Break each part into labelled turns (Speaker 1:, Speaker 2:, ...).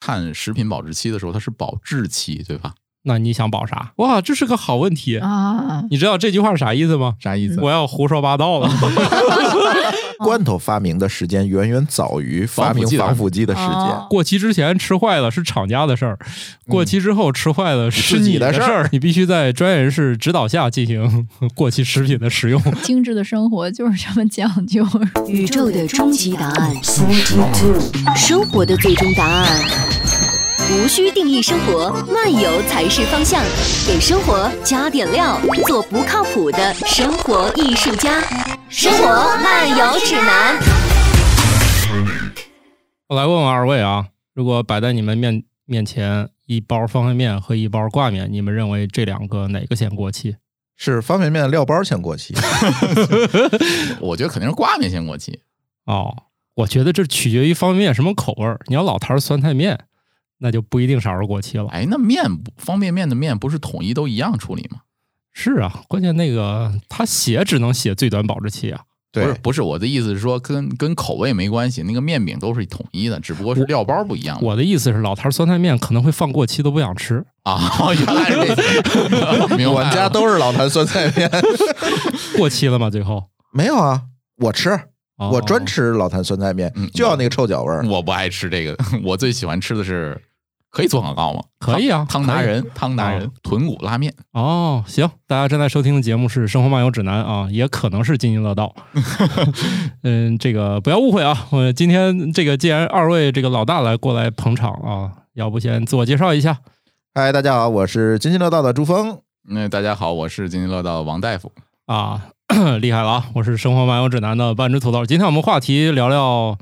Speaker 1: 看食品保质期的时候，它是保质期，对吧？
Speaker 2: 那你想保啥？哇，这是个好问题。
Speaker 3: 啊，
Speaker 2: 你知道这句话是啥意思吗？
Speaker 1: 啥意思？
Speaker 2: 我要胡说八 道了。
Speaker 4: 罐头发明的时间远远早于发明防腐剂的时间
Speaker 3: 哦。
Speaker 2: 过期之前吃坏了是厂家的事儿，过期之后吃坏了嗯是
Speaker 4: 是你
Speaker 2: 的
Speaker 4: 的事
Speaker 2: 儿
Speaker 4: 儿。
Speaker 2: 你必须在专业人士指导下进行 过期食品的食用。
Speaker 3: 精致的生活就是这么讲究。
Speaker 5: 宇宙的终极答案，生活的最终答案。无需定义生活，漫游才是方向。给生活加点料，做不靠谱的生活艺术家。生活漫游指南。
Speaker 2: 我来问问二位啊，如果摆在你们面面前一包方便面和一包挂面，你们认为这两个哪个先过期？
Speaker 4: 是方便面的料包先过期，
Speaker 1: 我觉得肯定是挂面先过期。
Speaker 2: 哦，我觉得这取决于方便面什么口味儿。你要老坛儿酸菜面，那就不一定啥时候过期了。
Speaker 1: 哎，那面不方便面的面不是统一都一样处理吗？
Speaker 2: 是啊，关键那个它写只能写最短保质期啊。
Speaker 1: 不是
Speaker 4: 对，
Speaker 1: 不是，我的意思是说跟跟口味没关系，那个面饼都是统一的，只不过是料包不一样嘛
Speaker 2: 我的意思是，老坛儿酸菜面可能会放过期都不想吃。
Speaker 1: 啊。 原来是这样，明白了
Speaker 4: 我们家都是老坛酸菜面。
Speaker 2: 过期了吗？最后、
Speaker 4: 没有啊，我吃，
Speaker 2: 哦
Speaker 4: 我专吃老坛酸菜面
Speaker 1: 嗯，
Speaker 4: 就要那个臭脚味儿。
Speaker 1: 我不爱吃这个，我最喜欢吃的是可以做广告吗？
Speaker 2: 可以啊
Speaker 1: 汤汤达
Speaker 2: 可以
Speaker 1: 人，汤达人
Speaker 2: 哦
Speaker 1: 豚骨拉面。
Speaker 2: 哦。行，大家正在收听的节目是《生活漫游指南》啊，也可能是津津乐道。嗯，这个不要误会啊。我今天这个既然二位这个老大来过来捧场啊，要不先自我介绍一下？
Speaker 4: 嗨，大家好，我是津津乐道的朱峰。
Speaker 1: 那大家好，我是津津乐道的王大夫。
Speaker 2: 啊， 厉害了啊！我是生活漫游指南的半只土豆。今天我们话题聊聊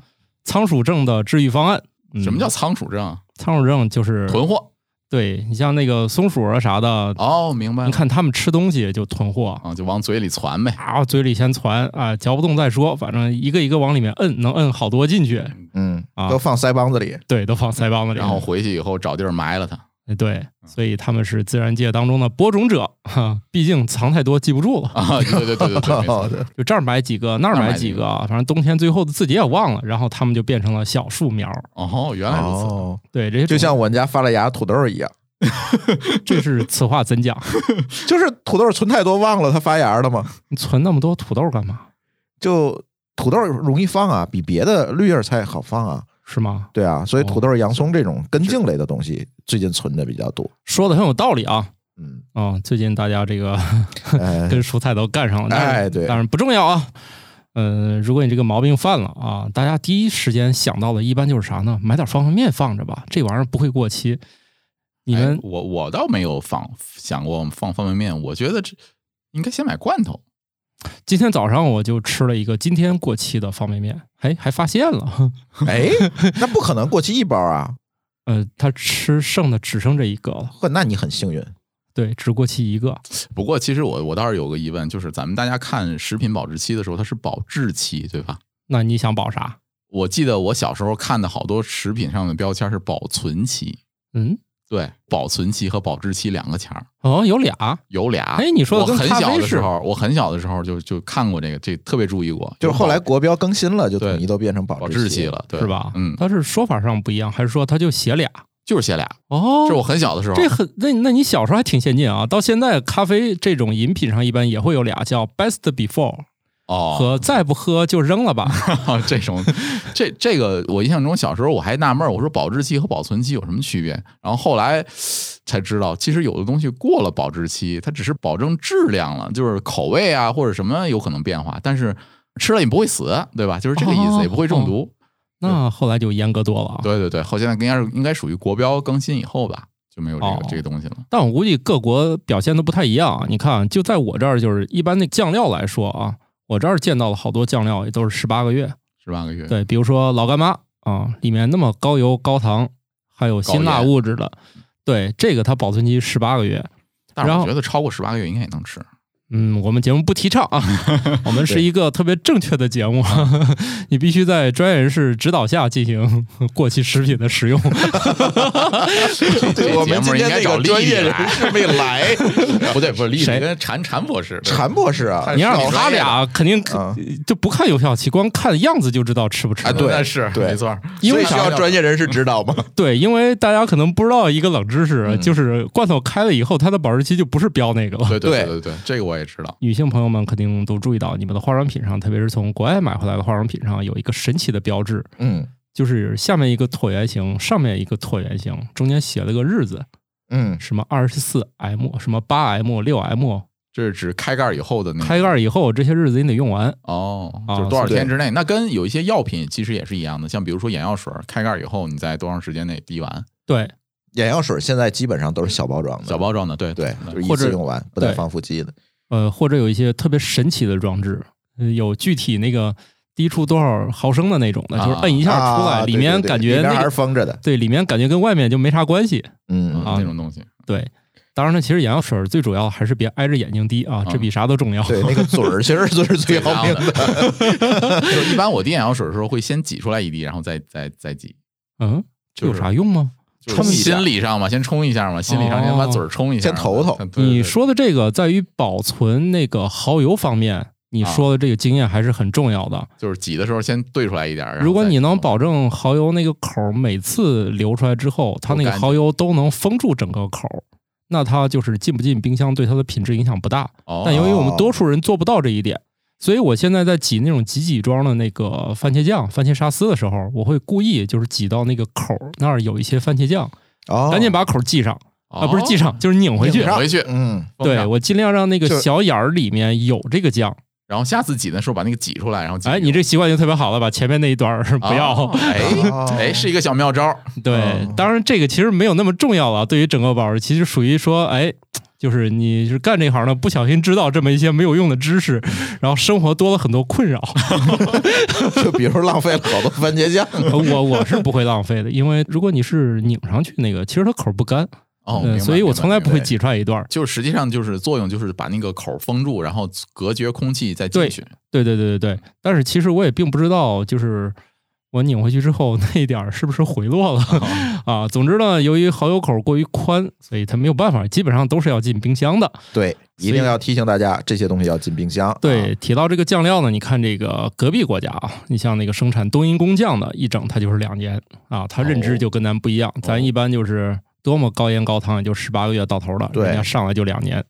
Speaker 2: 仓鼠症的治愈方案。嗯
Speaker 1: 什么叫仓鼠症啊？
Speaker 2: 仓鼠症？就是
Speaker 1: 囤货。
Speaker 2: 对你像那个松鼠啊啥的，
Speaker 1: 哦，明白
Speaker 2: 你
Speaker 1: 了。
Speaker 2: 看它们吃东西就囤货，
Speaker 1: 啊，就往嘴里攒呗。
Speaker 2: 啊，嘴里先攒啊，嚼不动再说，反正一个一个往里面摁，能摁好多进去。
Speaker 4: 嗯
Speaker 2: 啊，
Speaker 4: 都放腮帮子里。
Speaker 2: 对，都放腮帮子里。
Speaker 1: 然
Speaker 4: 嗯
Speaker 1: 后回去以后找地儿埋了它。
Speaker 2: 对，所以他们是自然界当中的播种者，哈，毕竟藏太多记不住了。
Speaker 1: 啊，对对对对 对，没错。
Speaker 2: 就这儿买几个，那儿
Speaker 1: 那儿
Speaker 2: 买
Speaker 1: 买
Speaker 2: 几
Speaker 1: 几
Speaker 2: 个，啊反正冬天最后自己也忘了，然后他们就变成了小树苗。
Speaker 1: 哦，原来如此。
Speaker 4: 哦，
Speaker 2: 对，这些
Speaker 4: 就
Speaker 2: 种
Speaker 4: 像我们家发了芽土豆一样，
Speaker 2: 这是此话怎讲？
Speaker 4: 就是土豆存太多忘了它发芽了嘛，
Speaker 2: 你存那么多土豆干嘛？
Speaker 4: 就土豆容易放啊，比别的绿叶菜好放啊。
Speaker 2: 是吗？
Speaker 4: 对啊，所以
Speaker 2: 哦
Speaker 4: 土豆、洋葱这种根茎类的东西最近存的比较多。
Speaker 2: 说的很有道理啊。
Speaker 4: 嗯，
Speaker 2: 哦，最近大家这个
Speaker 4: 哎，
Speaker 2: 跟蔬菜都干上了。但是
Speaker 4: 哎对
Speaker 2: 当然不重要啊。呃，如果你这个毛病犯了啊，大家第一时间想到的一般就是啥呢？买点方便面放着吧，这玩意儿不会过期。你
Speaker 1: 哎
Speaker 2: 们、
Speaker 1: 我我倒没有放想过放方便面，我觉得这应该先买罐头。
Speaker 2: 今天早上我就吃了一个今天过期的方便面，哎，还发现了，
Speaker 4: 哎，那不可能过期一包啊！
Speaker 2: 呃，它吃剩的只剩这一个了，
Speaker 4: 呵，那你很幸运。
Speaker 2: 对，只过期一个。
Speaker 1: 不过其实我我倒是有个疑问，就是咱们大家看食品保质期的时候，它是保质期，对吧？
Speaker 2: 那你想保啥？
Speaker 1: 我记得我小时候看的好多食品上的标签是保存期，
Speaker 2: 嗯，
Speaker 1: 对，保存期和保质期两个钱儿。
Speaker 2: 哦，有俩，
Speaker 1: 有俩，
Speaker 2: 哎你说的
Speaker 1: 我
Speaker 2: 跟
Speaker 1: 很
Speaker 2: 咖啡
Speaker 1: 小的
Speaker 2: 似
Speaker 1: 时
Speaker 2: 的
Speaker 1: 候，我很小的时候就就看过这个，这特别注意过，
Speaker 4: 就是后来国标更新了，就
Speaker 1: 对
Speaker 4: 统一都变成保
Speaker 1: 保
Speaker 4: 质
Speaker 1: 质期。了，对，
Speaker 2: 是吧？
Speaker 1: 嗯，
Speaker 2: 它是说法上不一样，还是说它就写俩？
Speaker 1: 就是写俩，
Speaker 2: 哦，
Speaker 1: 这是我很小的时候，
Speaker 2: 这很那那你小时候还挺先进啊，到现在咖啡这种饮品上一般也会有俩叫 best before
Speaker 1: 哦，
Speaker 2: 和再不喝就扔了吧。
Speaker 1: 这种，这这个我印象中小时候我还纳闷儿，我说保质期和保存期有什么区别？然后后来才知道，其实有的东西过了保质期，它只是保证质量了，就是口味啊或者什么有可能变化，但是吃了也不会死，对 吧？就是这个意
Speaker 2: 哦
Speaker 1: 思，也不会中毒。
Speaker 2: 那后来就严格多了啊。
Speaker 1: 对对对，后现在应该是应该属于国标更新以后吧，就没有这个、
Speaker 2: 哦
Speaker 1: 这个东西了。
Speaker 2: 但我估计各国表现都不太一样啊。你看，就在我这儿，就是一般那酱料来说啊，我这儿见到了好多酱料也都是十八个月。
Speaker 1: 十八个月，
Speaker 2: 对，比如说老干妈啊，里面那么高油、高糖，还有辛辣
Speaker 1: 高盐嗯
Speaker 2: 物质的，对这个它保存期十八个月。
Speaker 1: 但是
Speaker 2: 然后
Speaker 1: 我觉得超过十八个月应该也能吃。
Speaker 2: 嗯，我们节目不提倡 啊，我们是一个特别正确的节目， 你必须在专业人士指导下进行 过期食品的食用。
Speaker 1: 这
Speaker 4: 我
Speaker 1: 节目
Speaker 4: 们今
Speaker 1: 应
Speaker 4: 天
Speaker 1: 该
Speaker 4: 那
Speaker 1: 找
Speaker 4: 个
Speaker 1: 丽
Speaker 4: 专
Speaker 1: 丽
Speaker 4: 业人
Speaker 1: 来，
Speaker 4: 士没 来，
Speaker 1: 不对，不是丽丽
Speaker 2: 谁
Speaker 1: 跟禅禅博士，对
Speaker 4: 谭博士啊，
Speaker 2: 你让
Speaker 4: 搞
Speaker 2: 他俩肯定
Speaker 4: 啊
Speaker 2: 就不看有效期，光看样子就知道吃不吃
Speaker 1: 嗯啊，
Speaker 2: 了。
Speaker 1: 对，
Speaker 4: 对
Speaker 1: 是
Speaker 4: 对
Speaker 1: 没错，
Speaker 4: 因为
Speaker 1: 所
Speaker 4: 需
Speaker 1: 以
Speaker 4: 要专业人士指导吗？
Speaker 2: 对，因为大家可能不知道一个冷知识，就是罐头开了以后，它的保质期就不是标那个
Speaker 1: 嗯
Speaker 2: 了。
Speaker 1: 对对对
Speaker 4: 对
Speaker 1: 对对，这个我也知道。
Speaker 2: 女性朋友们肯定都注意到，你们的化妆品上，特别是从国外买回来的化妆品上，有一个神奇的标志，
Speaker 4: 嗯
Speaker 2: 就是下面一个椭圆形，上面一个椭圆形，中间写了个日子，
Speaker 4: 嗯，
Speaker 2: 什么二十四 M，什么八 M、六 M，
Speaker 1: 这是指开盖以后
Speaker 4: 嗯
Speaker 1: 的那个
Speaker 2: 开盖以后这些日子你得用完。
Speaker 1: 哦，
Speaker 2: 啊
Speaker 1: 就是多少
Speaker 2: 对
Speaker 1: 天之内？那跟有一些药品其实也是一样的，像比如说眼药水，开盖以后你在多长时间内滴完？
Speaker 2: 对
Speaker 4: 眼药水现在基本上都是小包装的，
Speaker 1: 小包装的，嗯对
Speaker 4: 对，就是
Speaker 2: 或
Speaker 4: 一
Speaker 2: 者
Speaker 4: 次用完，不带
Speaker 2: 对
Speaker 4: 防腐剂的。
Speaker 2: 呃，或者有一些特别神奇的装置，呃有具体那个滴出多少毫升的那种的，就是
Speaker 1: 啊
Speaker 2: 摁一下出来，
Speaker 4: 啊
Speaker 2: 里
Speaker 4: 对
Speaker 2: 面
Speaker 4: 对对
Speaker 2: 感
Speaker 4: 里
Speaker 2: 觉
Speaker 4: 面
Speaker 2: 那
Speaker 4: 还是
Speaker 2: 个
Speaker 4: 封着的，
Speaker 2: 对，里面感觉跟外面就没啥关系。
Speaker 1: 嗯
Speaker 4: 嗯，
Speaker 2: 啊
Speaker 1: 那种东西，
Speaker 2: 对，当然了，其实眼药水最主要还是别挨着眼睛滴啊，这比啥都重要。
Speaker 4: 嗯对，那个嘴儿其实 是最要命的。
Speaker 1: 就是一般我滴眼药水的时候会先挤出来一滴，然后再再再挤，
Speaker 2: 嗯，这有
Speaker 1: 就是
Speaker 2: 啥用吗？
Speaker 1: 就是
Speaker 4: 冲一下
Speaker 1: 心理上嘛，先冲一下嘛，心理哦上先把嘴儿冲一下嘛，
Speaker 4: 先头头
Speaker 1: 对对对
Speaker 2: 你说的这个在于保存那个蚝油方面，你
Speaker 1: 啊
Speaker 2: 说的这个经验还是很重要的。
Speaker 1: 就是挤的时候先兑出来一点儿，然后
Speaker 2: 如果
Speaker 1: 再哦
Speaker 2: 你能
Speaker 1: 弄
Speaker 2: 保证蚝油那个口儿每次流出来之后，它那
Speaker 1: 都
Speaker 2: 个
Speaker 1: 干净
Speaker 2: 蚝油都能封住整个口儿，那它就是进不进冰箱对它的品质影响不大。
Speaker 1: 哦，
Speaker 2: 但由于我们多数人做不到这一点，所以我现在在挤那种挤挤装的那个番茄酱、番茄沙司的时候，我会故意就是挤到那个口儿那儿有一些番茄酱，
Speaker 4: 哦，
Speaker 2: 赶紧把口儿系上
Speaker 1: 哦
Speaker 2: 啊，不是系上，就是拧回去
Speaker 1: 拧。上回去
Speaker 4: 嗯，
Speaker 1: 封
Speaker 2: 对
Speaker 1: 上
Speaker 2: 我尽量让那个
Speaker 4: 就是
Speaker 2: 小眼儿里面有这个酱。
Speaker 1: 然后下次挤的时候把那个挤出来，然后挤
Speaker 2: 哎，你这习惯已经特别好了，把前面那一段儿 不要。
Speaker 1: 哦哎
Speaker 4: 哦
Speaker 1: 哎，是一个小妙招儿，
Speaker 2: 对，当然这个其实没有那么重要了，对于整个保质期，就属于说，哎，就是你是干这行的，不小心知道这么一些没有用的知识， 然后生活多了很多困扰。
Speaker 4: 就比如浪费了好多番茄酱。 啊
Speaker 2: 我我是不会浪费的，因为如果你是拧上去那个，其实它口儿不干，
Speaker 1: 哦，明白
Speaker 2: 嗯，所以我
Speaker 1: 明白
Speaker 2: 从来
Speaker 1: 明白
Speaker 2: 不会挤出来一段儿。
Speaker 1: 就是实际上就是作用就是把那个口儿封住，然后隔绝空气再进
Speaker 2: 对
Speaker 1: 去。
Speaker 2: 对对对对对，但是其实我也并不知道，就是我拧回去之后那一点儿是不是回落了 啊？总之呢，由于蚝油口儿过于宽，所以它没有办法，基本上都是要进冰箱的。
Speaker 4: 对，一定要提醒大家，这些东西要进冰箱。啊
Speaker 2: 对，提到这个酱料呢，你看这个隔壁国家啊，你像那个生产冬阴功酱的，一整它就是两年啊，它认
Speaker 1: 哦
Speaker 2: 知就跟咱不一样，咱一般就是多么高盐高糖，也就十八个月到头了，
Speaker 4: 对
Speaker 2: 人家上来就两年。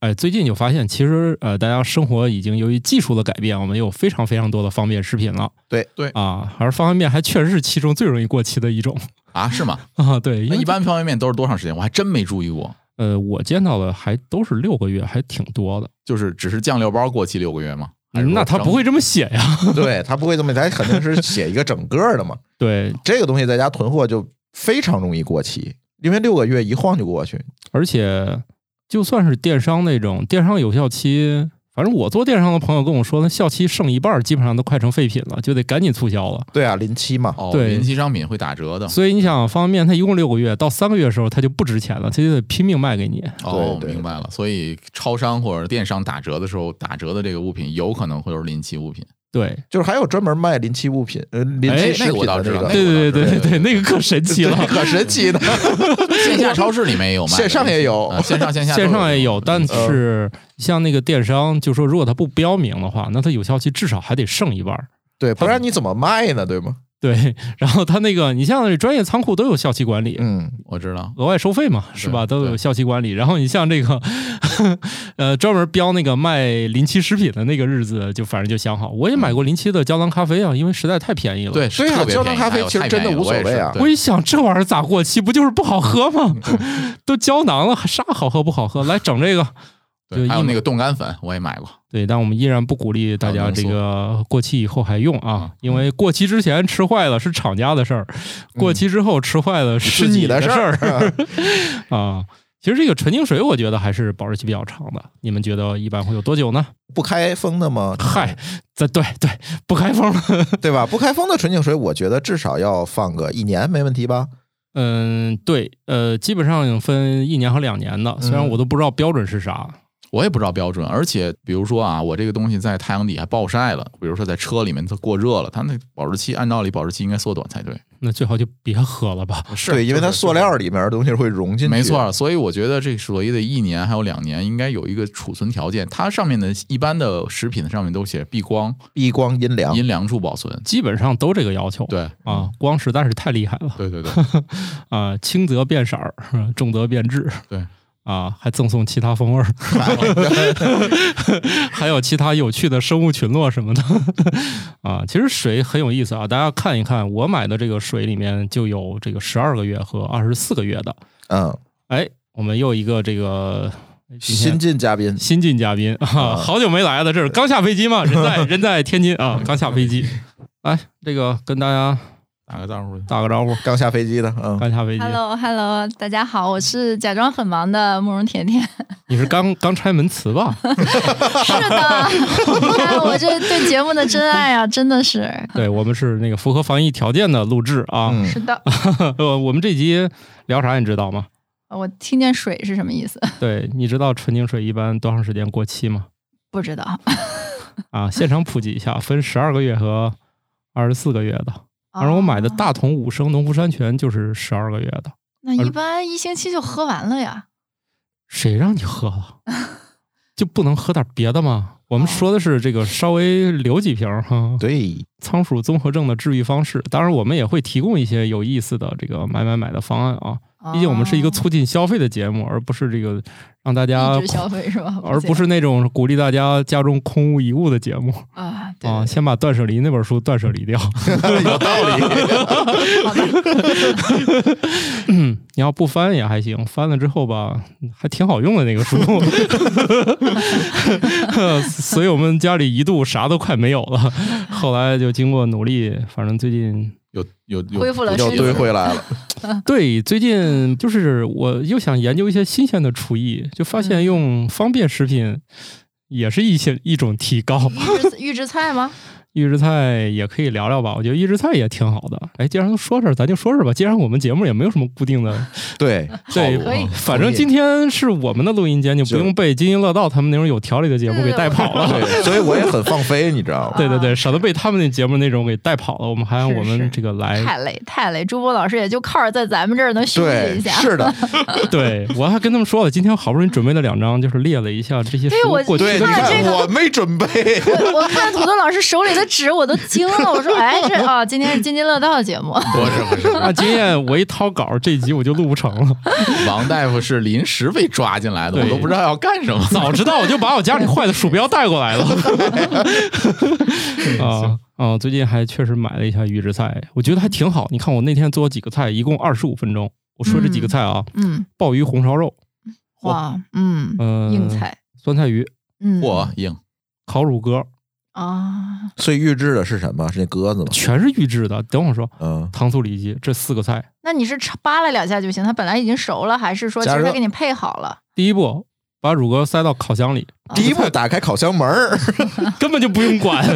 Speaker 2: 哎，最近就发现，其实呃，大家生活已经由于技术的改变，我们有非常非常多的方便食品了。
Speaker 4: 对
Speaker 1: 对
Speaker 2: 啊，而方便面还确实是其中最容易过期的一种
Speaker 1: 啊，是吗？
Speaker 2: 啊。对，因
Speaker 1: 那
Speaker 2: 为
Speaker 1: 一般方便面都是多长时间？我还真没注意过，
Speaker 2: 呃，我见到的还都是六个月，还挺多的。嗯
Speaker 1: 就是只是酱料包过期六个月吗？还是说
Speaker 2: 那他
Speaker 1: 整
Speaker 2: 不会这么写呀？
Speaker 4: 对，他不会这么，他肯定是写一个整个的嘛。
Speaker 2: 对，
Speaker 4: 这个东西在家囤货就非常容易过期，因为六个月一晃就过去。
Speaker 2: 而且就算是电商那种，电商有效期，反正我做电商的朋友跟我说，那效期剩一半儿，基本上都快成废品了，就得赶紧促销了。
Speaker 4: 对啊，临期嘛，
Speaker 1: 哦，
Speaker 2: 对
Speaker 1: 临期商品会打折的。
Speaker 2: 所以你想，方便面它一共六个月，到三个月的时候它就不值钱了，它就得拼命卖给你。
Speaker 1: 哦，
Speaker 4: 对对
Speaker 1: 明白了。所以超商或者电商打折的时候，打折的这个物品有可能会是临期物品。
Speaker 2: 对，
Speaker 4: 就是还有专门卖临期物品，呃，临
Speaker 2: 哎
Speaker 4: 期
Speaker 1: 那个
Speaker 4: 食
Speaker 1: 我
Speaker 4: 品
Speaker 1: 倒
Speaker 4: 的
Speaker 1: 知道
Speaker 4: 那
Speaker 1: 那
Speaker 4: 个
Speaker 1: 个。
Speaker 2: 对对对
Speaker 1: 对
Speaker 2: 对
Speaker 1: 对
Speaker 2: 对，那个可神奇了。
Speaker 4: 可神奇的，
Speaker 1: 线下超市里面也有卖的，
Speaker 4: 线上也有
Speaker 1: 啊线上线下都
Speaker 2: 线上也有，嗯
Speaker 1: 这种
Speaker 2: 但是像那个电商，就说如果它不标明的话，那它有效期至少还得剩一半儿。
Speaker 4: 对，不然你怎么卖呢？对吗？
Speaker 1: 嗯
Speaker 2: 对，然后它那个，你像专业仓库都有效期管理，
Speaker 4: 嗯，
Speaker 1: 我知道。
Speaker 2: 额外收费嘛，是吧？都
Speaker 1: 对
Speaker 2: 有效期管理。然后你像这个， 呃，专门标那个卖临期食品的那个日子，就反正就想好。我也买过临期的胶囊咖啡啊，因为实在太便宜了。，
Speaker 1: 对，是
Speaker 4: 对啊
Speaker 1: 特别
Speaker 4: 胶
Speaker 1: 便
Speaker 4: 囊
Speaker 1: 宜
Speaker 4: 咖啡
Speaker 1: 哎呦
Speaker 4: 其实
Speaker 1: 太
Speaker 4: 真的
Speaker 1: 便宜了
Speaker 4: 无所
Speaker 1: 我也
Speaker 4: 谓
Speaker 1: 是
Speaker 4: 啊
Speaker 1: 对
Speaker 2: 我一想这玩意儿咋过期？不就是不好喝吗？ 都胶囊了，啥好喝不好喝？来整这个。
Speaker 1: 对，
Speaker 2: 就
Speaker 1: 还有
Speaker 2: 一
Speaker 1: 那个冻干粉，我也买过。
Speaker 2: 对，但我们依然不鼓励大家这个过期以后还用啊，因为过期之前吃坏了是厂家的事儿，过期之后吃坏了是
Speaker 4: 自己
Speaker 2: 你
Speaker 4: 的
Speaker 2: 事
Speaker 4: 事儿
Speaker 2: 儿啊。其实这个纯净水，我觉得还是保质期比较长的。你们觉得一般会有多久呢？
Speaker 4: 不开封的吗？
Speaker 2: 嗨，这对对，不开封了。
Speaker 4: 对吧？不开封的纯净水，我觉得至少要放个一年，没问题吧？
Speaker 1: 嗯
Speaker 2: 嗯，对，呃，基本上分一年和两年的，虽然我都不知道标准是啥。
Speaker 1: 我也不知道标准，而且比如说啊，我这个东西在太阳底下暴晒了，比如说在车里面它过热了，它那保质期按道理保质期应该缩短才对。
Speaker 2: 那最好就别喝了吧。
Speaker 1: 是
Speaker 4: 啊对，因为它塑料里面的东西会融进去，
Speaker 1: 没错，所以我觉得这所谓的一年还有两年，应该有一个储存条件。它上面的一般的食品上面都写避光、
Speaker 4: 避光阴凉。
Speaker 1: 阴凉处保存。
Speaker 2: 基本上都这个要求。
Speaker 1: 对，
Speaker 2: 啊，光实在是太厉害了
Speaker 1: 对对对
Speaker 2: 啊，轻则变色儿，重则变质。
Speaker 1: 对
Speaker 2: 啊，还赠送其他风味儿， 还有其他有趣的生物群落什么的啊。其实水很有意思啊，大家看一看，我买的这个水里面就有这个十二个月和二十四个月的。
Speaker 4: 嗯，
Speaker 2: 哎，我们又一个这个今天
Speaker 4: 新进嘉宾，
Speaker 2: 新晋嘉宾啊，
Speaker 4: 啊
Speaker 2: 好久没来了，这是刚下飞机嘛？人 在人在天津啊，刚下飞机。来，这个跟大家
Speaker 1: 打个招呼。
Speaker 2: 打个招呼，
Speaker 4: 刚下飞机的，嗯，
Speaker 2: 刚下飞机，
Speaker 3: Hello Hello，大家好，我是假装很忙的慕容 甜甜。
Speaker 2: 你是刚刚拆门词吧？
Speaker 3: 是的，你看哎我这对节目的真爱啊，真的是。
Speaker 2: 对，我们是那个符合防疫条件的录制啊。
Speaker 4: 嗯
Speaker 3: 是的，
Speaker 2: 呃，我们这集聊啥你知道吗？
Speaker 3: 我听见水是什么意思？
Speaker 2: 对，你知道纯净水一般多长时间过期吗？
Speaker 3: 不知道。
Speaker 2: 啊，现场普及一下，分十二个月和二十四个月的。反正我买的
Speaker 3: 哦，
Speaker 2: 大桶五升农夫山泉就是十二个月的，
Speaker 3: 那一般一星期就喝完了呀。
Speaker 2: 谁让你喝了？就不能喝点别的吗？我们
Speaker 3: 哦
Speaker 2: 说的是这个稍微留几瓶儿哈。
Speaker 4: 对，
Speaker 2: 仓鼠综合症的治愈方式，当然我们也会提供一些有意思的这个买买买的方案啊。毕竟我们是一个
Speaker 3: 哦
Speaker 2: 促进消费的节目，而不是这个让大家
Speaker 3: 抑制哦消费是吧？
Speaker 2: 而不是那种鼓励大家家中空无一物的节目
Speaker 3: 啊，对
Speaker 2: 啊，先把断舍离那本书断舍离掉。
Speaker 4: 有道理。
Speaker 3: 好的，
Speaker 2: 嗯，你要不翻也还行，翻了之后吧，还挺好用的那个书。 所以我们家里一度啥都快没有了，后来就经过努力，反正最近
Speaker 1: 有有有
Speaker 3: 恢复了
Speaker 4: 又
Speaker 3: 狮子。
Speaker 4: 堆回来了，
Speaker 3: 嗯
Speaker 2: 对，最近就是我又想研究一些新鲜的厨艺，就发现
Speaker 3: 嗯
Speaker 2: 用方便食品也是一些一种提高。
Speaker 3: 预制预制菜吗？
Speaker 2: 预制菜也可以聊聊吧，我觉得预制菜也挺好的。哎，既然都说这儿，咱就说这儿吧。既然我们节目也没有什么固定的，
Speaker 4: 对，
Speaker 2: 对
Speaker 3: 可以，
Speaker 2: 反正今天是我们的录音间，就不用被津津乐道他们那种有条理的节目给带跑 了。
Speaker 4: 对，所以我也很放飞，你知道吗？
Speaker 2: 对对对，省得被他们那节目那种给带跑了。我们还让
Speaker 3: 是
Speaker 2: 我们
Speaker 3: 是
Speaker 2: 这个来
Speaker 3: 太累太累，朱波老师也就靠着在咱们这儿能休息
Speaker 4: 对
Speaker 3: 一，下。
Speaker 4: 是的，
Speaker 2: 对我还跟他们说了，今天好不容易准备了两张，就是列了一下这些食
Speaker 3: 对
Speaker 2: 物
Speaker 3: 我
Speaker 2: 过去
Speaker 3: 对
Speaker 4: 对，
Speaker 2: 的
Speaker 4: 你
Speaker 3: 那
Speaker 4: 看
Speaker 3: 这个
Speaker 4: 我没准 备，
Speaker 3: 我 我看土豆老师手里的纸，我都惊了。我说，哎，这啊，今天是津津乐道的节目，
Speaker 1: 不是不是，
Speaker 2: 那今天我一掏稿，这集我就录不成了。
Speaker 1: 王大夫是临时被抓进来的，
Speaker 2: 对
Speaker 1: 我都不知道要干什么。
Speaker 2: 早哦知道我就把我家里坏的鼠标带过来了。啊啊！最近还确实买了一下预制菜，我觉得还挺好。你看我那天做几个菜，一共二十五分钟。我说这几个菜啊，
Speaker 3: 嗯，
Speaker 2: 鲍鱼红烧肉，
Speaker 3: 哇，嗯，
Speaker 2: 嗯、
Speaker 3: 硬，菜，
Speaker 2: 酸菜鱼，
Speaker 3: 嗯，
Speaker 1: 我硬
Speaker 2: 烤乳鸽，
Speaker 3: 啊，
Speaker 4: 所以预制的是什么？是那鸽子吗？
Speaker 2: 全是预制的。等我说，
Speaker 4: 嗯，
Speaker 2: 糖醋里脊这四个菜，
Speaker 3: 那你是炒扒拉两下就行？它本来已经熟了，还是说其
Speaker 4: 加
Speaker 3: 实
Speaker 4: 热
Speaker 3: 它给你配好 了？
Speaker 2: 第一步。把乳鸽塞到烤箱里，
Speaker 4: 第一步打开烤箱门儿，
Speaker 2: 根本就不用 管，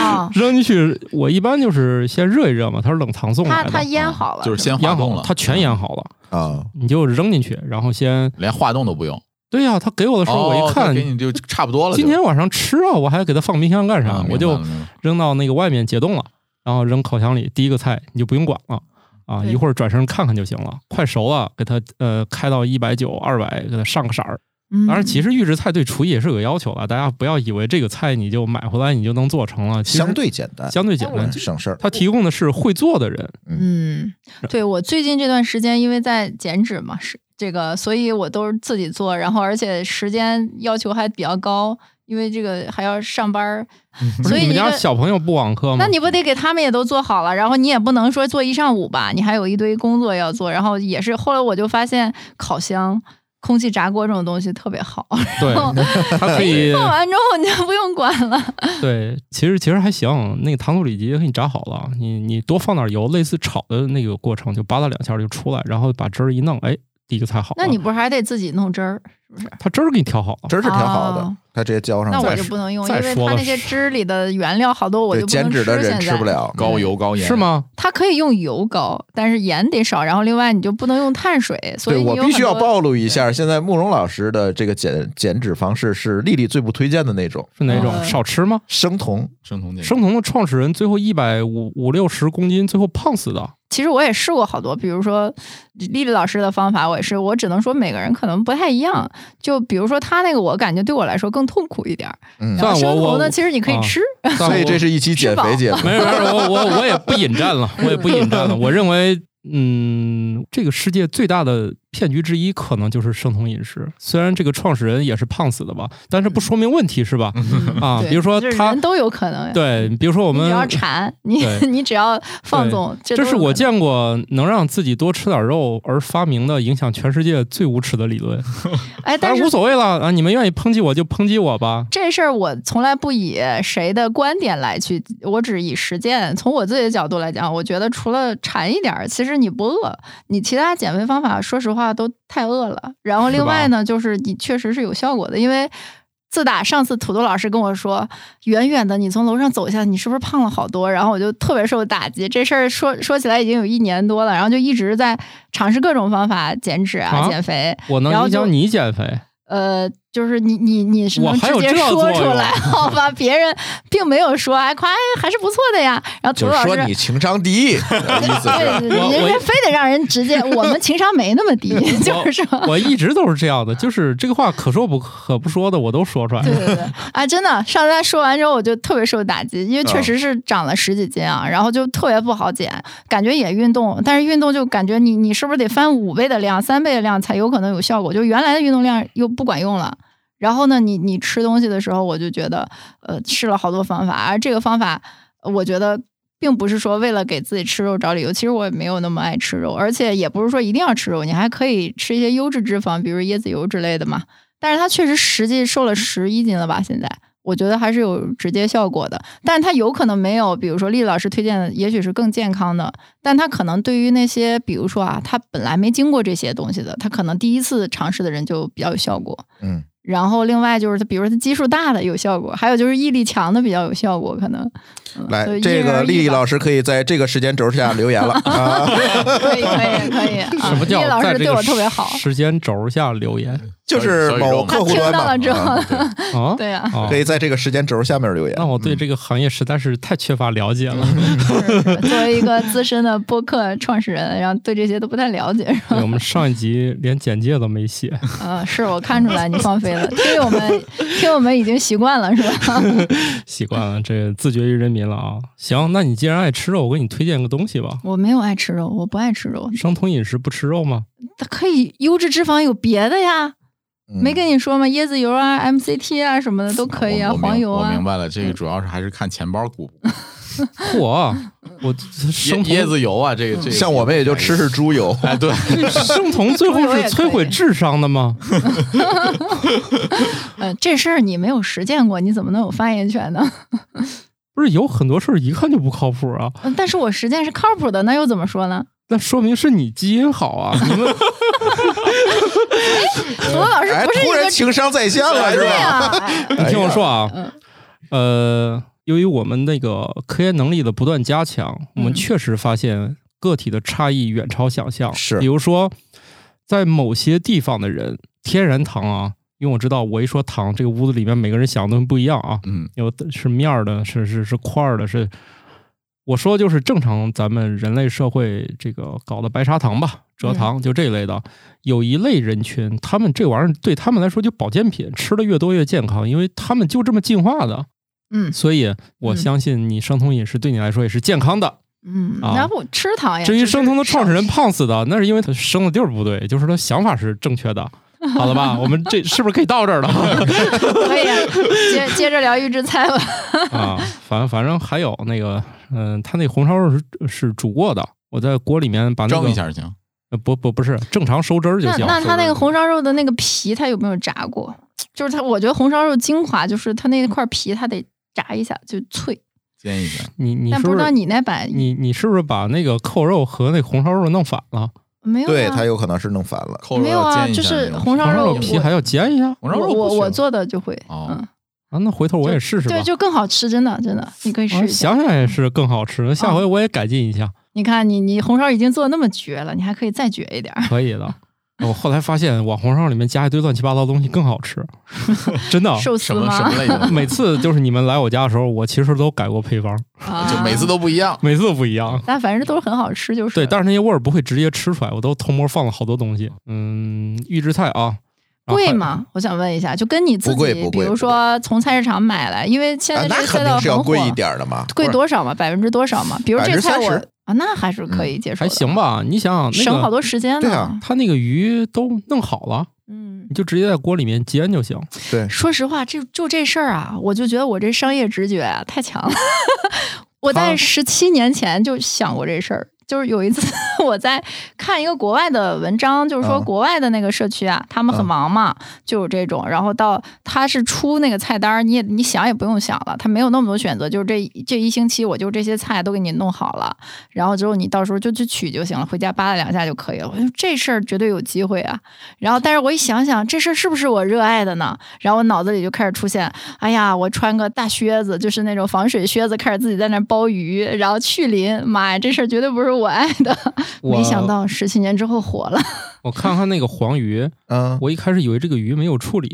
Speaker 3: 啊，
Speaker 2: 扔进去。我一般就是先热一热嘛，它是冷藏送
Speaker 3: 它
Speaker 2: 来的，
Speaker 3: 它腌好
Speaker 1: 嗯
Speaker 3: 了，嗯
Speaker 1: 就是先
Speaker 2: 腌
Speaker 1: 化
Speaker 2: 好
Speaker 1: 冻
Speaker 2: 了
Speaker 1: 了，，嗯
Speaker 2: 它全腌好了，
Speaker 4: 啊，
Speaker 2: 你就扔进去，然后先
Speaker 1: 连化冻都不用。
Speaker 2: 对呀、他给我的时候，我
Speaker 1: 哦
Speaker 2: 一
Speaker 1: 那
Speaker 2: 看，
Speaker 1: 给你就差不多了就。
Speaker 2: 今天晚上吃啊，我还给他放冰箱干啥？
Speaker 1: 啊明白
Speaker 2: 我就
Speaker 1: 了明白了
Speaker 2: 扔到那个外面解冻了，然后扔烤箱里。第一个菜你就不用管了啊，
Speaker 3: 对
Speaker 2: 一会儿转身看看就行了。快熟了，给它呃开到一百九、二百，给它上个色儿。
Speaker 3: 嗯，
Speaker 2: 当然，其实预制菜对厨艺也是有个要求的，大家不要以为这个菜你就买回来你就能做成了，其实
Speaker 4: 相对简单，
Speaker 2: 相对简单
Speaker 4: 嗯。省事儿。
Speaker 2: 他提供的是会做的人，
Speaker 3: 嗯，对我最近这段时间因为在减脂嘛，是这个，所以我都是自己做，然后而且时间要求还比较高，因为这个还要上班儿，
Speaker 2: 嗯不
Speaker 3: 所
Speaker 2: 是你
Speaker 3: 以
Speaker 2: 们
Speaker 3: 这
Speaker 2: 家
Speaker 3: 个。
Speaker 2: 小朋友不网课吗
Speaker 3: 那？你不得给他们也都做好了，然后你也不能说做一上午吧，你还有一堆工作要做。然后也是后来我就发现烤箱、空气炸锅这种东西特别好，
Speaker 2: 对，他可 以
Speaker 3: 做完之后你就不用管了。
Speaker 2: 对，其实其实还行，那个糖醋里脊给你炸好了，你你多放点油，类似炒的那个过程，就扒拉两下就出来，然后把汁儿一弄，哎，第一个才好啊。
Speaker 3: 那你不是还得自己弄汁儿？
Speaker 4: 嗯
Speaker 3: 是不是？
Speaker 2: 他汁儿给你调好了，
Speaker 4: 汁儿是调好
Speaker 3: 哦
Speaker 4: 的，他直接浇上
Speaker 3: 那我
Speaker 4: 再
Speaker 3: 就
Speaker 4: 吃
Speaker 3: 不能用，因
Speaker 2: 再
Speaker 3: 为
Speaker 2: 说
Speaker 3: 它
Speaker 2: 了
Speaker 3: 那些汁里的原料好多我
Speaker 4: 对
Speaker 3: 就不
Speaker 4: 减
Speaker 3: 能
Speaker 4: 脂的人
Speaker 3: 现
Speaker 4: 吃
Speaker 3: 在
Speaker 4: 不。了，
Speaker 1: 高油高盐
Speaker 2: 嗯是？吗？
Speaker 3: 它可以用油高，但是盐得少，然后另外你就不能用碳水，所以
Speaker 4: 对
Speaker 3: 你
Speaker 4: 我
Speaker 3: 有
Speaker 4: 必须要
Speaker 3: 很多
Speaker 4: 暴露一下，现在慕容老师的这个减减脂方式是丽丽最不推荐的那种，
Speaker 2: 是哪种
Speaker 3: 嗯
Speaker 2: 少吃吗？
Speaker 4: 生 酮。
Speaker 1: 生酮
Speaker 2: 生酮的创始人最后一百五五六十公斤，最后胖死 的。
Speaker 3: 其实我也试过好多，比如说丽丽老师的方法，我也是，我只能说每个人可能不太一样。就比如说她那个，我感觉对我来说更痛苦一点儿。
Speaker 4: 嗯
Speaker 3: 然后
Speaker 2: 算
Speaker 3: 生
Speaker 2: 我我
Speaker 3: 酮呢，其实你可以
Speaker 2: 啊
Speaker 3: 吃，
Speaker 2: 但
Speaker 4: 所以
Speaker 2: 我
Speaker 4: 这是一期减肥节目，
Speaker 2: 没事没事，我我我也不引战了，我也不引战了。我认为，嗯，这个世界最大的骗局之一，可能就是生酮饮食。虽然这个创始人也是胖死的吧，但是不说明问题是吧？
Speaker 3: 嗯
Speaker 2: 啊，
Speaker 3: 对
Speaker 2: 比如说
Speaker 3: 就是
Speaker 2: 他
Speaker 3: 人，都有可能呀。
Speaker 2: 对，比如说我
Speaker 3: 你只要
Speaker 2: 们，
Speaker 3: 馋，你
Speaker 2: 对
Speaker 3: 你只要放纵，这
Speaker 2: 这
Speaker 3: 都
Speaker 2: 是
Speaker 3: 有
Speaker 2: 我
Speaker 3: 可能
Speaker 2: 见过能让自己多吃点肉而发明的影响全世界最无耻的理论。
Speaker 3: 哎， 但
Speaker 2: 当
Speaker 3: 是
Speaker 2: 然无所谓了啊，你们愿意抨击我就抨击我 吧。
Speaker 3: 这事儿我从来不以谁的观点来去，我只以实践。从我自己的角度来讲，我觉得除了馋一点儿，其实你不饿，你其他减肥方法说实话都太饿了。然后
Speaker 2: 是吧
Speaker 3: 另外呢，就是你确实是有效果的，因为。自打上次土豆老师跟我说，远远的你从楼上走下，你是不是胖了好多？然后我就特别受打击。这事儿说说起来已经有一年多了，然后就一直在尝试各种方法减脂啊、
Speaker 2: 啊
Speaker 3: 减肥。
Speaker 2: 我能
Speaker 3: 然后
Speaker 2: 影
Speaker 3: 就
Speaker 2: 响你减 肥，
Speaker 3: 呃，就是你你你是
Speaker 2: 我
Speaker 3: 能
Speaker 2: 还
Speaker 3: 直
Speaker 2: 有
Speaker 3: 接
Speaker 2: 这
Speaker 3: 说
Speaker 2: 作
Speaker 3: 出
Speaker 2: 用
Speaker 3: 来，好吧？别人并没有说，还夸哎还是不错的呀。然后涂
Speaker 4: 就是
Speaker 3: 老
Speaker 4: 说
Speaker 3: 师，
Speaker 4: 你情商低， 意思是。
Speaker 3: 对，
Speaker 2: 我
Speaker 3: 人
Speaker 2: 我
Speaker 3: 家非得让人直接，我们情商没那么 低，就是说。
Speaker 2: 我一直都是这样的，就是这个话可说不可不说的，我都说出来
Speaker 3: 对
Speaker 2: 了。
Speaker 3: 对对，啊，真的，上次他说完之后，我就特别受打击，因为确实是长了十几斤
Speaker 2: 嗯
Speaker 3: 啊，然后就特别不好减，感觉也运动，但是运动就感觉你你是不是得翻五倍的量、三倍的量才有可能有效果？就原来的运动量又不管用了。然后呢，你你吃东西的时候，我就觉得，呃，试了好多方法，而这个方法，呃我觉得并不是说为了给自己吃肉找理由。其实我也没有那么爱吃肉，而且也不是说一定要吃肉，你还可以吃一些优质脂肪，比如椰子油之类的嘛。但是它确实实际瘦了十一斤了吧？现在我觉得还是有直接效果的，但它有可能没有，比如说丽丽老师推荐的，也许是更健康的，但它可能对于那些，比如说啊，他本来没经过这些东西的，他可能第一次尝试的人就比较有效果。
Speaker 4: 嗯，
Speaker 3: 然后另外就是他，比如说他基数大的有效果，还有就是毅力强的比较有效果，可能。嗯
Speaker 4: 来
Speaker 3: 所以，因
Speaker 4: 这
Speaker 3: 人
Speaker 4: 个
Speaker 3: 而异
Speaker 4: 丽丽
Speaker 3: 吧
Speaker 4: 老师可以在这个时间轴下 留言了啊，
Speaker 3: 可以可以可 以，啊
Speaker 2: 什么
Speaker 3: 丽
Speaker 2: 叫
Speaker 3: 丽老
Speaker 2: 在这
Speaker 3: 师对
Speaker 2: 个
Speaker 3: 我特别好，
Speaker 2: 时间轴下留 言
Speaker 4: 就是
Speaker 1: 小宇
Speaker 4: 某
Speaker 1: 宙
Speaker 4: 客户
Speaker 3: 他听
Speaker 4: 端
Speaker 3: 到了之
Speaker 4: 嘛，
Speaker 3: 后
Speaker 4: 啊
Speaker 2: 啊？
Speaker 3: 对呀、
Speaker 2: 哦
Speaker 4: 可以在这个时间轴下面留言
Speaker 2: 那。我对这个行业实在是太缺乏了解 了。
Speaker 3: 是是作为一个资深的播客创始人，然后对这些都不太了解，是吧？
Speaker 2: 对我们上一集连简介都没写，
Speaker 3: 嗯，是我看出来你放飞了，听友们，听友们已经习惯了，是吧？
Speaker 2: 习惯了，这自绝于人民了啊！行，那你既然爱吃肉，我给你推荐个东西吧。
Speaker 3: 我没有爱吃肉，我不爱吃肉，
Speaker 2: 生酮饮食不吃肉吗？
Speaker 3: 它可以优质脂肪有别的呀，
Speaker 4: 嗯
Speaker 3: 没跟你说吗？椰子油啊、MCT 啊什么的都 可以啊，
Speaker 1: 我我明
Speaker 3: 黄油
Speaker 1: 我
Speaker 3: 啊
Speaker 1: 明。白了，这个主要是还是看钱包鼓不鼓。
Speaker 2: 嚯，啊我
Speaker 1: 椰
Speaker 2: 生
Speaker 1: 椰
Speaker 2: 酮
Speaker 1: 子油啊，
Speaker 3: 嗯
Speaker 1: 这个这个
Speaker 4: 像我们也就 吃吃猪油，
Speaker 1: 哎， 对，
Speaker 2: 生酮最后是摧毁智商的吗？
Speaker 3: 呃，这事儿你没有实践过，你怎么能有发言权呢？
Speaker 2: 不是有很多事儿一看就不靠谱啊？
Speaker 3: 嗯但是我实践是靠谱的，那又怎么说呢？
Speaker 2: 那说明是你基因好啊！你们
Speaker 3: 土豆老师
Speaker 4: 哎，
Speaker 3: 不是一
Speaker 4: 突然
Speaker 3: 个
Speaker 4: 情商在线了是
Speaker 3: 对
Speaker 4: 吧？
Speaker 3: 啊，哎
Speaker 2: 你听我说啊，
Speaker 3: 嗯
Speaker 2: 呃，由于我们那个科研能力的不断加强，我们
Speaker 3: 嗯
Speaker 2: 确实发现个体的差异远超想象。
Speaker 4: 是
Speaker 2: 比如说，在某些地方的人，天然糖啊，因为我知道我一说糖，这个屋子里面每个人想的东西不一样啊，
Speaker 1: 嗯，
Speaker 2: 有的是面儿的，是是是块儿的，是。我说就是正常咱们人类社会这个搞的白砂糖吧，
Speaker 3: 嗯
Speaker 2: 蔗糖就这一类的，有一类人群，他们这玩意儿对他们来说就保健品，吃的越多越健康，因为他们就这么进化的。
Speaker 3: 嗯
Speaker 2: 所以我
Speaker 3: 嗯
Speaker 2: 相信你生酮饮食对你来说也是健康的。
Speaker 3: 嗯，
Speaker 2: 啊
Speaker 3: 然后我吃糖呀。
Speaker 2: 至于生酮的
Speaker 3: 就是
Speaker 2: 创始人胖死的，那是因为他生的地儿不对，就是他想法是正确的。好了吧，我们这是不是可以到这儿了
Speaker 3: 可以啊，接接着聊预制菜吧。
Speaker 2: 啊？反反正还有那个，嗯、他那红烧肉是是煮过的，我在锅里面把那个
Speaker 1: 蒸一下就行。
Speaker 2: 呃，不不不是正常收汁儿就
Speaker 3: 那
Speaker 2: 行。
Speaker 3: 那他那个红烧肉的那个皮，他有没有炸过？就是他，我觉得红烧肉精华就是它那块皮，它得炸一下就脆。
Speaker 1: 煎一下，
Speaker 2: 你你
Speaker 3: 但
Speaker 2: 是
Speaker 3: 不知道
Speaker 2: 是
Speaker 3: 你那版
Speaker 2: 你你是不是把那个扣肉和那红烧肉弄反了？
Speaker 3: 没有、啊，
Speaker 4: 对，它有可能是弄反了。
Speaker 1: 扣
Speaker 3: 没有
Speaker 1: 肉
Speaker 3: 啊
Speaker 1: 煎一
Speaker 3: 就
Speaker 1: 下
Speaker 3: 是
Speaker 1: 那种
Speaker 3: 红烧
Speaker 2: 红烧
Speaker 3: 肉
Speaker 2: 肉
Speaker 3: 我
Speaker 2: 皮还要煎一下
Speaker 1: 红烧肉
Speaker 3: 我
Speaker 1: 不
Speaker 3: 我
Speaker 1: 行
Speaker 3: 我做的就会，
Speaker 1: 哦
Speaker 3: 嗯，
Speaker 2: 啊？那回头我也试试吧
Speaker 3: 对，。就更好吃，真的真的，你可以试
Speaker 2: 啊
Speaker 3: 一下。啊
Speaker 2: 想想也是更好吃，下回我也改进一下，
Speaker 3: 你看你你红烧已经做的那么绝了，你还可以再绝一点儿。
Speaker 2: 可以的。我后来发现往红烧里面加一堆乱七八糟东西更好吃， 真 的。
Speaker 3: 寿司
Speaker 1: 什么什
Speaker 3: 吗
Speaker 1: 么？类的，
Speaker 2: 每次就是你们来我家的时候，我其实都改过配方，
Speaker 3: 啊
Speaker 1: 就每次都不一样。
Speaker 2: 每次都不一样。
Speaker 3: 但反正都是很好吃，就是
Speaker 2: 对，但是那些味儿不会直接吃出来，我都偷摸放了好多东西。嗯，预制菜啊，啊
Speaker 3: 贵？
Speaker 2: 还
Speaker 3: 吗？我想问一下，就跟你自
Speaker 4: 不贵
Speaker 3: 己，
Speaker 4: 不
Speaker 3: 比
Speaker 4: 贵
Speaker 3: 如
Speaker 4: 不
Speaker 3: 说从菜市场买来，因为现在，
Speaker 4: 啊
Speaker 3: 这
Speaker 4: 那
Speaker 3: 个
Speaker 4: 肯
Speaker 3: 菜
Speaker 4: 定
Speaker 3: 道
Speaker 4: 是要
Speaker 3: 很火
Speaker 4: 贵，一点的嘛。
Speaker 3: 贵
Speaker 1: 不是
Speaker 3: 多少嘛？百分之多少嘛？比如这个菜我
Speaker 4: 30%
Speaker 3: 啊，那还是可以接受
Speaker 2: 还
Speaker 3: 的，
Speaker 2: 行吧？你想想，
Speaker 3: 省
Speaker 2: 那
Speaker 3: 好
Speaker 2: 个
Speaker 3: 多时间
Speaker 4: 对
Speaker 3: 呢
Speaker 4: 啊。
Speaker 2: 他那个鱼都弄好了，
Speaker 3: 嗯，
Speaker 2: 你就直接在锅里面煎就行。
Speaker 4: 对，
Speaker 3: 说实话，这就这事儿啊，我就觉得我这商业直觉啊太强了。 我在
Speaker 2: 他
Speaker 3: 十七年前就想过这事儿，就是有一次 我在看一个国外的文章，就是说
Speaker 4: 嗯
Speaker 3: 国外的那个社区啊，他们很
Speaker 4: 嗯
Speaker 3: 忙嘛，就有这种，然后到他是出那个菜单儿，你也你想也不用想了，他没有那么多选择，就是这这一星期我就这些菜都给你弄好了，然后之后你到时候就去取就行了，回家扒拉两下就可以了。我说这事儿绝对有机会啊，然后但是我一想想这事儿是不是我热爱的呢？然后我脑子里就开始出现，哎呀，我穿个大靴子，就是那种防水靴子，开始自己在那儿剥鱼，然后去鳞，妈呀，这事儿绝对不是我爱的。
Speaker 2: 我
Speaker 3: 没想，到十七年之后火了，
Speaker 2: 我看看那个黄 鱼，
Speaker 4: 嗯，
Speaker 2: 我一开始以为这个鱼没有处理，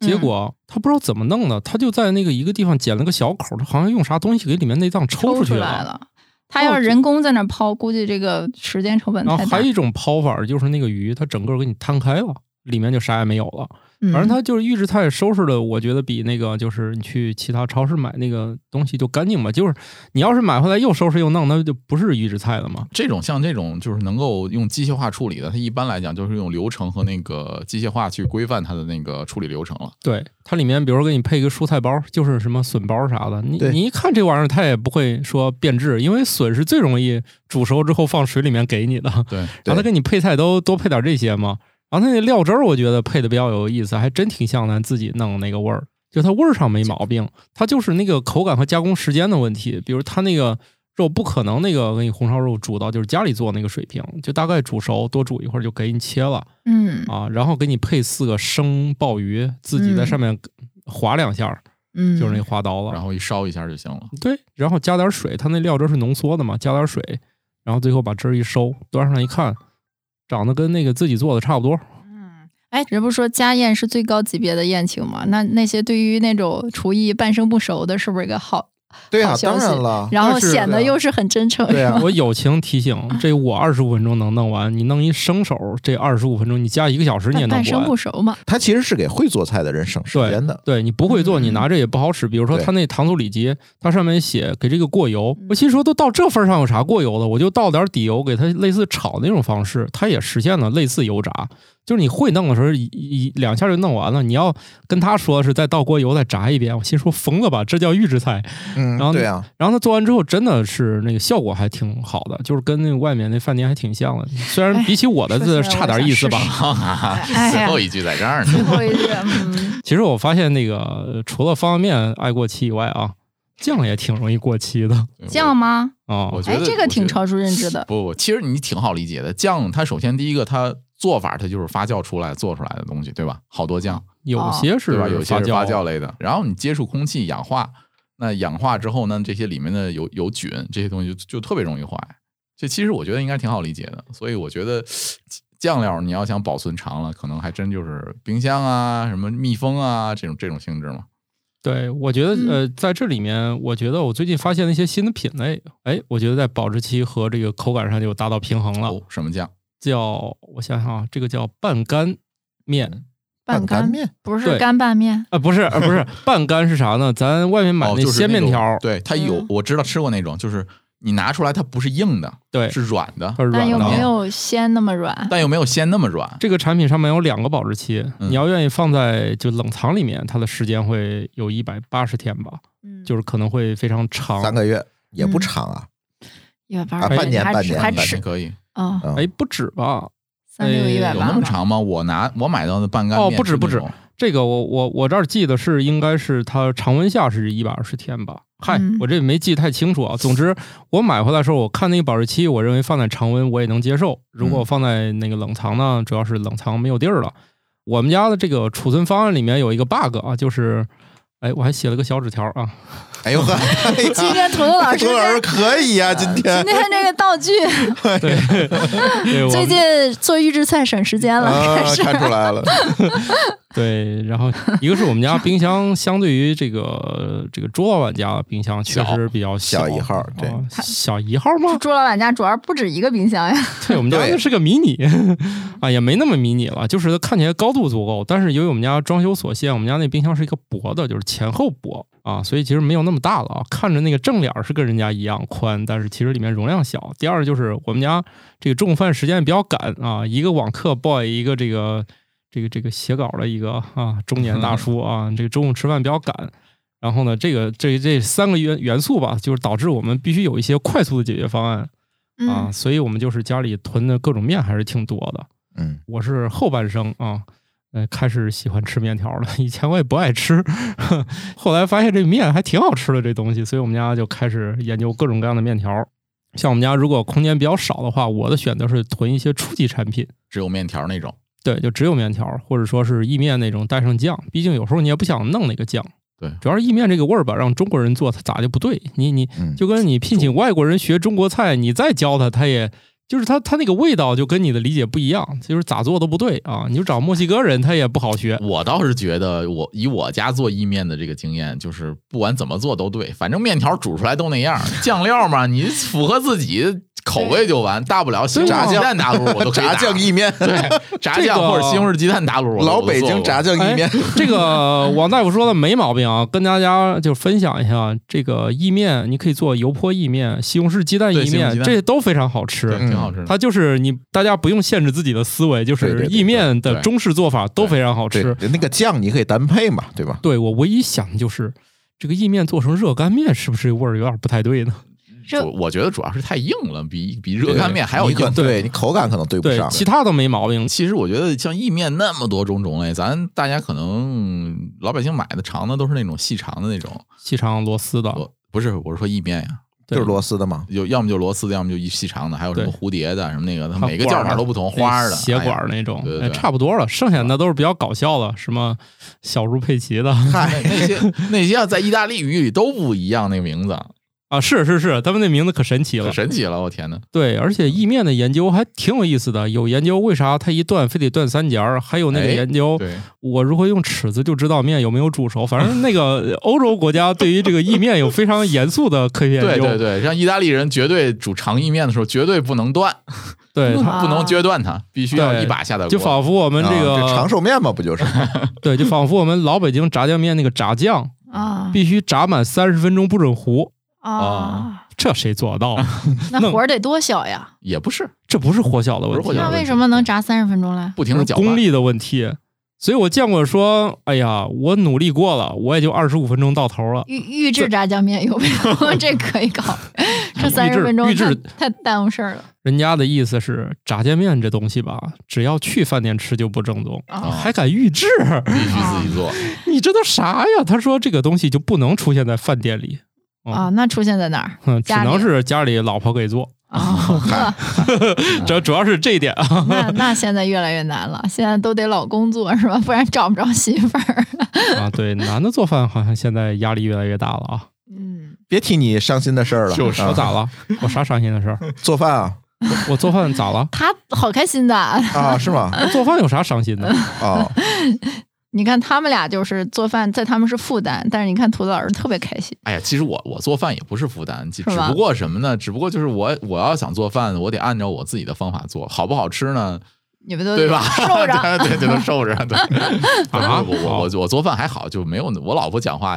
Speaker 2: 结
Speaker 3: 嗯
Speaker 2: 果他不知道怎么弄的，他就在那个一个地方剪了个小口，他好像用啥东西给里面内脏抽
Speaker 3: 出
Speaker 2: 出去
Speaker 3: 来
Speaker 2: 了。啊哦
Speaker 3: 了。他要是人工在那儿抛，估计这个时间成本
Speaker 2: 然
Speaker 3: 太
Speaker 2: 后
Speaker 3: 大
Speaker 2: 还有。一种抛法，就是那个鱼，它整个给你摊开了，里面就啥也没有了。
Speaker 3: 嗯
Speaker 2: 反正它就是预制菜收拾的，我觉得比那个就是你去其他超市买那个东西就干净吧。就是你要是买回来又收拾又弄，那就不是预制菜了嘛。
Speaker 1: 这种像这种就是能够用机械化处理的，它一般来讲就是用流程和那个机械化去规范它的那个处理流程了。
Speaker 2: 对，它里面比如说给你配一个蔬菜包，就是什么笋包啥的，你
Speaker 4: 对
Speaker 2: 你一看这玩意儿，它也不会说变质，因为笋是最容易煮熟之后放水里面给你的。
Speaker 1: 对，
Speaker 2: 然后他给你配菜都多配点这些嘛。然后他那料汁儿，我觉得配的比较有意思，还真挺像咱自己弄的那个味儿，就它味儿上没毛病，它就是那个口感和加工时间的问题。比如它那个肉不可能那个给你红烧肉煮到就是家里做那个水平，就大概煮熟，多煮一会儿就给你切了
Speaker 3: 嗯
Speaker 2: 啊，然后给你配四个生鲍鱼，自己在上面划两下儿，
Speaker 3: 嗯，
Speaker 2: 就是那划刀了。
Speaker 1: 然后一烧一下就行了。
Speaker 2: 对，然后加点水，它那料汁儿是浓缩的嘛，加点水，然后最后把汁儿一收，端上来一看，长得跟那个自己做的差不多。
Speaker 3: 哎，人不说家宴是最高级别的宴请吗？那那些对于那种厨艺半生不熟的，是不是一个好？
Speaker 4: 对啊
Speaker 3: 好，消
Speaker 4: 当
Speaker 3: 息
Speaker 4: 然了，
Speaker 3: 然后
Speaker 4: 但是
Speaker 3: 显
Speaker 2: 啊
Speaker 3: 得又是很真诚。
Speaker 4: 对啊，
Speaker 2: 哎我友情提 醒，这我二十五分钟能弄完，你弄一生手，这二十五分钟你加一个小时你也
Speaker 3: 半
Speaker 2: 弄
Speaker 3: 半
Speaker 2: 不
Speaker 3: 生
Speaker 2: 完
Speaker 3: 不。熟嘛，
Speaker 4: 它其实是给会做菜的人省时
Speaker 2: 对
Speaker 4: 间的。
Speaker 2: 对你不会做，
Speaker 3: 嗯
Speaker 2: 你拿着也不好使。比如说
Speaker 4: 对
Speaker 2: 他那糖醋里脊，它上面写给这个过油
Speaker 3: 嗯，
Speaker 2: 我心说都到这份儿上有啥过油的？我就倒点底油，给它类似炒那种方式，它也实现了类似油炸。就是你会弄的时候，一一两下就弄完了。你要跟他说是再倒锅油再炸一遍，我心说疯了吧，这叫预制菜。
Speaker 4: 嗯
Speaker 2: 然后，
Speaker 4: 对啊，
Speaker 2: 然后他做完之后，真的是那个效果还挺好的，就是跟那个外面那饭店还挺像的。虽然
Speaker 3: 哎
Speaker 2: 比起我的
Speaker 3: 说起来
Speaker 2: 这差点意思吧
Speaker 3: 我。想试试 哎
Speaker 1: 最
Speaker 3: 呀
Speaker 1: 后一句在这儿呢。
Speaker 3: 最后一句， 嗯，
Speaker 2: 其实我发现那个呃除了方便面爱过期以外啊，酱也挺容易过期的
Speaker 3: 酱吗？
Speaker 2: 啊。
Speaker 1: 我觉
Speaker 3: 哎
Speaker 1: 得，
Speaker 3: 这个挺
Speaker 1: 我觉得
Speaker 3: 超出认知的。
Speaker 1: 不不，其实你挺好理解的。酱它首先第一个它做法它就是发酵出来做出来的东西，对吧？好多酱
Speaker 2: 有些是
Speaker 1: 哦对吧？有些是发酵
Speaker 2: 了，
Speaker 1: 类的，然后你接触空气氧化，那氧化之后呢，这些里面的有有菌这些东西就就特别容易坏。这其实我觉得应该挺好理解的，所以我觉得酱料你要想保存长了，可能还真就是冰箱啊、什么密封啊这种这种性质嘛。
Speaker 2: 对，我觉得
Speaker 3: 嗯
Speaker 2: 呃，在这里面，我觉得我最近发现了一些新的品类，哎，我觉得在保质期和这个口感上就有达到平衡了
Speaker 1: 哦。，什么酱？
Speaker 2: 叫我想想啊，这个叫半干
Speaker 1: 嗯
Speaker 2: 面
Speaker 3: 拌
Speaker 4: 干
Speaker 3: 干
Speaker 4: 面，
Speaker 3: 不是
Speaker 2: 对
Speaker 3: 干拌面，
Speaker 2: 啊，不是呃 不是半干是啥呢？咱外面买
Speaker 1: 哦，
Speaker 2: 那
Speaker 1: 就是
Speaker 2: 鲜面
Speaker 1: 种
Speaker 2: 条儿，
Speaker 1: 对，它有
Speaker 3: 嗯
Speaker 1: 我知道吃过那种，就是你拿出来它不是硬的，
Speaker 2: 对，
Speaker 1: 是软的，
Speaker 2: 它是
Speaker 3: 但
Speaker 2: 软
Speaker 3: 有
Speaker 2: 的
Speaker 3: 没
Speaker 2: 啊。
Speaker 3: 有鲜那么软？
Speaker 1: 但又没有鲜那么软。
Speaker 2: 这个产品上面有两个保质期，
Speaker 1: 嗯
Speaker 2: 你要愿意放在就冷藏里面，它的时间会有一百八十天吧，
Speaker 3: 嗯
Speaker 2: 就是可能会非常长。
Speaker 4: 三个月也不
Speaker 3: 嗯
Speaker 4: 长啊。
Speaker 3: 一百八
Speaker 4: 啊
Speaker 3: 十，
Speaker 4: 半年
Speaker 3: 还
Speaker 4: 半
Speaker 3: 吃
Speaker 4: 年
Speaker 3: 还
Speaker 1: 你还
Speaker 3: 吃
Speaker 1: 可以，
Speaker 3: 啊，
Speaker 4: 嗯
Speaker 2: 哎，不止吧？
Speaker 3: 三六一百
Speaker 2: 哎
Speaker 1: 有
Speaker 3: 八，
Speaker 1: 那么长吗？我拿我买到的半干
Speaker 2: 哦
Speaker 1: 面
Speaker 2: 不止
Speaker 1: 是那
Speaker 2: 不止
Speaker 1: 种
Speaker 2: 这个我我我这儿记得是应该是它常温下是一百二十天吧，嗨
Speaker 3: 嗯，
Speaker 2: 我这没记太清楚啊。 总之，我买回来的时候，我看那个保质期，我认为放在常温我也能接受。嗯如果放在那个冷藏呢，主要是冷藏没有地儿了。我们家的这个储存方案里面有一个 bug 啊，就是，哎，我还写了个小纸条 啊，
Speaker 4: 哎呦呵，哎呀
Speaker 3: 今天土豆老师
Speaker 4: 朱老师可以啊，今天
Speaker 3: 今天这个道具，
Speaker 2: 对，对，我
Speaker 3: 最近做预制菜省时间了，
Speaker 4: 啊，看出来 了，
Speaker 2: 对，然后一个是我们家冰箱相对于这个这个朱老板家冰箱确实比较
Speaker 4: 小一号对
Speaker 2: 啊小一号吗？
Speaker 3: 朱老板家主要不止一个冰箱呀，
Speaker 2: 对，我们家
Speaker 4: 对
Speaker 2: 是个迷你，啊，也没那么迷你了，就是它看起来高度足够，但是由于我们家装修所限，我们家那冰箱是一个薄的，就是前后薄啊，所以其实没有那么大了啊。看着那个正脸儿是跟人家一样宽，但是其实里面容量小。第二就是我们家这个中午饭时间比较赶啊，一个网课 boy，一个这个这个这个写稿的一个啊中年大叔啊，这个中午吃饭比较赶。然后呢，这个这这三个元元素吧，就是导致我们必须有一些快速的解决方案。啊，
Speaker 3: 嗯，
Speaker 2: 所以我们就是家里囤的各种面还是挺多的。
Speaker 4: 嗯，
Speaker 2: 我是后半生啊，呃，开始喜欢吃面条了。以前我也不爱吃， 后来发现这面还挺好吃的这东西，所以我们家就开始研究各种各样的面条。像我们家如果空间比较少的话，我的选择是囤一些初级产品，
Speaker 1: 只有面条那种。
Speaker 2: 对，就只有面条或者说是意面那种带上酱，毕竟有时候你也不想弄那个酱。
Speaker 1: 对
Speaker 2: 主要是意面这个味儿吧，让中国人做它咋就不对？你你
Speaker 4: 嗯
Speaker 2: 就跟你聘请外国人学中国菜，你再教他，他也就是他他那个味道就跟你的理解不一样，就是咋做都不对啊！你就找墨西哥人，他也不 好学。
Speaker 1: 我倒是觉得我，以我家做意面的这个经验，就是不管怎么做都对，反正面条煮出来都那样，酱料嘛，你符合自己口味就完，大不了西红柿鸡蛋打卤我都可以
Speaker 4: 炸
Speaker 1: 打
Speaker 4: 酱意面，
Speaker 1: 对，炸
Speaker 2: 这
Speaker 1: 酱
Speaker 2: 个
Speaker 1: 或者西红柿鸡蛋打卤，我都
Speaker 4: 老北京。
Speaker 1: 我
Speaker 4: 炸
Speaker 1: 都做过
Speaker 4: 酱意面，
Speaker 2: 哎这个 王大夫说的没毛病啊，跟大家就分享一下这个意面，你可以做油泼意面、西红柿鸡蛋
Speaker 1: 对
Speaker 2: 意
Speaker 1: 西红柿鸡，
Speaker 2: 面
Speaker 1: 蛋
Speaker 2: 这都非常好吃。
Speaker 1: 对，
Speaker 4: 嗯
Speaker 1: 挺好吃的。
Speaker 2: 它就是你，大家不用限制自己的思维，就
Speaker 4: 对对
Speaker 2: 是
Speaker 4: 对
Speaker 2: 意面的
Speaker 1: 嗯对
Speaker 2: 中式做法都非常好吃。
Speaker 4: 对，那个酱你可以单配嘛，对吧？
Speaker 2: 对我唯一想的就是，这个意面做成热干面，是不是味儿有点不太对呢？
Speaker 3: 这
Speaker 1: 主我觉得主要是太硬了，比比热干面还要
Speaker 4: 你可
Speaker 1: 硬。
Speaker 4: 对你口感可能对不
Speaker 2: 对，
Speaker 4: 上，
Speaker 2: 其他都没毛病。
Speaker 1: 其实我觉得像意面那么多种种类，咱大家可能老百姓买的长的都是那种细长的那种，
Speaker 2: 细长螺丝
Speaker 4: 啊
Speaker 2: 的，
Speaker 1: 我不是我是说意面呀，
Speaker 2: 对
Speaker 4: 就是螺丝的嘛，
Speaker 1: 有要么就螺丝的，要么就一细长的，还有什么蝴
Speaker 2: 对
Speaker 1: 蝶的什么那个，它
Speaker 2: 还有
Speaker 1: 每个
Speaker 2: 管
Speaker 1: 叫
Speaker 2: 儿
Speaker 1: 法都不同，花儿的
Speaker 2: 斜管儿
Speaker 1: 的，
Speaker 2: 那种
Speaker 1: 对，对
Speaker 2: 哎
Speaker 1: 对
Speaker 2: 差不多了。剩下那都是比较搞笑的，什么小猪佩奇的
Speaker 1: 哎呀那那些那些要在意大利语里都不一样，那个名字
Speaker 2: 啊，是是是，他们那名字可神奇
Speaker 1: 可
Speaker 2: 了。
Speaker 1: 神奇了，我天呐，
Speaker 2: 对，而且意面的研究还挺有意思的，有研究为啥它一断非得断三节儿，还有那个
Speaker 1: 哎
Speaker 2: 研究
Speaker 1: 对，
Speaker 2: 我如何用尺子就知道面有没有煮熟。反正 那个欧洲国家对于这个意面有非常严肃的科学研
Speaker 1: 对
Speaker 2: 究，
Speaker 1: 对对，像意大利人绝对煮长意面的时候，绝对不能断，
Speaker 2: 对
Speaker 3: 啊
Speaker 2: 它
Speaker 1: 不能撅断它，必须要
Speaker 2: 对
Speaker 1: 一把下的
Speaker 2: 就仿佛我们这个、
Speaker 4: 啊长寿面嘛，不就是？
Speaker 2: 对，就仿佛我们老北京炸酱面那个炸酱
Speaker 3: 啊
Speaker 2: 必须炸满三十分钟不准糊，
Speaker 3: 啊，
Speaker 2: 这谁做得到？
Speaker 1: 啊
Speaker 3: 那火儿得多小呀？
Speaker 1: 也不是
Speaker 2: 这不是火小的问
Speaker 1: 不
Speaker 2: 题
Speaker 1: 是火小
Speaker 3: 那
Speaker 1: 的
Speaker 2: 啊，
Speaker 3: 为什么能炸三十分钟嘞？
Speaker 1: 不停的
Speaker 2: 是
Speaker 1: 搅
Speaker 2: 功
Speaker 1: 拌，
Speaker 2: 力的问题。所以我见过说，哎呀，我努力过了，我也就二十五分钟到头了。
Speaker 3: 预预制炸酱面有 没有？这可以搞， 这三十分钟
Speaker 2: 嗯预制
Speaker 3: 太太耽误事儿了
Speaker 2: 人家的意思是，炸酱面这东西吧，只要去饭店吃就不正宗，
Speaker 3: 啊！
Speaker 2: 还敢预制？
Speaker 1: 必须自己做。
Speaker 2: 你这都啥呀？他说这个东西就不能出现在饭店里，
Speaker 3: 啊，那出现在哪儿
Speaker 2: 哼，只
Speaker 3: 家里
Speaker 2: 能是家里老婆给做。
Speaker 3: 啊？
Speaker 2: 主主要是这一点啊。
Speaker 3: 那那现在越来越难了，现在都得老工作是吧？不然找不着媳妇儿。
Speaker 2: 啊，对，男的做饭好像现在压力越来越大了啊。
Speaker 3: 嗯，
Speaker 4: 别提你伤心的事儿了，
Speaker 1: 就是
Speaker 2: 我
Speaker 4: 啊
Speaker 2: 咋了？我啥伤心的事儿？
Speaker 4: 做饭啊
Speaker 2: 我做饭咋了？
Speaker 3: 他好开心的，
Speaker 4: 啊是吗？
Speaker 2: 我做饭有啥伤心的？
Speaker 3: 嗯
Speaker 4: 啊，
Speaker 3: 你看他们俩就是做饭，在他们是负担，但是你看土豆老师特别开心。
Speaker 1: 哎呀，其实我我做饭也不是负担，只
Speaker 3: 是
Speaker 1: 只
Speaker 3: 吧
Speaker 1: 不过什么呢？只不过就是我我要想做饭，我得按照我自己的方法做，好不好吃呢？
Speaker 3: 你们都
Speaker 1: 对吧？
Speaker 3: 受 着，啊
Speaker 1: 对对，都受着。对，
Speaker 2: 啊
Speaker 1: 我我我我做饭还好，就没有我老婆讲话，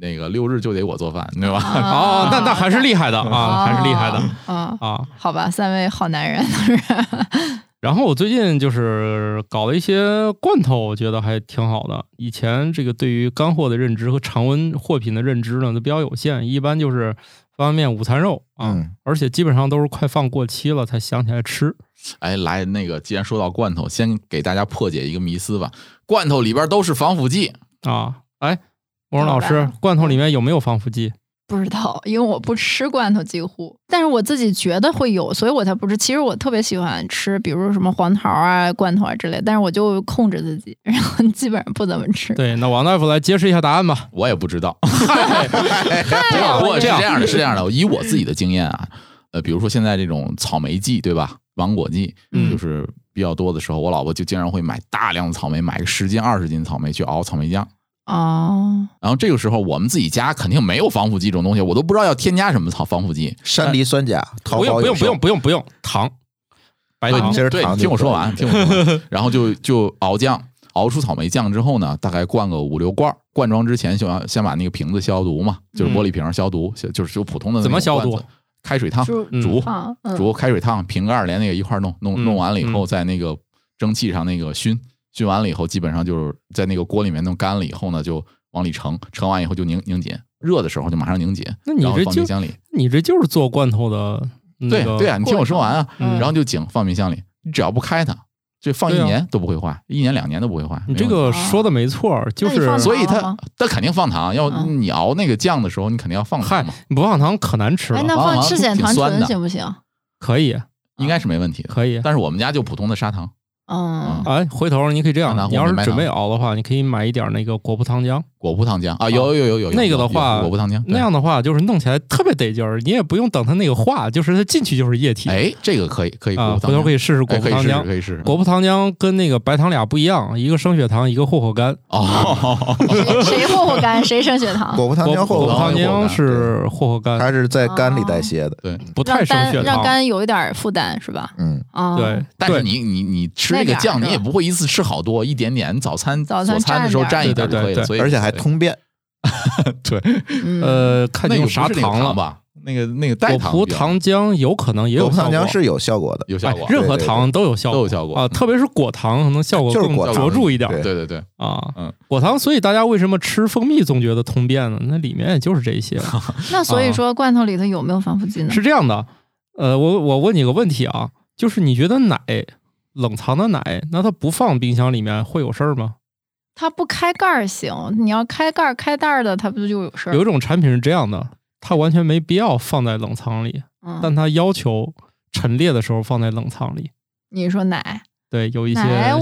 Speaker 1: 那个六日就得我做饭，对吧？
Speaker 2: 哦，那那还是厉害的啊，还是厉害的
Speaker 3: 的啊！
Speaker 2: 啊。
Speaker 3: 好吧，三位好男人 都是
Speaker 2: 然后我最近就是搞了一些罐头，我觉得还挺好的。以前这个对于干货的认知和常温货品的认知呢，都比较有限，一般就是方便面、午餐肉啊，
Speaker 4: 嗯
Speaker 2: 而且基本上都是快放过期了才想起来吃。
Speaker 1: 哎，来，那个既然说到罐头，先给大家破解一个迷思吧。罐头里边都是防腐剂，
Speaker 2: 啊，哎，莫荣老
Speaker 3: 怎么
Speaker 2: 师
Speaker 3: 办，
Speaker 2: 罐头里面有没有防腐剂？
Speaker 3: 不知道，因为我不吃罐头几乎，但是我自己觉得会有，所以我才不吃。其实我特别喜欢吃，比如什么黄桃啊、罐头啊之类，但是我就控制自己， 然后基本上不怎么吃。
Speaker 2: 对，那王大夫来揭示一下答案吧。
Speaker 1: 我也不知道。 我是这样的，是这样的。以我自己的经验啊，呃，比如说现在这种草莓季，对吧？芒果季，就是比较多的时候，我老婆就经常会买大量的草莓，买个十斤、二十斤草莓去熬草莓酱。
Speaker 3: 哦，
Speaker 1: 然后这个时候我们自己家肯定没有防腐剂这种东西，我都不知道要添加什么防防腐剂。
Speaker 4: 山梨酸钾，
Speaker 2: 不用不用不用不用不用糖，白
Speaker 1: 啊
Speaker 2: 糖。
Speaker 4: 对，
Speaker 1: 对听我说 完，听我说完。然后就就熬酱，熬出草莓酱之后呢，大概灌个五六罐。灌装之前，先要先把那个瓶子消毒嘛，就是玻璃瓶消毒，嗯、就是就普通的
Speaker 2: 怎么消毒？啊
Speaker 1: 开水烫
Speaker 2: 嗯
Speaker 1: 煮
Speaker 3: 啊嗯
Speaker 1: 煮开水烫，瓶盖连那个一块弄弄弄完了以
Speaker 2: 嗯
Speaker 1: 后，在那个蒸汽上那个熏。熏完了以后，基本上就是在那个锅里面弄干了以后呢，就往里盛，盛完以后就凝凝结，热的时候就马上凝结。
Speaker 2: 那你这
Speaker 1: 放冰箱里，
Speaker 2: 你这就是做罐头的、那
Speaker 1: 个。对对啊，你听我说完啊，嗯、然后就井放冰箱里，你只要不开它，这放一年都不会坏，啊、一年两年都不会坏。
Speaker 2: 你这个说的没错，就是
Speaker 1: 所以它它肯定放糖，要你熬那个酱的时候，你肯定要放糖嘛。
Speaker 2: 你不放糖可难吃了。哎，
Speaker 3: 那放赤藓糖醇行不行？
Speaker 2: 可以，
Speaker 1: 应该是没问题的。
Speaker 2: 可以，
Speaker 1: 但是我们家就普通的砂糖。
Speaker 3: 嗯，
Speaker 2: 哎，回头你可以这样，你要是准备熬的话，你可以买一点那个果葡糖浆。
Speaker 1: 果葡糖浆啊，有有有有
Speaker 2: 那个的话，
Speaker 1: 果葡糖浆
Speaker 2: 那样的话，就是弄起来特别得劲儿，你也不用等它那个化，就是它进去就是液体。
Speaker 1: 哎，这个可以可以
Speaker 2: 啊，回头可以试试果葡糖浆，
Speaker 1: 哎可以试试。
Speaker 2: 果葡糖浆跟那个白糖俩不一样，一个升血糖，一个霍霍甘。
Speaker 1: 哦，
Speaker 2: 嗯
Speaker 3: 谁霍霍甘谁升血糖？
Speaker 4: 果葡糖浆
Speaker 2: 霍
Speaker 4: 霍
Speaker 2: 糖浆是霍霍甘，
Speaker 4: 它是在肝里代谢的，
Speaker 1: 对，
Speaker 2: 不太升血糖，
Speaker 3: 让肝有一点负担是吧？哦
Speaker 4: 嗯，
Speaker 2: 对，
Speaker 1: 但是你你你吃。那个酱你也不会一次吃好多，一点点。早餐
Speaker 3: 早
Speaker 1: 餐的时候蘸一点就可以了，所以
Speaker 4: 而且还通便。
Speaker 1: 对，
Speaker 3: 嗯
Speaker 2: 呃，看你用啥
Speaker 1: 糖
Speaker 2: 了
Speaker 1: 吧。那个那个代
Speaker 2: 糖，葡糖浆有可能也有哎
Speaker 4: 糖浆是有效果的，
Speaker 1: 有效果。
Speaker 2: 任何糖都有效
Speaker 1: 都有效果
Speaker 2: 啊，特别是果糖可能效果
Speaker 4: 就是
Speaker 2: 更卓著一点。
Speaker 1: 对对对
Speaker 2: 啊，嗯，果糖，所以大家为什么吃蜂蜜总觉得通便呢？那里面也就是这些。
Speaker 3: 那所以说，罐头里头有没有防腐剂呢？
Speaker 2: 啊是这样的，呃，我我问你个问题啊，就是你觉得奶？冷藏的奶，那它不放冰箱里面会有事儿吗？
Speaker 3: 它不开盖儿行，你要开盖儿开袋儿的，它不就有事儿？
Speaker 2: 有一种产品是这样的，它完全没必要放在冷藏里，
Speaker 3: 嗯、
Speaker 2: 但它要求陈列的时候放在冷藏里。
Speaker 3: 你说奶？
Speaker 2: 对，有一些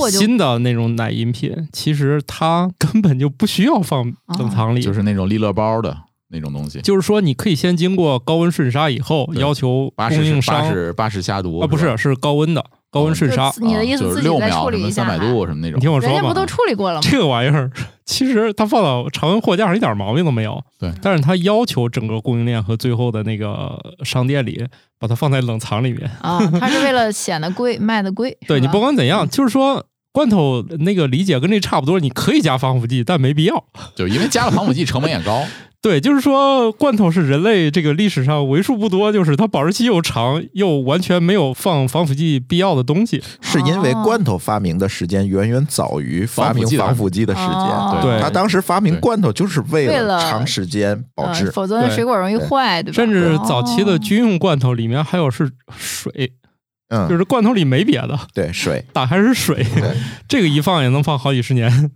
Speaker 2: 新的那种奶饮品，其实它根本就不需要放冷藏里，
Speaker 1: 就是那种利乐包的。那种东西，
Speaker 2: 哎就是说你可以先经过高温瞬杀以后，要求
Speaker 1: 八
Speaker 2: 十
Speaker 1: 八十八十下毒啊
Speaker 2: 啊，不是是高温的高温瞬杀，
Speaker 3: 你的意哦思自己再处理一下，
Speaker 1: 三百度什么那种。
Speaker 2: 你听我说，
Speaker 3: 人家不都处理过了吗？
Speaker 2: 这个玩意儿其实它放到常温货架上一点毛病都没有，
Speaker 1: 对，
Speaker 2: 但是它要求整个供应链和最后的那个商店里把它放在冷藏里面
Speaker 3: 啊，它是为了显得贵，卖的贵。
Speaker 2: 对你不管怎
Speaker 3: 嗯
Speaker 2: 样，就是说。罐头那个理解跟这差不多，你可以加防腐剂，但没必要。
Speaker 1: 就因为加了防腐剂成本也高。
Speaker 2: 对，就是说罐头是人类这个历史上为数不多，就是它保质期又长又完全没有放防腐剂必要的东西。
Speaker 4: 是因
Speaker 3: 哦
Speaker 4: 为罐头发明的时间远远早于发明防腐剂的时间。
Speaker 3: 哦、
Speaker 2: 对，
Speaker 4: 他当时发明罐头就是为
Speaker 3: 了
Speaker 4: 长时间保质，
Speaker 3: 嗯、否则水果容易坏，对吧？哦
Speaker 2: 甚至早期的军用罐头里面还有是水。
Speaker 4: 嗯，
Speaker 2: 就是罐头里没别的，
Speaker 4: 对，水
Speaker 2: 打开是水， 这个一放也能放好几十年。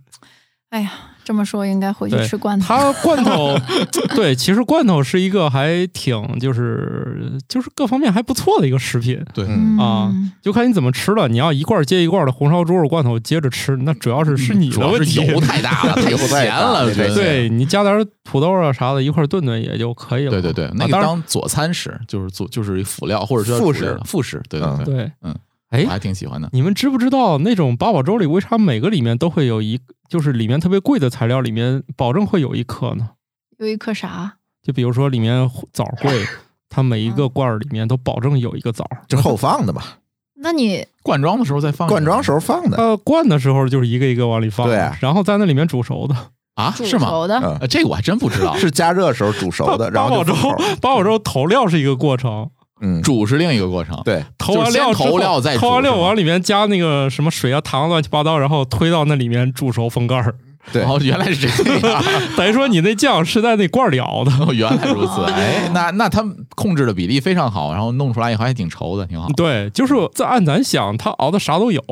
Speaker 3: 哎呀，这么说应该回去吃罐头。
Speaker 2: 它罐头， 对，其实罐头是一个还挺就是就是各方面还不错的一个食品。
Speaker 1: 对
Speaker 3: 嗯
Speaker 2: 啊，就看你怎么吃了。你要一罐接一罐的红烧猪肉罐头接着吃，那
Speaker 1: 嗯
Speaker 2: 主要是是你的嗯问题，
Speaker 1: 油太大了，太咸了。
Speaker 2: 对你加点土豆啊啥的，一块炖炖也就可以了。啊
Speaker 1: 对对对，那个当佐餐食就是佐就是辅料或者是
Speaker 4: 副食
Speaker 1: 副食。对对
Speaker 2: 对，
Speaker 1: 嗯。
Speaker 2: 哎，
Speaker 1: 我还挺喜欢的。
Speaker 2: 你们知不知道那种八宝粥里为啥每个里面都会有一，就是里面特别贵的材料里面保证会有一克呢？
Speaker 3: 有一克啥？
Speaker 2: 就比如说里面枣 贵，它每一
Speaker 1: 嗯
Speaker 2: 个罐儿里面都保证有一个枣，
Speaker 4: 这后放的吧？
Speaker 3: 那你
Speaker 1: 灌装的时候再放？
Speaker 4: 灌装时候放的？
Speaker 2: 呃，灌的时候就是一个一个往里放，
Speaker 4: 对，
Speaker 2: 然后在那里面煮熟的。
Speaker 1: 啊，是吗？
Speaker 3: 熟的，
Speaker 1: 这个我还真不知道。
Speaker 4: 是加热时候煮熟的，然后
Speaker 2: 八宝粥，八宝粥投料是一个过程。
Speaker 4: 嗯，
Speaker 1: 煮是另一个过程，
Speaker 4: 对，
Speaker 2: 投完料
Speaker 1: 投料再
Speaker 2: 投完料往里面加那个什么水啊、糖乱七八糟，然后推到那里面煮熟封盖儿。
Speaker 4: 对，
Speaker 1: 哦，原来是这样，
Speaker 2: 等于说你那酱是在那罐里熬的。
Speaker 1: 哦原来如此，哎，那那他控制的比例非常好，然后弄出来以后还挺稠的，挺好。
Speaker 2: 对，就是在按咱想，他熬的啥都有。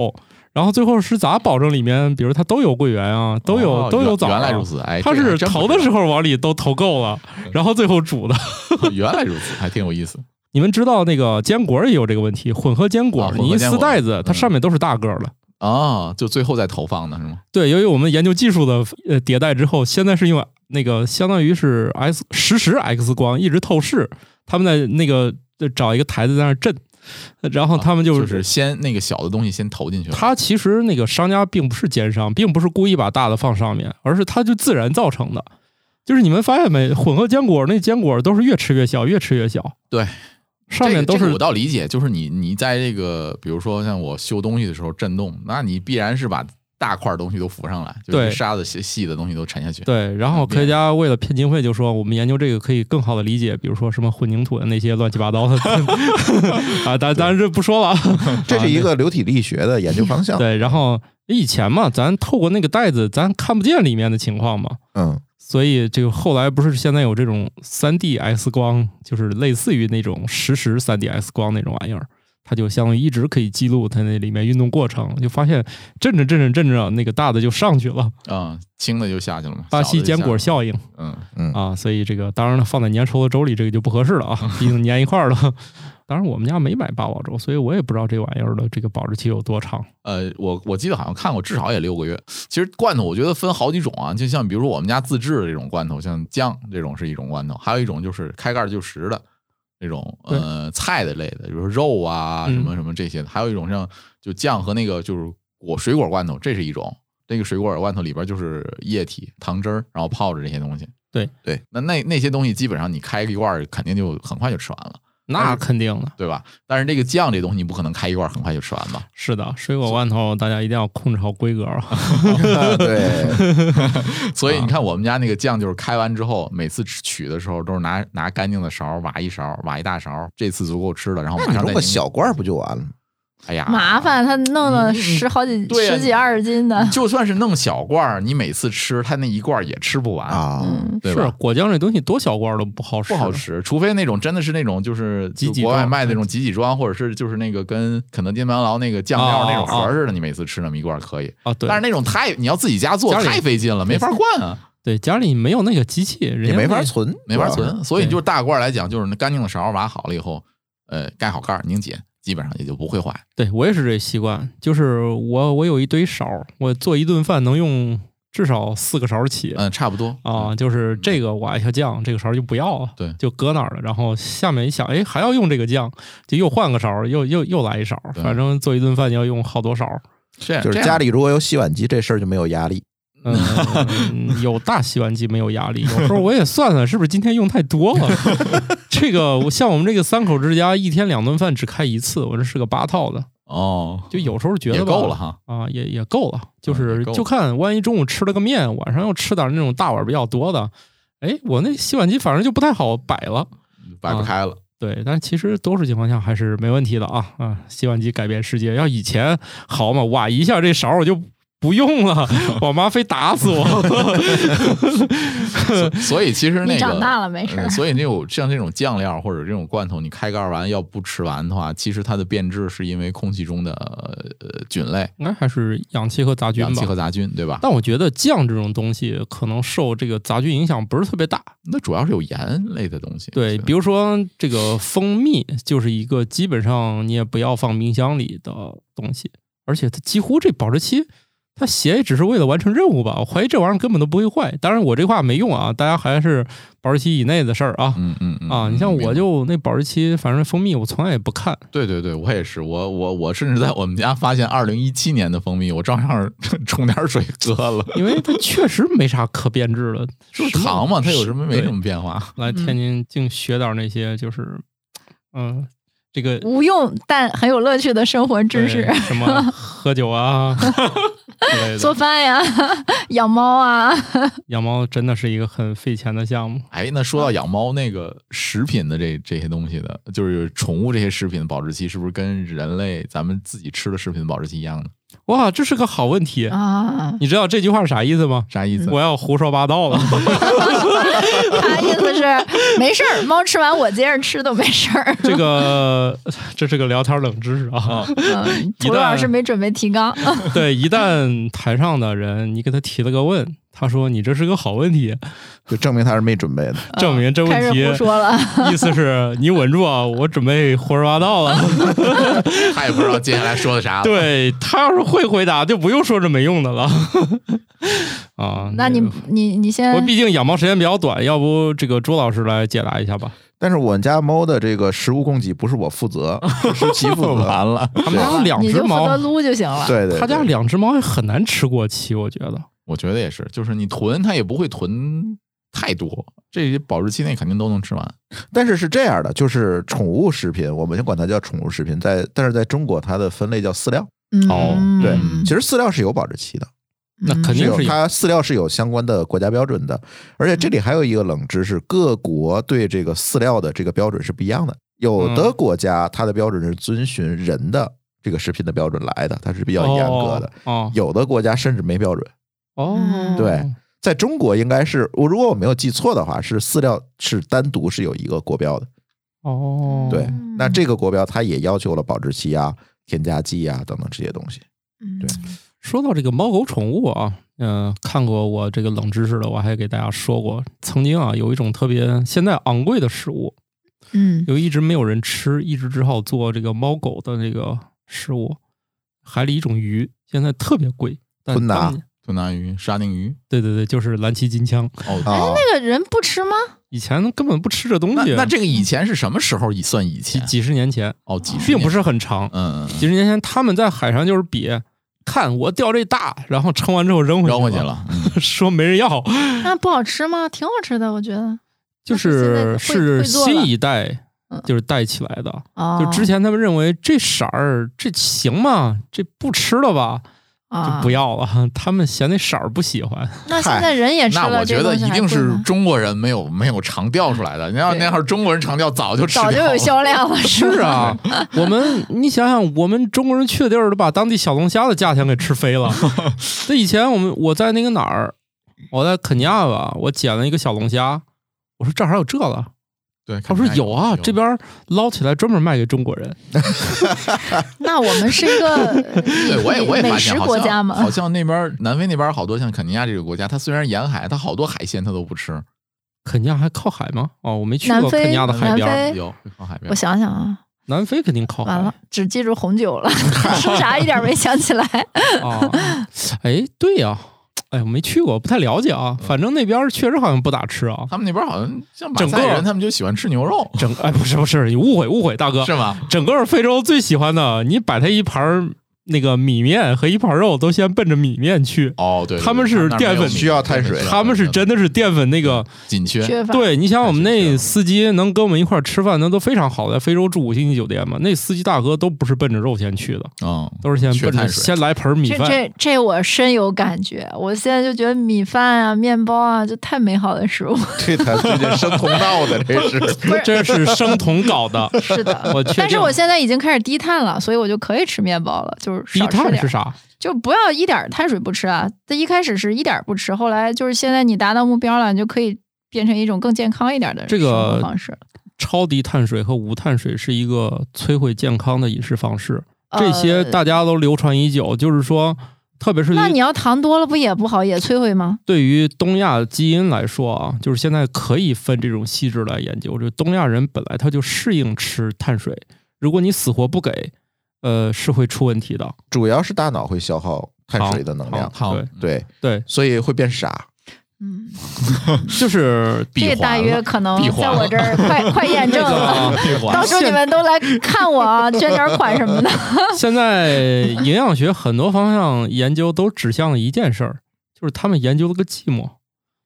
Speaker 2: 然后最后是咋保证里面，比如它都有桂圆啊，都有、
Speaker 1: 哦
Speaker 2: 都有
Speaker 1: 原
Speaker 2: 枣
Speaker 1: 原
Speaker 2: 啊、
Speaker 1: 来如此，哎，
Speaker 2: 它
Speaker 1: 这个
Speaker 2: 是
Speaker 1: 还真不
Speaker 2: 投
Speaker 1: 知
Speaker 2: 的
Speaker 1: 道
Speaker 2: 时候往里都投够了，然后最后煮的。
Speaker 1: 原来如此，还挺有意思。
Speaker 2: 你们知道那个坚果也有这个问题，混合坚果，
Speaker 1: 啊混合
Speaker 2: 你一
Speaker 1: 坚
Speaker 2: 撕
Speaker 1: 果
Speaker 2: 袋子，它
Speaker 1: 嗯
Speaker 2: 上面都是大个儿的。
Speaker 1: 哦，就最后再投放的是吗？
Speaker 2: 对，由于我们研究技术的呃迭代之后，现在是用那个相当于是 X 实时 X 光一直透视，他们在那个呃找一个台子在那儿震，呃然后他们
Speaker 1: 啊就
Speaker 2: 就是
Speaker 1: 先那个小的东西先投进去了。
Speaker 2: 他其实那个商家并不是奸商，并不是故意把大的放上面，而是他就自然造成的。就是你们发现没，混合坚果那坚果都是越吃越小，越吃越小。
Speaker 1: 对，
Speaker 2: 上
Speaker 1: 这个
Speaker 2: 面都
Speaker 1: 这
Speaker 2: 是
Speaker 1: 个我倒理解，就是你你在这个比如说像我修东西的时候震动，那你必然是把大块东西都浮上来，就
Speaker 2: 对
Speaker 1: 是沙子细细的东西都沉下去。
Speaker 2: 对，然后科学家为了骗经费，就说我们研究这个可以更好的理解，比如说什么混凝土的那些乱七八糟的啊，咱咱这不说了啊，
Speaker 4: 这是一个流体力学的研究方向。
Speaker 2: 对。然后以前嘛，咱透过那个袋子，咱看不见里面的情况嘛，
Speaker 4: 嗯，
Speaker 2: 所以这个后来不是现在有这种三 D X 光，就是类似于那种实时三 D X 光那种玩意儿，它就相当于一直可以记录它那里面运动过程，就发现震着震着震着，啊那个大的就上去了，
Speaker 1: 嗯，轻的就下去了嘛。
Speaker 2: 巴
Speaker 1: 小的
Speaker 2: 西
Speaker 1: 就下
Speaker 2: 坚果
Speaker 1: 去了
Speaker 2: 效应。
Speaker 1: 嗯，
Speaker 2: 啊，所以这个当然了，放在粘稠的粥里，这个就不合适了啊， 毕竟粘一块儿了。当然，我们家没买八宝粥，所以我也不知道这玩意儿的这个保质期有多长。
Speaker 1: 呃，我我记得好像看过，至少也六个月。其实罐头我觉得分好几种啊，就像比如说我们家自制的这种罐头，像酱这种是一种罐头，还有一种就是开盖就食的那种呃菜的类的，比如说肉啊
Speaker 2: 嗯
Speaker 1: 什么什么这些的，还有一种像就酱和那个就是果水果罐头，这是一种。那个水果罐头里边就是液体糖汁儿，然后泡着这些东西。
Speaker 2: 对
Speaker 1: 对，那那那些东西基本上你开一罐儿肯定就很快就吃完了，
Speaker 2: 那肯定的，
Speaker 1: 对吧？但是这个酱这东西你不可能开一罐儿很快就吃完吧？
Speaker 2: 是的，水果罐头大家一定要控制好规格啊。
Speaker 4: 对，
Speaker 1: 所以你看，我们家那个酱就是开完之后，每次吃取的时候都是拿拿干净的勺挖一勺，挖一大勺，这次足够吃了，然后马
Speaker 4: 那你
Speaker 1: 上再
Speaker 4: 弄个
Speaker 1: 拧
Speaker 4: 小罐儿不就完了吗？
Speaker 1: 哎呀
Speaker 3: 麻。烦，他弄了十好几、
Speaker 1: 对呀
Speaker 3: 十几二十斤的，
Speaker 1: 就算是弄小罐儿，你每次吃它那一罐儿也吃不完，
Speaker 4: 啊？
Speaker 3: 嗯，
Speaker 1: 对
Speaker 2: 是
Speaker 1: 吧？
Speaker 2: 果酱这东西多小罐儿都不好使，
Speaker 1: 不好。吃，除非那种真的是那种就是
Speaker 2: 集
Speaker 1: 就
Speaker 2: 集
Speaker 1: 国外
Speaker 2: 装
Speaker 1: 卖的那种集体装，或者是就是那个跟肯德基、麦当劳那个酱料那种
Speaker 2: 哦哦哦
Speaker 1: 盒儿似的，你每次吃那么一罐儿可以。
Speaker 2: 啊，对，
Speaker 1: 但是那种太你要自己家做
Speaker 2: 家里
Speaker 1: 太费劲了，没法灌啊。
Speaker 2: 对家里没有那个机器，人
Speaker 4: 也
Speaker 2: 家
Speaker 4: 没
Speaker 2: 那
Speaker 4: 法存，
Speaker 1: 没法
Speaker 4: 主要是。
Speaker 1: 存，所以
Speaker 2: 对
Speaker 1: 就是大罐儿来讲，就是那干净的勺挖好了以后，呃，盖好盖儿拧紧，基本上也就不会坏。
Speaker 2: 对我也是这习惯，就是我我有一堆勺儿，我做一顿饭能用至少四个勺儿起。
Speaker 1: 嗯，差不多
Speaker 2: 啊，，就是这个我爱下酱，这个勺就不要了，
Speaker 1: 对
Speaker 2: 就搁那儿了。然后下面一想，哎，还要用这个酱，就又换个勺，又又又来一勺，
Speaker 1: 对
Speaker 2: 反正做一顿饭要用好 多勺。
Speaker 1: 这样
Speaker 4: 就是
Speaker 1: 这样
Speaker 4: 家里如果有洗碗机，这事儿就没有压力。
Speaker 2: 嗯，有大洗碗机没有 压力，有时候我也算算是不是今天用太多了。 这个我像我们这个三口之家，一天两顿饭只开一次，我这是个八套的，
Speaker 1: 哦，
Speaker 2: 就有时候觉
Speaker 1: 也
Speaker 2: 得吧
Speaker 1: 够了哈。
Speaker 2: 啊，也也够了，就
Speaker 1: 嗯
Speaker 2: 是
Speaker 1: 也够了
Speaker 2: 就看万一中午吃了个面，晚上又吃点那种大碗比较多的，哎，我那洗碗机反正就不太好摆了。
Speaker 1: 摆不
Speaker 2: 啊
Speaker 1: 开了，
Speaker 2: 对，但是其实多数情况下还是没问题的啊啊！洗碗机改变世界，要以前好嘛，哇一下这勺我就不 用了，我妈非打死我。
Speaker 1: 所以其实那
Speaker 3: 你
Speaker 1: 个
Speaker 3: 长大了没事儿
Speaker 1: 嗯所以那种像这种酱料或者这种罐头，你开盖儿完要不吃完的话，其实它的变质是因为空气中的呃菌类、
Speaker 2: 应该还是氧气和杂菌
Speaker 1: 氧气
Speaker 2: 吧
Speaker 1: 和。杂菌，对吧？
Speaker 2: 但我觉得酱这种东西可能受这个杂菌影响不是特别大。
Speaker 1: 那主要是有盐类的东西。
Speaker 2: 对，
Speaker 1: 所以
Speaker 2: 比如说这个蜂蜜就是一个基本上你也不要放冰箱里的东西，而且它几乎这保质期，它写也只是为了完成任务吧。我怀疑这玩意儿根本都不会坏。当然我这话没用啊，大家还是保质期以内的事儿啊。
Speaker 1: 嗯嗯嗯
Speaker 2: 啊，
Speaker 1: 嗯
Speaker 2: 你像
Speaker 1: 明白
Speaker 2: 我就那保质期，反正蜂蜜我从来也不看，
Speaker 1: 对对对，我也是，我我我甚至在我们家发现二零一七年的蜂蜜，我照样 冲点水喝了。
Speaker 2: 因为它确实没啥可变质的，
Speaker 1: 就是
Speaker 2: 什么
Speaker 1: 糖嘛，它有什么没
Speaker 2: 对
Speaker 1: 什么嗯变化。
Speaker 2: 来天津净学点儿那些就是，嗯、这个
Speaker 3: 无用但很有乐趣的生活知识
Speaker 2: 呃，什 么喝酒啊 之类
Speaker 3: 做
Speaker 2: 的。
Speaker 3: 饭呀， 养猫啊，
Speaker 2: 养猫真的是一个很费钱的项目。
Speaker 1: 哎，那说到养猫那个食品的这这些东西的，就是宠物这些食品的保质期，是不是跟人类咱们自己吃的食品的保质期一样的？
Speaker 2: 哇，这是个好问题。
Speaker 3: 啊，
Speaker 2: 你知道这句话是啥意思吗？
Speaker 1: 啥意思？
Speaker 2: 我要胡说八道了。
Speaker 3: 他意思是没事儿，猫吃完我接着吃都没事儿。
Speaker 2: 这个这是个聊天冷知识啊。
Speaker 3: 嗯，
Speaker 2: 一
Speaker 3: 涂老
Speaker 2: 旦
Speaker 3: 师没准备提纲，
Speaker 2: 对，一旦台上的人你给他提了个问，他说你这是个好问题，
Speaker 4: 就证明他是没准备的。
Speaker 2: 证明这
Speaker 3: 开
Speaker 2: 问
Speaker 3: 始
Speaker 2: 题
Speaker 3: 胡说 了。
Speaker 2: 意思是你稳住啊，我准备胡说八道了。
Speaker 1: 他也不知道接下来说的
Speaker 2: 啊
Speaker 1: 啥了。
Speaker 2: 对他要是会回答，就不用说这没用的 了。啊，
Speaker 3: 那你你你
Speaker 2: 我
Speaker 3: 先
Speaker 2: 毕竟养猫时间比较短，要不这个朱老师来解答一下吧？
Speaker 4: 但是我们家猫的这个食物供给不是我负责，是其负责。
Speaker 1: 完了，
Speaker 2: 他们家两
Speaker 3: 你
Speaker 2: 只
Speaker 3: 就负责
Speaker 2: 猫，
Speaker 3: 撸就行了。
Speaker 4: 对对对，
Speaker 2: 他家两只猫也很难吃过期，我觉得。
Speaker 1: 我觉得也是，就是你囤它也不会囤太多，这些保质期内肯定都能吃完。
Speaker 4: 但是是这样的，就是宠物食品，我们先管它叫宠物食品，在但是在中国它的分类叫饲料。
Speaker 3: 嗯
Speaker 2: 哦
Speaker 4: 对
Speaker 3: 嗯
Speaker 4: 其实饲料是有保质期的，
Speaker 2: 那肯
Speaker 4: 是
Speaker 2: 定
Speaker 4: 有
Speaker 2: 是有
Speaker 4: 它饲料是有相关的国家标准的。而且这里还有一个冷知识，各国对这个饲料的这个标准是不一样的。有的
Speaker 2: 嗯
Speaker 4: 国家它的标准是遵循人的这个食品的标准来的，它是比较严格的。
Speaker 2: 哦
Speaker 4: 有的国家甚至没标准。
Speaker 2: 哦，
Speaker 4: 对，在中国应该是我如果我没有记错的话，是饲料是单独是有一个国标的。
Speaker 2: 哦，
Speaker 4: 对
Speaker 3: 嗯，
Speaker 4: 那这个国标它也要求了保质期啊、添加剂啊等等这些东西。
Speaker 3: 嗯
Speaker 4: 对
Speaker 2: 说到这个猫狗宠物啊，嗯、看过我这个冷知识的，我还给大家说过，曾经啊有一种特别现在昂贵的食物，
Speaker 3: 嗯，
Speaker 2: 有一直没有人吃，一直只好做这个猫狗的这个食物，海里一种鱼，现在特别贵。但
Speaker 4: 吞拿
Speaker 2: 当年
Speaker 1: 吞拿鱼、沙丁鱼，
Speaker 2: 对对对，就是蓝鳍金枪，
Speaker 1: 哦，
Speaker 4: 啊、
Speaker 3: 那个人不 吃吗？
Speaker 2: 以前根本不吃这东
Speaker 1: 那
Speaker 2: 西。啊
Speaker 1: 那这个以前是什么时候以算以
Speaker 2: 几
Speaker 1: 前？
Speaker 2: 几十年前，
Speaker 1: 哦，几十
Speaker 2: 并不
Speaker 1: 年，
Speaker 2: 是很长。
Speaker 1: 嗯，
Speaker 2: 几十年前，他们在海上就是比，看我钓这大，然后称完之后扔
Speaker 1: 嗯
Speaker 2: 回
Speaker 1: 扔回去
Speaker 2: 去，
Speaker 1: 了。
Speaker 2: 说没人要，
Speaker 3: 那不好吃吗？挺好吃的，我觉得。
Speaker 2: 就
Speaker 3: 那
Speaker 2: 是
Speaker 3: 是现在会
Speaker 2: 是
Speaker 3: 会做了
Speaker 2: 新一代
Speaker 3: 嗯
Speaker 2: 就是带起来的。
Speaker 3: 哦，
Speaker 2: 就之前他们认为这色儿这行吗？这不吃了吧，
Speaker 3: 啊
Speaker 2: 就不。要了。 他们嫌那色儿不喜欢。
Speaker 3: 那现在人也吃
Speaker 1: 那
Speaker 3: 了，
Speaker 1: 我觉
Speaker 3: 这
Speaker 1: 得
Speaker 3: 东西
Speaker 1: 一
Speaker 3: 还
Speaker 1: 定
Speaker 3: 贵
Speaker 1: 是
Speaker 3: 吗
Speaker 1: 中国人没有没有尝调出来的。你要
Speaker 3: 对
Speaker 1: 那要是中国人尝调，早就吃
Speaker 3: 早就
Speaker 1: 掉
Speaker 3: 有
Speaker 1: 了
Speaker 3: 销 量了，是
Speaker 2: 是
Speaker 3: 吧？
Speaker 2: 啊，我们你想想，我们中国人去的地儿都把当地小龙虾的价钱给吃飞了。那以前我们我在那个哪儿，我在肯尼亚吧，我捡了一个小龙虾，我说这儿还有这了。
Speaker 1: 对，
Speaker 2: 他说
Speaker 1: 肯定
Speaker 2: 有啊，这边儿捞起来专门卖给中国人。
Speaker 3: 那我们是一个
Speaker 1: 对，我也我也
Speaker 3: 美
Speaker 1: 发
Speaker 3: 食
Speaker 1: 现，好
Speaker 3: 国家
Speaker 1: 像好
Speaker 3: 嘛，
Speaker 1: 像那边南非那边好多像肯尼亚这个国家，它虽然沿海，它好多海鲜它都不吃。
Speaker 2: 肯尼亚还靠海吗？哦，我没去
Speaker 3: 南
Speaker 2: 过
Speaker 3: 非
Speaker 2: 肯尼亚的海
Speaker 3: 南
Speaker 2: 边儿。
Speaker 3: 非
Speaker 1: 有靠海边
Speaker 3: 我，想想啊，
Speaker 2: 南非肯定
Speaker 1: 哦
Speaker 2: 靠海
Speaker 3: 完了，只记住红 酒了，说啥一点没想起来。
Speaker 2: 啊。哎，对呀、哎，我没去过，不太了解啊。反正那边儿确实好像不咋吃啊。
Speaker 1: 他们那边好像像马
Speaker 2: 整个
Speaker 1: 赛人，他们就喜欢吃牛肉，
Speaker 2: 整哎，不是不是，你误会误会，大哥，
Speaker 1: 是吗？
Speaker 2: 整个非洲最喜欢的，你摆他一盘儿那个米面和一盘肉，都先奔着米面去。
Speaker 1: 哦，对，对
Speaker 2: 他们
Speaker 1: 对
Speaker 2: 是
Speaker 1: 那儿
Speaker 2: 淀
Speaker 1: 没有
Speaker 2: 粉
Speaker 1: 米
Speaker 4: 需要碳水
Speaker 1: 对对
Speaker 2: 他们是真的是淀粉那个，
Speaker 1: 紧缺，
Speaker 3: 缺乏
Speaker 2: 对你想我们
Speaker 1: 太紧缺
Speaker 2: 那
Speaker 1: 了
Speaker 2: 司机能跟我们一块儿吃饭，那都非常好，在非洲住五星级酒店嘛，那司机大哥都不是奔着肉先去的，
Speaker 1: 嗯，
Speaker 2: 都是先
Speaker 1: 缺
Speaker 2: 奔着
Speaker 1: 碳水
Speaker 2: 先来盆儿米
Speaker 3: 这
Speaker 2: 饭。
Speaker 3: 这这我深有感觉，我现在就觉得米饭啊、面包啊，就太美好的食物。
Speaker 4: 这才最近生通道的，这是
Speaker 3: 不是
Speaker 2: 这是生酮搞 的，
Speaker 3: 是的，
Speaker 2: 我确定
Speaker 3: 但是我现在已经开始低碳了，所以我就可以吃面包了，就是
Speaker 2: 低
Speaker 3: 少吃
Speaker 2: 碳
Speaker 3: 点
Speaker 2: 是，啥？
Speaker 3: 就不要一点碳水不吃啊。这一开始是一点不吃，后来就是现在你达到目标了，你就可以变成一种更健康一点的
Speaker 2: 这
Speaker 3: 生
Speaker 2: 个
Speaker 3: 活方式。
Speaker 2: 超低碳水和无碳水是一个摧毁健康的饮食方式，这些
Speaker 3: 呃，
Speaker 2: 大家都流传已久。就是说，特别是
Speaker 3: 那你要糖多了不也不好，也摧毁吗？
Speaker 2: 对于东亚基因来说啊，就是现在可以分这种细致来研究。就东亚人本来他就适应吃碳水，如果你死活不给，呃，是会出问题的。
Speaker 4: 主要是大脑会消耗碳水的能量，
Speaker 2: 好，对
Speaker 4: 对，
Speaker 2: 对，
Speaker 4: 所以会变傻。
Speaker 3: 嗯，
Speaker 2: 就是
Speaker 1: 闭
Speaker 3: 这
Speaker 1: 环
Speaker 3: 大约
Speaker 1: 了
Speaker 3: 可能
Speaker 1: 闭
Speaker 3: 在
Speaker 1: 环
Speaker 3: 我
Speaker 1: 了
Speaker 3: 这儿快快验证 了。
Speaker 1: 闭环
Speaker 3: 到时候你们都来看我啊，捐点款什么的。
Speaker 2: 现在营养学很多方向研究都指向了一件事儿，就是他们研究了个寂寞。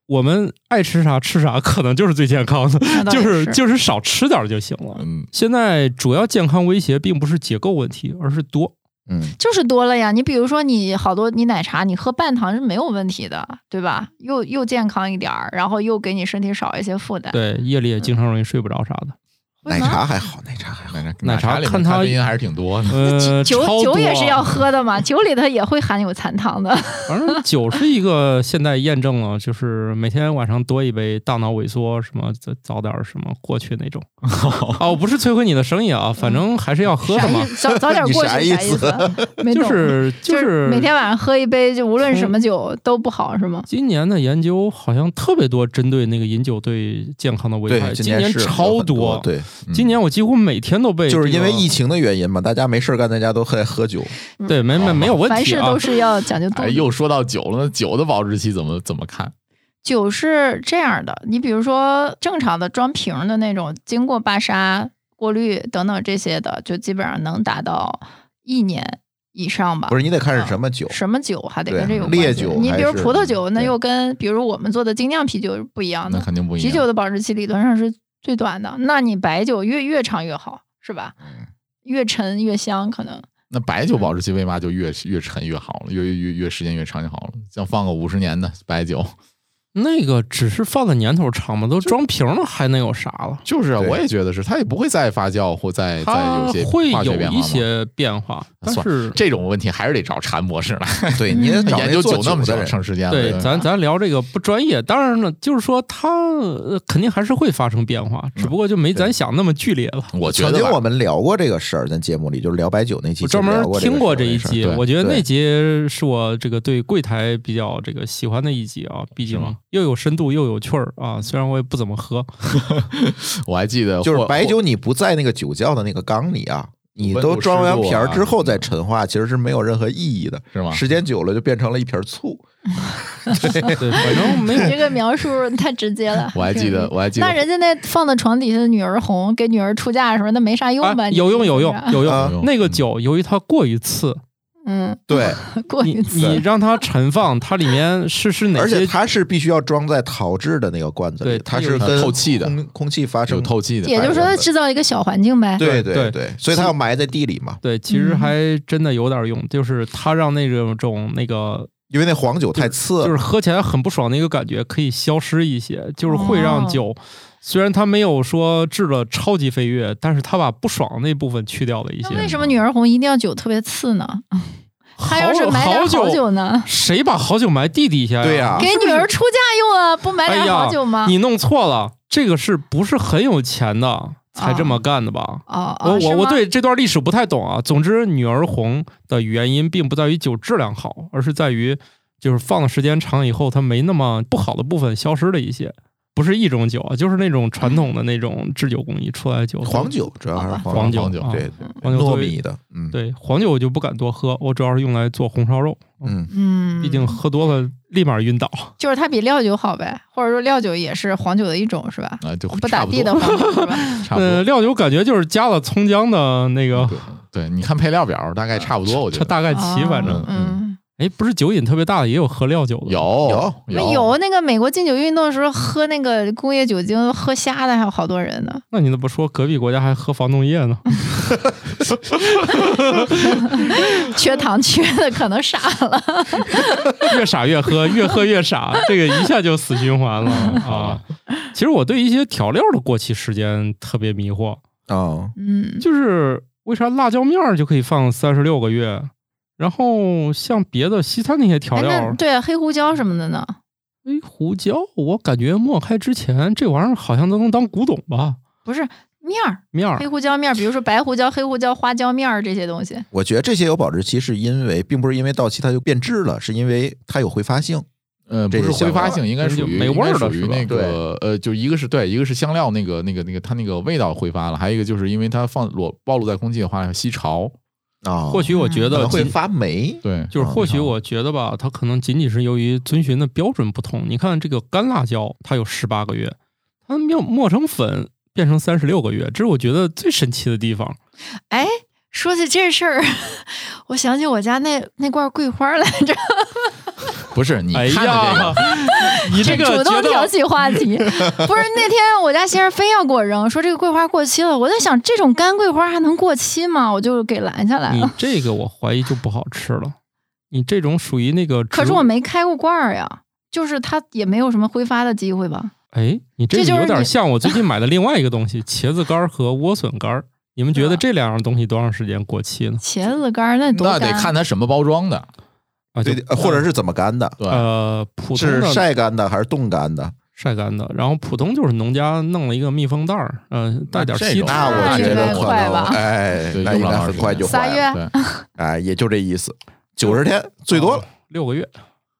Speaker 2: 我们爱吃啥吃啥，可能就是最健康的，
Speaker 3: 那倒
Speaker 2: 就
Speaker 3: 也
Speaker 2: 是
Speaker 3: 是
Speaker 2: 就是少吃点儿就行了。
Speaker 1: 嗯，
Speaker 2: 现在主要健康威胁并不是结构问题，而是多。
Speaker 4: 嗯，
Speaker 3: 就是多了呀。你比如说，你好多你奶茶，你喝半糖是没有问题的，对吧？又又健康一点儿，然后又给你身体少一些负担。
Speaker 2: 对，夜里也经常容易睡不着啥的。
Speaker 3: 为
Speaker 4: 奶
Speaker 3: 什么
Speaker 4: 茶还好，奶茶还好。
Speaker 1: 奶茶
Speaker 2: 奶茶
Speaker 1: 里面
Speaker 2: 看它
Speaker 1: 咖啡因还是挺多 的。
Speaker 2: 呃，
Speaker 3: 酒
Speaker 2: 超
Speaker 3: 酒
Speaker 2: 多
Speaker 3: 也是
Speaker 2: 啊
Speaker 3: 要喝的嘛，酒里头也会含有残糖 的。
Speaker 2: 反正酒是一个现在验证了，就是每天晚上多一杯，大脑萎缩什么，早早点什么过去那种。哦，不是摧毁你的生意啊，反正还是要喝的嘛。
Speaker 3: 早早点过去
Speaker 4: 你啥
Speaker 3: 啥
Speaker 4: 意思
Speaker 3: 思？没
Speaker 2: 就
Speaker 3: 懂
Speaker 2: 是
Speaker 3: 就
Speaker 2: 就是
Speaker 3: 每天晚上喝一杯，就无论什么酒都不好，是吗？
Speaker 2: 今年的研究好像特别多针对那个饮酒对健康的危害，
Speaker 4: 对，
Speaker 2: 今
Speaker 4: 年是有
Speaker 2: 超
Speaker 4: 很多，对，
Speaker 2: 今年我几乎每天都被
Speaker 4: 就是
Speaker 2: 这
Speaker 4: 因
Speaker 2: 个
Speaker 4: 为疫情的原因嘛，大家没事儿干，在家都在喝酒。
Speaker 2: 对没没没有问题啊，
Speaker 3: 哦凡事都是要讲究度
Speaker 1: 哎，。又说到酒了，那酒的保质期怎么怎么看？
Speaker 3: 酒是这样的，你比如说正常的装瓶的那种，经过巴沙、过滤等等这些的，就基本上能达到一年以上吧
Speaker 4: 不。是，你得看是什么酒，
Speaker 3: 什么酒还得
Speaker 4: 对
Speaker 3: 跟这有关系。
Speaker 4: 烈酒
Speaker 3: 你
Speaker 4: 还
Speaker 3: 比如
Speaker 4: 是
Speaker 3: 葡萄酒，那
Speaker 4: 对
Speaker 3: 又跟比如我们做的精酿啤酒不一样
Speaker 1: 嗯那
Speaker 3: 的。
Speaker 1: 肯定不一样。
Speaker 3: 啊啤酒的保质期理论上是最短的，那你白酒越越长越好，是吧？
Speaker 1: 嗯
Speaker 3: 越沉越香，可能
Speaker 1: 那白酒保质期为嘛就越越沉越好了，越越越越时间越长就好了。像放个五十年的白酒，
Speaker 2: 那个只是放的年头长嘛，都装瓶了，还能有啥了？
Speaker 1: 就是啊，
Speaker 4: 对
Speaker 1: 我也觉得是，它也不会再发酵或再再
Speaker 2: 它
Speaker 1: 有些
Speaker 2: 会
Speaker 1: 化学
Speaker 2: 有
Speaker 1: 变
Speaker 2: 一
Speaker 1: 化吗？啊
Speaker 2: 些变化，但
Speaker 1: 算
Speaker 2: 是
Speaker 1: 这种问题还是得找禅博士来
Speaker 4: 对，你得找
Speaker 1: 研
Speaker 4: 那
Speaker 1: 究
Speaker 4: 做
Speaker 1: 酒那么
Speaker 4: 的
Speaker 1: 长
Speaker 4: 人。
Speaker 1: 长时间了。
Speaker 2: 对，咱咱聊这个不专业。当然了，就是说它呃肯定还是会发生变化，
Speaker 1: 嗯
Speaker 2: 只不过就没咱想那么剧烈了。
Speaker 1: 我觉
Speaker 4: 曾
Speaker 1: 得
Speaker 4: 经
Speaker 1: 吧
Speaker 4: 我们聊过这个事儿，咱节目里就是聊白酒那期，
Speaker 2: 我专门听过这一
Speaker 4: 期。
Speaker 2: 集，
Speaker 1: 对
Speaker 2: 我觉得
Speaker 4: 对
Speaker 2: 那集是我这个对柜台比较这个喜欢的一集啊，毕竟
Speaker 1: 吗
Speaker 2: 又有深度又有趣儿啊。虽然我也不怎 么喝，
Speaker 1: 我还记得
Speaker 4: 就是
Speaker 1: 霍
Speaker 4: 白酒，你不在那个酒窖的那个缸里啊，你
Speaker 1: 温
Speaker 4: 都
Speaker 1: 度
Speaker 4: 装
Speaker 1: 湿
Speaker 4: 完
Speaker 1: 度
Speaker 4: 瓶儿
Speaker 1: 啊
Speaker 4: 之
Speaker 2: 嗯
Speaker 4: 后再陈化，其实是没有任何意义的，
Speaker 1: 是吗。
Speaker 4: 时间久了就变成了一瓶醋。
Speaker 2: 对，反正没
Speaker 3: 你
Speaker 2: 有。
Speaker 3: 这个描述太直接了
Speaker 1: 我还记得，我还记得
Speaker 3: 那人家那放在床底下的女儿红，给女儿出嫁什么，那没啥 用吧？
Speaker 2: 啊，
Speaker 3: 你
Speaker 2: 有用有用有
Speaker 4: 啊
Speaker 2: 用！那个
Speaker 1: 嗯
Speaker 2: 酒，由于它过于次，
Speaker 3: 嗯，
Speaker 4: 对，
Speaker 3: 过
Speaker 2: 你
Speaker 3: 一次
Speaker 2: 你让它陈放，它里面是是哪
Speaker 4: 而且
Speaker 2: 些
Speaker 4: 它是必须要装在陶制的那个罐子
Speaker 2: 对
Speaker 4: 里，
Speaker 2: 它
Speaker 4: 它是
Speaker 2: 有
Speaker 4: 跟
Speaker 1: 透气的
Speaker 4: 空空气发
Speaker 1: 有
Speaker 4: 生。
Speaker 1: 透气的，
Speaker 3: 也就是说，制造一个小环境呗。
Speaker 4: 对
Speaker 2: 对
Speaker 4: 对对，所以它要埋在地里嘛，
Speaker 2: 对，其实
Speaker 3: 嗯
Speaker 2: 还真的有点用，就是它让那种种那个，
Speaker 4: 因为那黄酒太刺
Speaker 2: 就是
Speaker 4: 了。
Speaker 2: 喝起来很不爽那个感觉可以消失一些，就是会让
Speaker 3: 哦
Speaker 2: 酒，虽然它没有说治了超级飞跃，但是它把不爽那部分去掉了一
Speaker 3: 那
Speaker 2: 些。
Speaker 3: 为什么女儿红一定要酒特别次呢？
Speaker 2: 好
Speaker 3: 她要是买点好酒，呢，
Speaker 2: 谁把好酒埋地底下呀？
Speaker 4: 对呀
Speaker 3: 给
Speaker 2: 是不
Speaker 3: 女
Speaker 2: 是
Speaker 3: 儿出嫁用啊，不买
Speaker 2: 哎
Speaker 3: 点
Speaker 2: 呀
Speaker 3: 好酒吗？
Speaker 2: 你弄错了，这个是不是很有钱的才这么干的吧？
Speaker 3: 哦，
Speaker 2: 我
Speaker 3: 哦是
Speaker 2: 我
Speaker 3: 吗
Speaker 2: 我对这段历史不太懂啊。总之，女儿红的原因并不在于酒质量好，而是在于就是放的时间长以后，它没那么不好的部分消失了一些。不是一种酒啊，就是那种传统的那种制酒工艺出来的酒，
Speaker 4: 黄酒主要还是
Speaker 2: 黄
Speaker 4: 酒，
Speaker 1: 黄酒
Speaker 2: 啊
Speaker 4: 对对，
Speaker 2: 黄酒作
Speaker 4: 糯
Speaker 2: 为
Speaker 4: 米的，嗯
Speaker 2: 对黄酒我就不敢多喝，我主要是用来做红烧肉，
Speaker 4: 嗯，
Speaker 3: 嗯，
Speaker 2: 毕竟喝多了立马晕倒。
Speaker 3: 就是它比料酒好呗，或者说料酒也是黄酒的一种，是吧？
Speaker 1: 啊，就
Speaker 3: 不打
Speaker 1: 差不
Speaker 3: 地的
Speaker 1: 多
Speaker 3: 黄酒是吧？
Speaker 1: 差不多。
Speaker 2: 呃，料酒感觉就是加了葱姜的那个，
Speaker 1: 对，你看配料表大概差不多，我觉
Speaker 2: 这
Speaker 1: 得
Speaker 2: 大概齐，反正
Speaker 3: 哦嗯，
Speaker 2: 哎，不是酒瘾特别大的也有喝料酒的，
Speaker 1: 有
Speaker 3: 那有啊那个美国禁酒运动的时候喝那个工业酒精喝瞎的，还有好多人呢。
Speaker 2: 那你怎么说隔壁国家还喝防冻液呢？
Speaker 3: 缺糖缺的可能傻了。
Speaker 2: 越傻越喝，越喝越傻，这个一下就死循环了啊！其实我对一些调料的过期时间特别迷惑，
Speaker 4: 哦，
Speaker 3: 嗯，
Speaker 2: 就是为啥辣椒面儿就可以放三十六个月，然后像别的西餐那些调
Speaker 3: 哎
Speaker 2: 料
Speaker 3: 那，对黑胡椒什么的呢？
Speaker 2: 黑胡椒，我感觉磨开之前这玩意儿好像都能当古董吧？
Speaker 3: 不是面儿，
Speaker 2: 面儿
Speaker 3: 黑胡椒面儿，比如说白胡椒、黑胡椒、花椒面儿这些东西。
Speaker 4: 我觉得这些有保质期，是因为并不是因为到期它就变质了，是因为它有挥发性。
Speaker 1: 呃，不
Speaker 4: 这
Speaker 1: 是
Speaker 4: 是
Speaker 1: 挥
Speaker 4: 香
Speaker 1: 发
Speaker 4: 料
Speaker 1: 性，应该
Speaker 2: 就
Speaker 1: 属于
Speaker 2: 没
Speaker 1: 应
Speaker 2: 味
Speaker 1: 该
Speaker 2: 儿了
Speaker 1: 属于
Speaker 2: 是吧
Speaker 1: 那个呃，就一个是对，一个是香料那个那个那个它那个味道挥发了，还有一个就是因为它放裸暴露在空气的话吸潮，
Speaker 4: 啊，
Speaker 2: 或许我觉
Speaker 4: 可
Speaker 2: 得
Speaker 4: 能会
Speaker 2: 今
Speaker 4: 发霉。
Speaker 1: 对，
Speaker 2: 就是或许
Speaker 1: 嗯
Speaker 2: 我觉得吧，它可能仅仅是由于遵循的标准不同。你看这个干辣椒，它有十八个月，它磨磨成粉变成三十六个月，这是我觉得最神奇的地方。
Speaker 3: 哎，说起这事儿， 我想起我家那那罐桂花来着。
Speaker 1: 不是你
Speaker 2: 哎
Speaker 1: 看的这
Speaker 2: 呀
Speaker 1: 个，，
Speaker 2: 你这
Speaker 3: 主
Speaker 2: 个觉
Speaker 3: 动挑
Speaker 2: 得
Speaker 3: 起话题，不是那天我家先生非要给我扔，说这个桂花过期了。我在想，这种干桂花还能过期吗？我就给拦下来
Speaker 2: 你
Speaker 3: 了。
Speaker 2: 这个我怀疑就不好吃了。你这种属于那个植物，
Speaker 3: 可是我没开过罐儿呀，就是它也没有什么挥发的机会吧？
Speaker 2: 哎，你
Speaker 3: 这
Speaker 2: 这
Speaker 3: 就
Speaker 2: 个有
Speaker 3: 是
Speaker 2: 点
Speaker 3: 你
Speaker 2: 像我最近买的另外一个东西——茄子干儿和莴笋干儿。你们觉得
Speaker 3: 嗯
Speaker 2: 这两样东西多长时间过期呢？
Speaker 3: 茄子干儿那多
Speaker 1: 那
Speaker 3: 干啊
Speaker 1: 得看它什么包装的，
Speaker 2: 啊，就
Speaker 4: 对，呃或者是怎么干的？
Speaker 1: 对，
Speaker 2: 呃，普通
Speaker 4: 是
Speaker 2: 的
Speaker 4: 晒干的还是冻干的？
Speaker 2: 晒干的，然后普通就是农家弄了一个密封袋儿，呃，带点
Speaker 1: 这
Speaker 2: 稀
Speaker 1: 种啊
Speaker 2: 土
Speaker 1: 那
Speaker 4: 那我
Speaker 3: 应
Speaker 4: 觉得可
Speaker 3: 该快
Speaker 4: 能
Speaker 3: 吧，
Speaker 4: 哎
Speaker 1: 对，
Speaker 4: 那应
Speaker 1: 用不了
Speaker 4: 该
Speaker 1: 多
Speaker 4: 很
Speaker 1: 长
Speaker 4: 快
Speaker 1: 时
Speaker 4: 就
Speaker 1: 间
Speaker 4: 坏
Speaker 3: 仨
Speaker 4: 了，
Speaker 3: 月
Speaker 1: 对，
Speaker 4: 哎，也就这意思，九十天最多了。
Speaker 2: 六个月，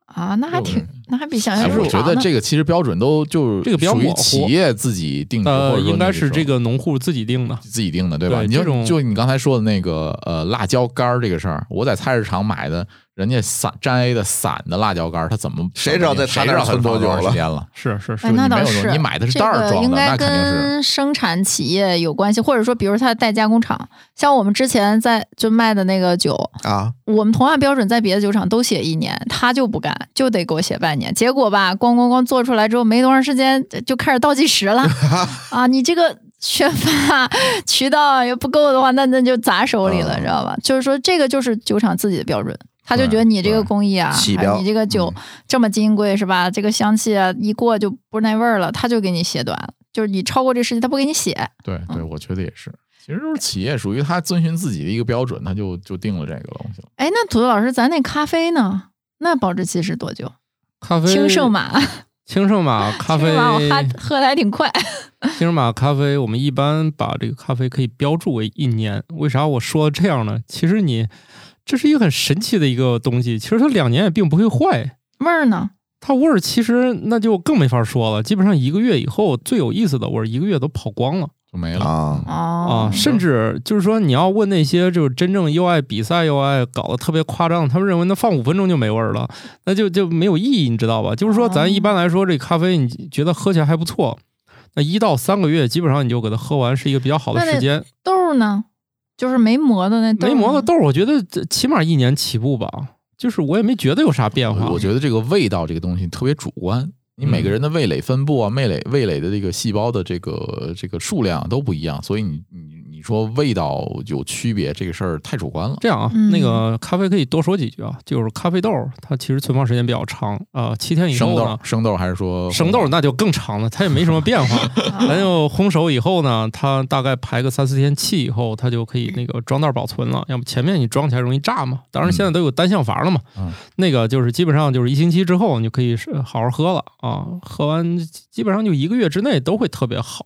Speaker 3: 啊，那还挺，那还比想
Speaker 1: 哎
Speaker 3: 象，中
Speaker 1: 我觉
Speaker 3: 长
Speaker 1: 得
Speaker 3: 呢。
Speaker 1: 这个其实标准都就是
Speaker 2: 这个比较
Speaker 1: 属于
Speaker 2: 模糊
Speaker 1: 企业自己定制，嗯或者
Speaker 2: 呃，
Speaker 1: 说
Speaker 2: 应该
Speaker 1: 你
Speaker 2: 是这
Speaker 1: 说
Speaker 2: 个农户自己定的。
Speaker 1: 自己定的，对吧？
Speaker 2: 对
Speaker 1: 你
Speaker 2: 这种
Speaker 1: 就就你刚才说的那个呃辣椒干儿这个事儿，我在菜市场买的，人家散沾 A 的散的辣椒干儿，他怎么
Speaker 4: 谁知道在他
Speaker 1: 谁
Speaker 4: 那
Speaker 1: 知
Speaker 4: 儿
Speaker 1: 道他
Speaker 4: 存多
Speaker 1: 放
Speaker 4: 久
Speaker 1: 长时
Speaker 4: 了
Speaker 1: 间了？
Speaker 2: 是是是
Speaker 3: 哎，，那
Speaker 1: 你没
Speaker 3: 倒
Speaker 1: 有用
Speaker 3: 是，
Speaker 1: 你买的是
Speaker 3: 这
Speaker 1: 袋儿
Speaker 3: 个
Speaker 1: 装的
Speaker 3: 应该
Speaker 1: 那肯定是
Speaker 3: 跟生产企业有关系，或者说，比如它的代加工厂，像我们之前在就卖的那个酒，
Speaker 4: 啊，
Speaker 3: 我们同样标准在别的酒厂都写一年，他就不干，就得给我写半年。结果吧，咣咣咣做出来之后，没多长时间呃就开始倒计时了啊！你这个宣发渠道也不够的话，那那就砸手里了，
Speaker 4: 啊
Speaker 3: 知道吧？就是说，这个就是酒厂自己的标准。他就觉得你这个工艺啊，
Speaker 4: 对起
Speaker 3: 还
Speaker 4: 标
Speaker 3: 有你这个酒这么金贵是吧？这个香气啊，一过就不是那味儿了，他就给你写短了。就是你超过这时间，他不给你写。
Speaker 1: 对对，我觉得也是。其实就是企业属于他遵循自己的一个标准，他就就定了这个东西了。
Speaker 3: 哎，那土豆老师，咱那咖啡呢？那保质期是多久？
Speaker 2: 咖啡
Speaker 3: 青圣，马。
Speaker 2: 青圣 马咖啡，
Speaker 3: 是吧？我喝喝的还挺快。
Speaker 2: 青圣马咖啡，我们一般把这个咖啡可以标注为一年。为啥我说这样呢？其实你这是一个很神奇的一个东西，其实它两年也并不会坏。
Speaker 3: 味儿呢？
Speaker 2: 它味儿其实那就更没法说了，基本上一个月以后最有意思的味儿，一个月都跑光了
Speaker 1: 就没了。
Speaker 4: 啊
Speaker 3: 哦
Speaker 2: 啊！甚至就是说，你要问那些就是真正又爱比赛又爱搞得特别夸张，他们认为那放五分钟就没味儿了，那就就没有意义，你知道吧？就是说，
Speaker 3: 哦
Speaker 2: 咱一般来说这咖啡你觉得喝起来还不错，那一到三个月基本上你就给它喝完是一个比较好的
Speaker 3: 那得
Speaker 2: 时间。
Speaker 3: 豆儿呢？就是没磨的那豆儿
Speaker 2: 没
Speaker 3: 呢，
Speaker 2: 磨的豆儿，我觉得这起码一年起步吧，就是我也没觉得有啥变化。
Speaker 1: 我觉得这个味道这个东西特别主观，你每个人的味蕾分布啊，味蕾味蕾的这个细胞的这个这个数量都不一样，所以你你你说味道有区别这个事儿太主观了。
Speaker 2: 这样啊，
Speaker 3: 嗯
Speaker 2: 那个咖啡可以多说几句啊，就是咖啡豆儿它其实存放时间比较长啊、呃七天以
Speaker 1: 生
Speaker 2: 后
Speaker 1: 豆
Speaker 2: 呢，，
Speaker 1: 生豆还是说
Speaker 2: 生豆儿那就更长了，它也没什么变 化。咱就烘熟以后呢，它大概排个三四天气以后，它就可以那个装袋儿保存了。要不前面你装起来容易炸嘛，当然现在都有单向阀了嘛。
Speaker 1: 嗯
Speaker 2: 那个就是基本上就是一星期之后你就可以是好好喝了啊，喝完基本上就一个月之内都会特别好。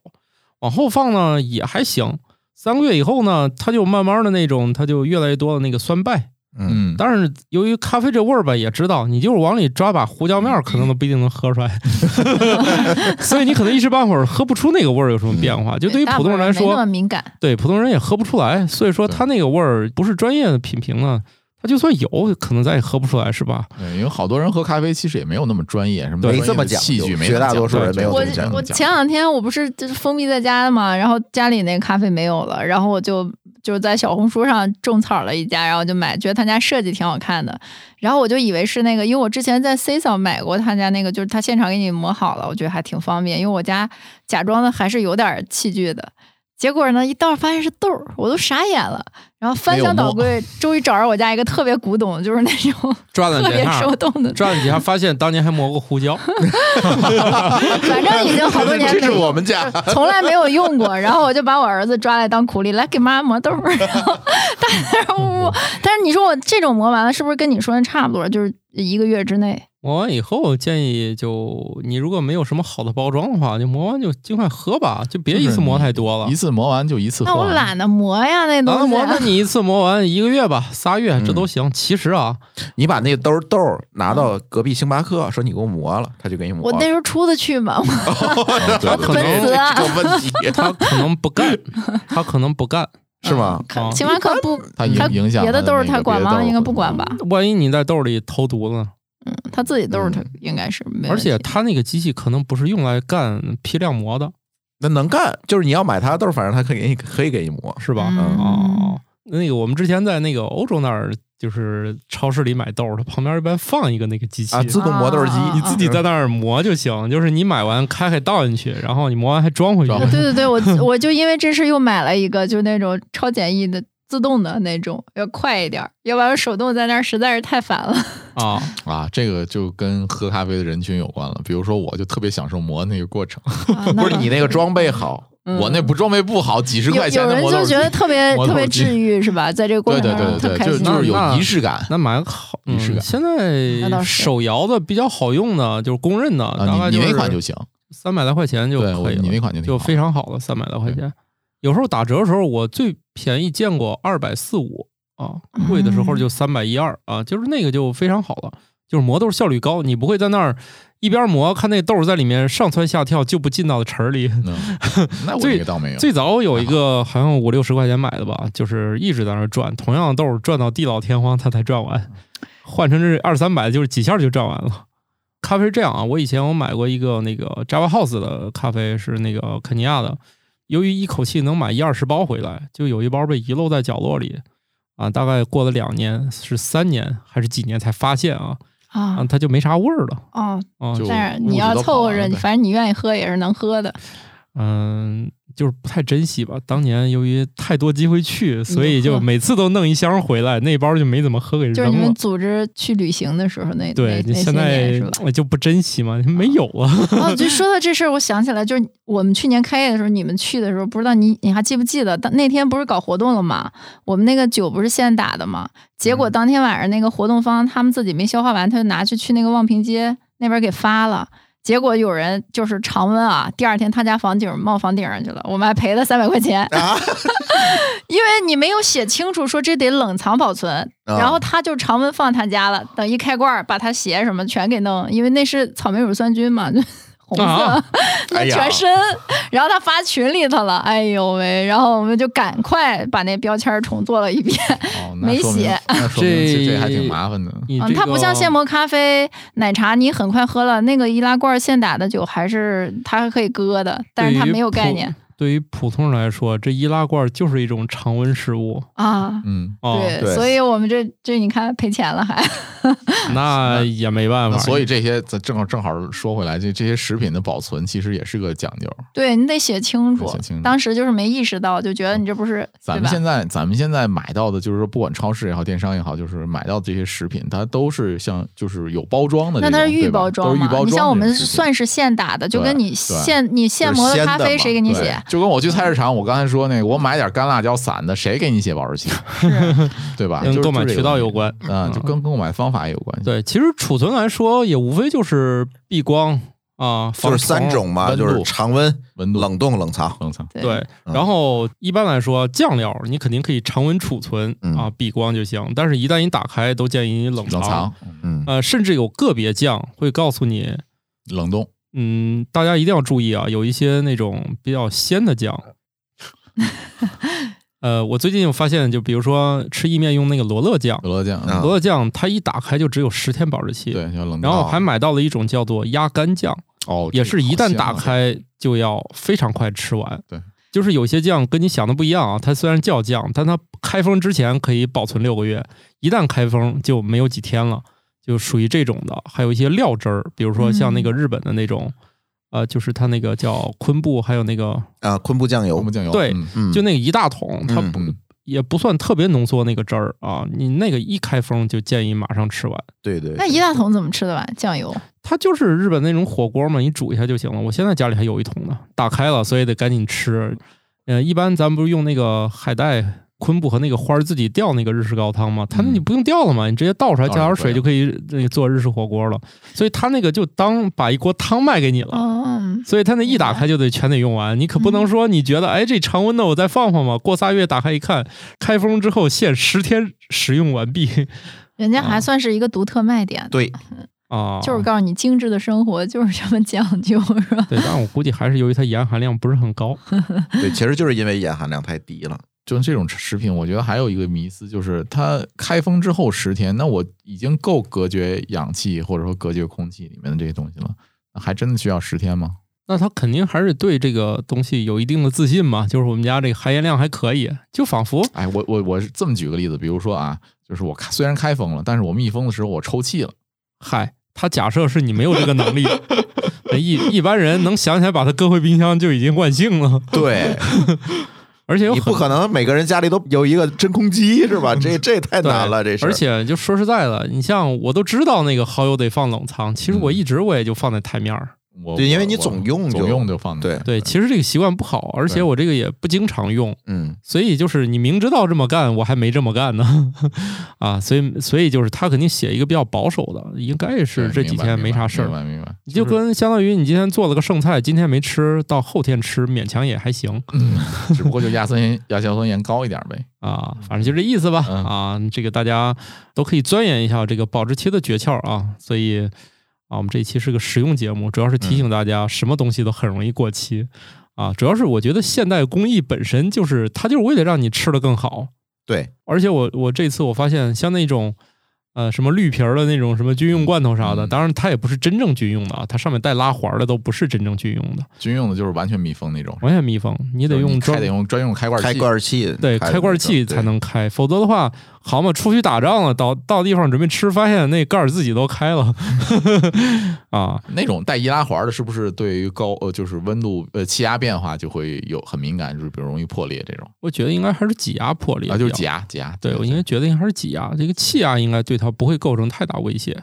Speaker 2: 往后放呢也还行，三个月以后呢，它就慢慢的那种，它就越来越多的那个酸败。
Speaker 4: 嗯，
Speaker 1: 嗯，
Speaker 2: 但是由于咖啡这味儿吧，也知道你就是往里抓把胡椒面儿，可能都不一定能喝出 来，所以你可能一时半会儿喝不出那个味儿有什么变化。就对于
Speaker 3: 嗯大
Speaker 2: 普
Speaker 3: 部
Speaker 2: 通人来
Speaker 3: 分没那
Speaker 2: 说，
Speaker 3: 么敏感，
Speaker 2: 对普通人也喝不出来，所以说
Speaker 1: 对
Speaker 2: 它那个味儿不是专业的品评呢，它就算有，可能咱也喝不出来，是吧？
Speaker 1: 对，因为好多人喝咖啡其实也没有那么专业，什么
Speaker 4: 没
Speaker 1: 专业
Speaker 4: 这么
Speaker 1: 的
Speaker 4: 讲
Speaker 1: 器
Speaker 4: 究
Speaker 1: 具，没
Speaker 4: 绝
Speaker 1: 那么
Speaker 4: 大多
Speaker 1: 讲
Speaker 4: 数
Speaker 1: 究
Speaker 4: 人没有
Speaker 1: 对
Speaker 3: 我
Speaker 4: 这
Speaker 1: 没
Speaker 4: 么
Speaker 1: 那么
Speaker 3: 我
Speaker 1: 讲
Speaker 3: 前两天我不是就是封闭在家嘛，然后家里那咖啡没有了，然后我就就在小红书上种草了一家，然后就买，觉得他家设计挺好看的，然后我就以为是那个，因为我之前在 C 嫂买过他家那个，就是他现场给你磨好了，我觉得还挺方便，因为我家假装的还是有点器具的。结果呢，一到发现是豆儿，我都傻眼了。然后翻
Speaker 1: 没有
Speaker 3: 箱倒
Speaker 1: 摸
Speaker 3: 柜，终于找着我家一个特别古董，就是那种
Speaker 2: 抓了
Speaker 3: 特
Speaker 2: 几
Speaker 3: 别
Speaker 2: 下
Speaker 3: 手，动的，
Speaker 2: 抓了几下，发现当年还磨过胡椒，
Speaker 3: 反正已经好多年没
Speaker 4: 这是我们家，
Speaker 3: 从来没有用过，然后我就把我儿子抓来当苦力，来给妈磨豆儿， 然后他在那儿呜呜。但是你说我这种磨完了，是不是跟你说的差不多？就是一个月之内，
Speaker 2: 磨完以后，建议就你如果没有什么好的包装的话，就磨完就尽快喝吧，就别一次磨太多了
Speaker 1: 一。次磨完就一次喝
Speaker 3: 那
Speaker 1: 完。
Speaker 3: 我懒得磨呀， 那
Speaker 2: 拿了
Speaker 3: 东西
Speaker 2: 磨，啊那你一次磨完一个月吧，仨月这都行。其实啊，
Speaker 4: 你把那兜豆儿拿到隔壁星巴克，说你给我磨了，他就给你磨
Speaker 3: 我
Speaker 4: 了。
Speaker 3: 那时候出得去吗？
Speaker 4: 他
Speaker 2: 可
Speaker 3: 能
Speaker 4: 这这个问题
Speaker 2: 他可能不 干，他可能不干。
Speaker 4: 是吗？
Speaker 2: 啊
Speaker 3: 星巴克不，
Speaker 1: 它影
Speaker 3: 他
Speaker 1: 影响
Speaker 3: 别的
Speaker 1: 它的
Speaker 3: 豆儿
Speaker 1: 那
Speaker 3: 他
Speaker 1: 个
Speaker 3: 管
Speaker 1: 别的豆
Speaker 3: 吗？
Speaker 1: 儿
Speaker 3: 应该
Speaker 1: 会
Speaker 3: 不管吧？
Speaker 2: 万一你在豆里投毒了，
Speaker 3: 他自己豆儿他应该是没问
Speaker 2: 而
Speaker 3: 题。
Speaker 2: 且他那个机器可能不是用来干批量磨的，
Speaker 4: 那能干，就是你要买他的豆儿，反正他可以给你可以给你磨。
Speaker 2: 是吧？
Speaker 3: 嗯
Speaker 2: 哦，那个我们之前在那个欧洲那儿，就是超市里买豆，它旁边一般放一个那个机器
Speaker 4: 啊，自动磨豆儿机
Speaker 3: 啊啊啊，
Speaker 4: 你
Speaker 2: 自己在那儿磨就行，就是你买完开开倒进去，
Speaker 3: 哦
Speaker 2: 然后你磨完还装回去
Speaker 1: 装。
Speaker 3: 对对对，我我就因为这事又买了一个，就那种超简易的自动的那种，要快一点儿，要不然手动在那儿实在是太烦了。
Speaker 2: 啊，
Speaker 1: 啊，这个就跟喝咖啡的人群有关了。比如说，我就特别享受磨那个过程，
Speaker 3: 啊
Speaker 1: 不是你那个装备好，
Speaker 3: 嗯
Speaker 1: 我那不装备不好，几十块
Speaker 3: 有
Speaker 1: 钱
Speaker 3: 有
Speaker 1: 的
Speaker 3: 人
Speaker 1: 磨豆
Speaker 3: 就
Speaker 1: 机
Speaker 3: 觉得特别
Speaker 1: 磨豆
Speaker 3: 特别
Speaker 1: 机
Speaker 3: 治愈，是吧？在这个过
Speaker 1: 对对
Speaker 3: 程中
Speaker 1: 对
Speaker 3: 特
Speaker 1: 对，
Speaker 3: 开
Speaker 1: 就
Speaker 3: 心。
Speaker 1: 就是有
Speaker 2: 那
Speaker 1: 仪式 感
Speaker 2: 那蛮好，
Speaker 1: 仪式
Speaker 2: 嗯
Speaker 1: 感
Speaker 2: 现
Speaker 3: 那倒
Speaker 2: 在
Speaker 3: 是
Speaker 2: 手摇的比较好用的，就是公认的，大
Speaker 1: 啊。
Speaker 2: 概
Speaker 1: 你你那款
Speaker 2: 就
Speaker 1: 就行，
Speaker 2: 三百来块钱就
Speaker 1: 对我
Speaker 2: 可以了。
Speaker 1: 你那款就挺
Speaker 2: 就
Speaker 1: 好
Speaker 2: 非常好了，三百来块钱。有时候打折的时候，我最便宜见过二百四五啊，贵的时
Speaker 3: 嗯
Speaker 2: 候就三百一二啊，就是那个就非常好了，就是磨豆效率高，你不会在那儿一边磨看那豆儿在里面上蹿下跳就不进到池儿里。
Speaker 1: 嗯， 那我
Speaker 2: 最
Speaker 1: 这个倒没有。
Speaker 2: 最早有一个好像五六十块钱买的吧，就是一直在那儿转，同样的豆儿转到地老天荒它才转完，换成这二三百就是几下就转完了。咖啡是这样啊，我以前我买过一个那个 Java House 的咖啡，是那个肯尼亚的，由于一口气能买一二十包回来，就有一包被遗漏在角落里。啊，大概过了两年，是三年还是几年才发现啊？
Speaker 3: 啊
Speaker 2: 啊，它就没啥味儿了
Speaker 3: 哦，
Speaker 2: 啊，
Speaker 1: 嗯就
Speaker 3: 但是
Speaker 1: 物
Speaker 3: 你
Speaker 1: 质
Speaker 3: 要
Speaker 1: 都
Speaker 3: 凑
Speaker 1: 跑
Speaker 3: 合
Speaker 1: 完
Speaker 3: 着，
Speaker 1: 了
Speaker 3: 你
Speaker 1: 呗
Speaker 3: 反正你愿意喝也是能喝的。
Speaker 2: 嗯，就是不太珍惜吧。当年由于太多机会去，所以
Speaker 3: 就
Speaker 2: 就
Speaker 3: 喝
Speaker 2: 每次都弄一箱回来，那包就没怎么喝给
Speaker 3: 就是你
Speaker 2: 扔了
Speaker 3: 们。组织去旅行的时候那
Speaker 2: 对，你
Speaker 3: 那那些
Speaker 2: 现
Speaker 3: 年
Speaker 2: 在
Speaker 3: 是吧？
Speaker 2: 我就不珍惜嘛，没有
Speaker 1: 嗯
Speaker 2: 啊。
Speaker 3: 哦，就说到这事儿，我想起来，就是我们去年开业的时候，你们去的时候，不知道你你还记不记得？当那天不是搞活动了吗？我们那个酒不是现打的吗？结果当天晚上那个活动方他们自己没消化完，他就拿去去那个望平街那边给发了。结果有人就是常温啊，第二天他家房顶冒房顶上去了，我们还赔了三百块钱，
Speaker 4: 啊，
Speaker 3: 因为你没有写清楚说这得冷藏保存，然后他就常温放他家了，等一开罐儿把他鞋什么全给弄，因为那是草莓乳酸菌嘛，就红色、
Speaker 2: 啊
Speaker 1: 哎
Speaker 3: 那全身，然后他发群里头了，哎呦喂，然后我们就赶快把那标签儿重做了一遍，
Speaker 1: 哦，那
Speaker 3: 没
Speaker 1: 说明
Speaker 3: 写
Speaker 1: 那说明这
Speaker 2: 这
Speaker 1: 这还挺麻 烦的。
Speaker 2: 你
Speaker 3: 嗯，它不像现磨咖啡、奶茶，你很快喝了那个易拉罐现打的酒，还是它可以搁的，但是它没有概念。
Speaker 2: 对于普通人来说，这易拉罐就是一种常温食物
Speaker 3: 啊。
Speaker 1: 嗯，
Speaker 2: 啊，
Speaker 4: 对
Speaker 3: 所以我们这这你看赔钱 了还，
Speaker 2: 那也没办法。
Speaker 1: 那所以这些咱正好正好说回来，这这些食品的保存其实也是个讲究。
Speaker 3: 对你得写清楚
Speaker 1: 得写清楚
Speaker 3: 当时就是没意识到，就觉得你这不是
Speaker 1: 咱
Speaker 3: 对
Speaker 1: 们
Speaker 3: 吧？
Speaker 1: 现在咱们现在买到的，就是说不管超市也好，电商也好，就是买到的这些食品，它都是像就是有包装的这种，
Speaker 3: 那它是预
Speaker 1: 对吧
Speaker 3: 包
Speaker 1: 都
Speaker 3: 装
Speaker 1: 是预
Speaker 3: 嘛？
Speaker 1: 包装。
Speaker 3: 你像我们算是现打的，就跟你现你现磨的咖啡谁给你
Speaker 1: 对
Speaker 3: 写？
Speaker 1: 就跟我去菜市场，我刚才说那个，我买点干辣椒散的，谁给你写保质期，
Speaker 3: 是
Speaker 1: 对吧？
Speaker 2: 跟
Speaker 1: 就是
Speaker 2: 购买
Speaker 1: 就是这
Speaker 2: 渠
Speaker 1: 个
Speaker 2: 道有
Speaker 1: 问题，
Speaker 2: 关。
Speaker 1: 嗯，就跟购买方法也有关系。
Speaker 2: 对，其实储存来说，也无非就是避光啊，防嗯
Speaker 4: 就是三
Speaker 2: 虫
Speaker 4: 种嘛，
Speaker 1: 温
Speaker 4: 就是
Speaker 1: 度
Speaker 4: 常温、
Speaker 1: 温度
Speaker 4: 冷冻、冷藏。
Speaker 1: 冷藏，
Speaker 3: 对
Speaker 2: 对，然后一般来说，酱料你肯定可以常温储存
Speaker 4: 嗯
Speaker 2: 啊，避光就行。但是，一旦你打开，都建议你冷
Speaker 1: 冷
Speaker 2: 藏
Speaker 1: 藏。、
Speaker 4: 嗯，
Speaker 2: 呃，甚至有个别酱会告诉你，
Speaker 1: 冷冻，
Speaker 2: 嗯，大家一定要注意啊，有一些那种比较鲜的酱。呃，我最近有发现，就比如说吃意面用那个罗勒酱，
Speaker 1: 可乐酱，
Speaker 4: 啊
Speaker 2: 罗勒酱它一打开就只有十天保质期。
Speaker 1: 对，哦要冷冻。
Speaker 2: 然后还买到了一种叫做鸭肝酱，
Speaker 1: 哦，
Speaker 2: 也是一旦打
Speaker 1: 这个好香啊，
Speaker 2: 开就要非常快吃完。
Speaker 1: 对，
Speaker 2: 就是有些酱跟你想的不一样啊，它虽然叫酱，但它开封之前可以保存六个月，一旦开封就没有几天了，就属于这种的。还有一些料汁儿，比如说像那个日本的那种，呃，就是它那个叫昆布，还有那个
Speaker 4: 啊，昆布酱
Speaker 1: 我
Speaker 4: 油
Speaker 1: 们，酱油，
Speaker 2: 对
Speaker 1: 嗯
Speaker 4: 嗯，
Speaker 2: 就那个一大桶，它
Speaker 4: 嗯
Speaker 2: 不、
Speaker 1: 嗯
Speaker 2: 也不算特别浓缩那个汁儿啊，你那个一开封就建议马上吃完。
Speaker 4: 对对，
Speaker 3: 那一大桶怎么吃得完？酱油
Speaker 2: 它就是日本那种火锅嘛，你煮一下就行了。我现在家里还有一桶呢，打开了，所以得赶紧吃。呃，一般咱们不是用那个海带、昆布和那个花儿自己吊那个日式高汤吗？它那
Speaker 1: 嗯
Speaker 2: 你不用吊了嘛，你直接倒出来加
Speaker 1: 倒
Speaker 2: 点
Speaker 1: 出来
Speaker 2: 水就可以呃做日式火锅了。所以它那个就当把一锅汤卖给你了。
Speaker 3: 哦，嗯
Speaker 2: 所以它那一打开就得全得用完，你可不能说你觉得哎这常温的我再放放吧，过仨月打开一看，开封之后限十天食用完毕
Speaker 3: 人家
Speaker 2: 啊
Speaker 3: 还算是一个独特卖点，
Speaker 4: 对，
Speaker 2: 啊，
Speaker 3: 就是告诉你精致的生活就是这么讲究，是吧？
Speaker 2: 对，但我估计还是由于它盐含量不是很高，
Speaker 4: 对，其实就是因为盐含量太低 了。
Speaker 1: 就这种食品，我觉得还有一个迷思，就是它开封之后十天，那我已经够隔绝氧气或者说隔绝空气里面的这些东西了，那还真的需要十天吗？
Speaker 2: 那他肯定还是对这个东西有一定的自信嘛，就是我们家这个含盐量还可以，就仿佛
Speaker 1: 哎，我我我是这么举个例子，比如说啊，就是我开虽然开封了，但是我密封的时候我抽气了，
Speaker 2: 嗨，他假设是你没有这个能 力，那一一般人能想起来把它搁回冰箱就已经万幸了。
Speaker 4: 对，
Speaker 2: 而 且有
Speaker 4: 你
Speaker 2: 很
Speaker 4: 不可能每个人家里都有一个真空机是 吧？这这也太
Speaker 2: 对
Speaker 4: 难了，这是。
Speaker 2: 而且就说实在的，你像我都知道那个蚝油得放冷藏，其
Speaker 4: 嗯
Speaker 2: 实我一直我也就放在台面儿。
Speaker 1: 我
Speaker 4: 对因为你
Speaker 1: 我
Speaker 4: 总用
Speaker 1: 总
Speaker 4: 就
Speaker 1: 用就放
Speaker 4: 对，
Speaker 2: 对，其实这个习惯不好，而且
Speaker 4: 对
Speaker 2: 我这个也不经常用，
Speaker 4: 嗯，
Speaker 2: 所以就是你明知道这么干，我还没这么干呢， 啊，所以所以就是他肯定写一个比较保守的，应该是
Speaker 1: 对
Speaker 2: 这几
Speaker 1: 明白
Speaker 2: 天
Speaker 1: 明
Speaker 2: 没
Speaker 1: 白
Speaker 2: 啥事儿
Speaker 1: 明。白明白。
Speaker 2: 你就跟相当于你今天做了个剩菜，今天没吃到后天吃，勉强也还行
Speaker 1: 只不过就亚酸亚硝酸盐高一点呗。
Speaker 2: 啊，反正就这意思吧
Speaker 1: 嗯
Speaker 2: 啊，这个大家都可以钻研一下这个保质期的诀窍啊。所以啊，我们这一期是个实用节目，主要是提醒大家什么东西都很容易过期啊，主要是我觉得现代工艺本身就是它就是为了让你吃的更好，
Speaker 4: 对，
Speaker 2: 而且我我这次我发现像那种。呃，什么绿皮儿的那种什么军用罐头啥的，
Speaker 1: 嗯
Speaker 2: 当然它也不是真正军用的啊，它上面带拉环儿的都不是真正军用的。
Speaker 1: 军用的就是完全密封那种，
Speaker 2: 完全密封，你
Speaker 1: 就
Speaker 2: 得
Speaker 1: 是
Speaker 2: 用
Speaker 1: 你
Speaker 2: 装
Speaker 1: 开得用专用开罐器。
Speaker 4: 开罐器，
Speaker 2: 对开罐器才能开，否则的话，好嘛，出去打仗了，到到地方准备吃，发现那盖儿自己都开了， 啊，
Speaker 1: 那种带易拉环的，是不是对于高呃就是温度呃气压变化就会有很敏感，就是比如容易破裂这种
Speaker 2: 我觉得应该还是挤压破裂，
Speaker 1: 啊，就是挤。压挤压。
Speaker 2: 对，我应该觉得应该还是挤压，这个气压应该对它不会构成太大威胁。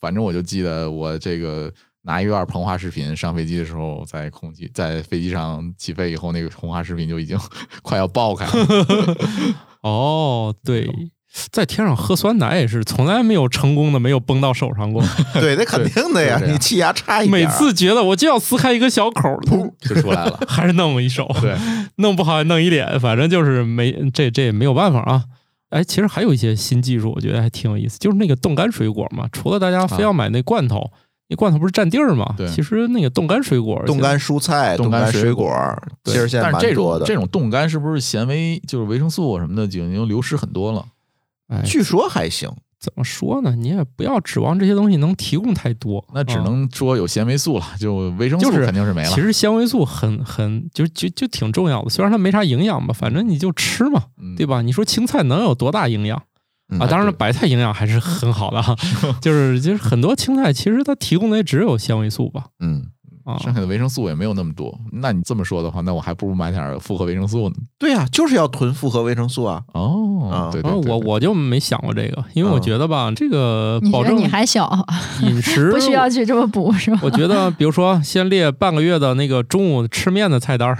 Speaker 1: 反正我就记得我这个拿一段膨化食品上飞机的时候，在空气在飞机上起飞以后，那个膨化食品就已经 快要爆开 了。
Speaker 2: 哦，对，在天上喝酸奶也是从来没有成功的没有崩到手上过，
Speaker 4: 开。对，那肯定的呀，
Speaker 1: 对对
Speaker 4: 你气压差一点
Speaker 2: 每
Speaker 4: 儿，
Speaker 2: 次觉得我就要撕开一个小口儿，
Speaker 1: 砰就出 来了。
Speaker 2: 还是弄我一手。
Speaker 1: 对，
Speaker 2: 弄不好还弄一脸，反正就是没这这也没有办法啊。哎，其实还有一些新技术，我觉得还挺有意思，就是那个冻干水果嘛。除了大家非要买那罐头，那罐头不是占地儿嘛？
Speaker 1: 对
Speaker 2: 其实那个冻干水果，
Speaker 4: 冻干蔬菜、
Speaker 1: 冻
Speaker 4: 冻
Speaker 1: 干
Speaker 4: 干
Speaker 1: 水
Speaker 4: 水果，其实现在
Speaker 1: 但是这
Speaker 4: 蛮多
Speaker 1: 种
Speaker 4: 的
Speaker 1: 这。种冻干是不是纤维就是维生素啊什么的已经流失很多了？
Speaker 2: 哎，
Speaker 4: 据说还行，
Speaker 2: 怎么说呢？你也不要指望这些东西能提供太多，
Speaker 1: 那只
Speaker 2: 啊
Speaker 1: 能说有纤维素了，就维生素
Speaker 2: 就是
Speaker 1: 肯定是没了。
Speaker 2: 其实纤维素很很就就就挺重要的，虽然它没啥营养吧，反正你就吃嘛，
Speaker 1: 嗯哎
Speaker 2: 对吧？你说青菜能有多大营养
Speaker 4: 嗯
Speaker 2: 啊？当然了，
Speaker 1: 对
Speaker 2: 白菜营养还是很好 的哈，就是就是很多青菜其实它提供的也只有纤维素吧
Speaker 4: 嗯，
Speaker 2: 啊，
Speaker 1: 剩下的维生素也没有那么多。那你这么说的话，那我还不如买点复合维生素呢。
Speaker 4: 对呀，就是要囤复合维生素啊。
Speaker 1: 哦
Speaker 4: 啊，
Speaker 1: 对对
Speaker 2: 反正
Speaker 1: 对
Speaker 2: 我
Speaker 1: 对
Speaker 2: 我就没想过这个，因为我
Speaker 4: 嗯
Speaker 2: 觉得吧，这个
Speaker 3: 你
Speaker 2: 保
Speaker 3: 觉得
Speaker 2: 证
Speaker 3: 你还小，
Speaker 2: 饮食
Speaker 3: 不需要去这么补是吧？
Speaker 2: 我觉得，比如说，先列半个月的那个中午吃面的菜单儿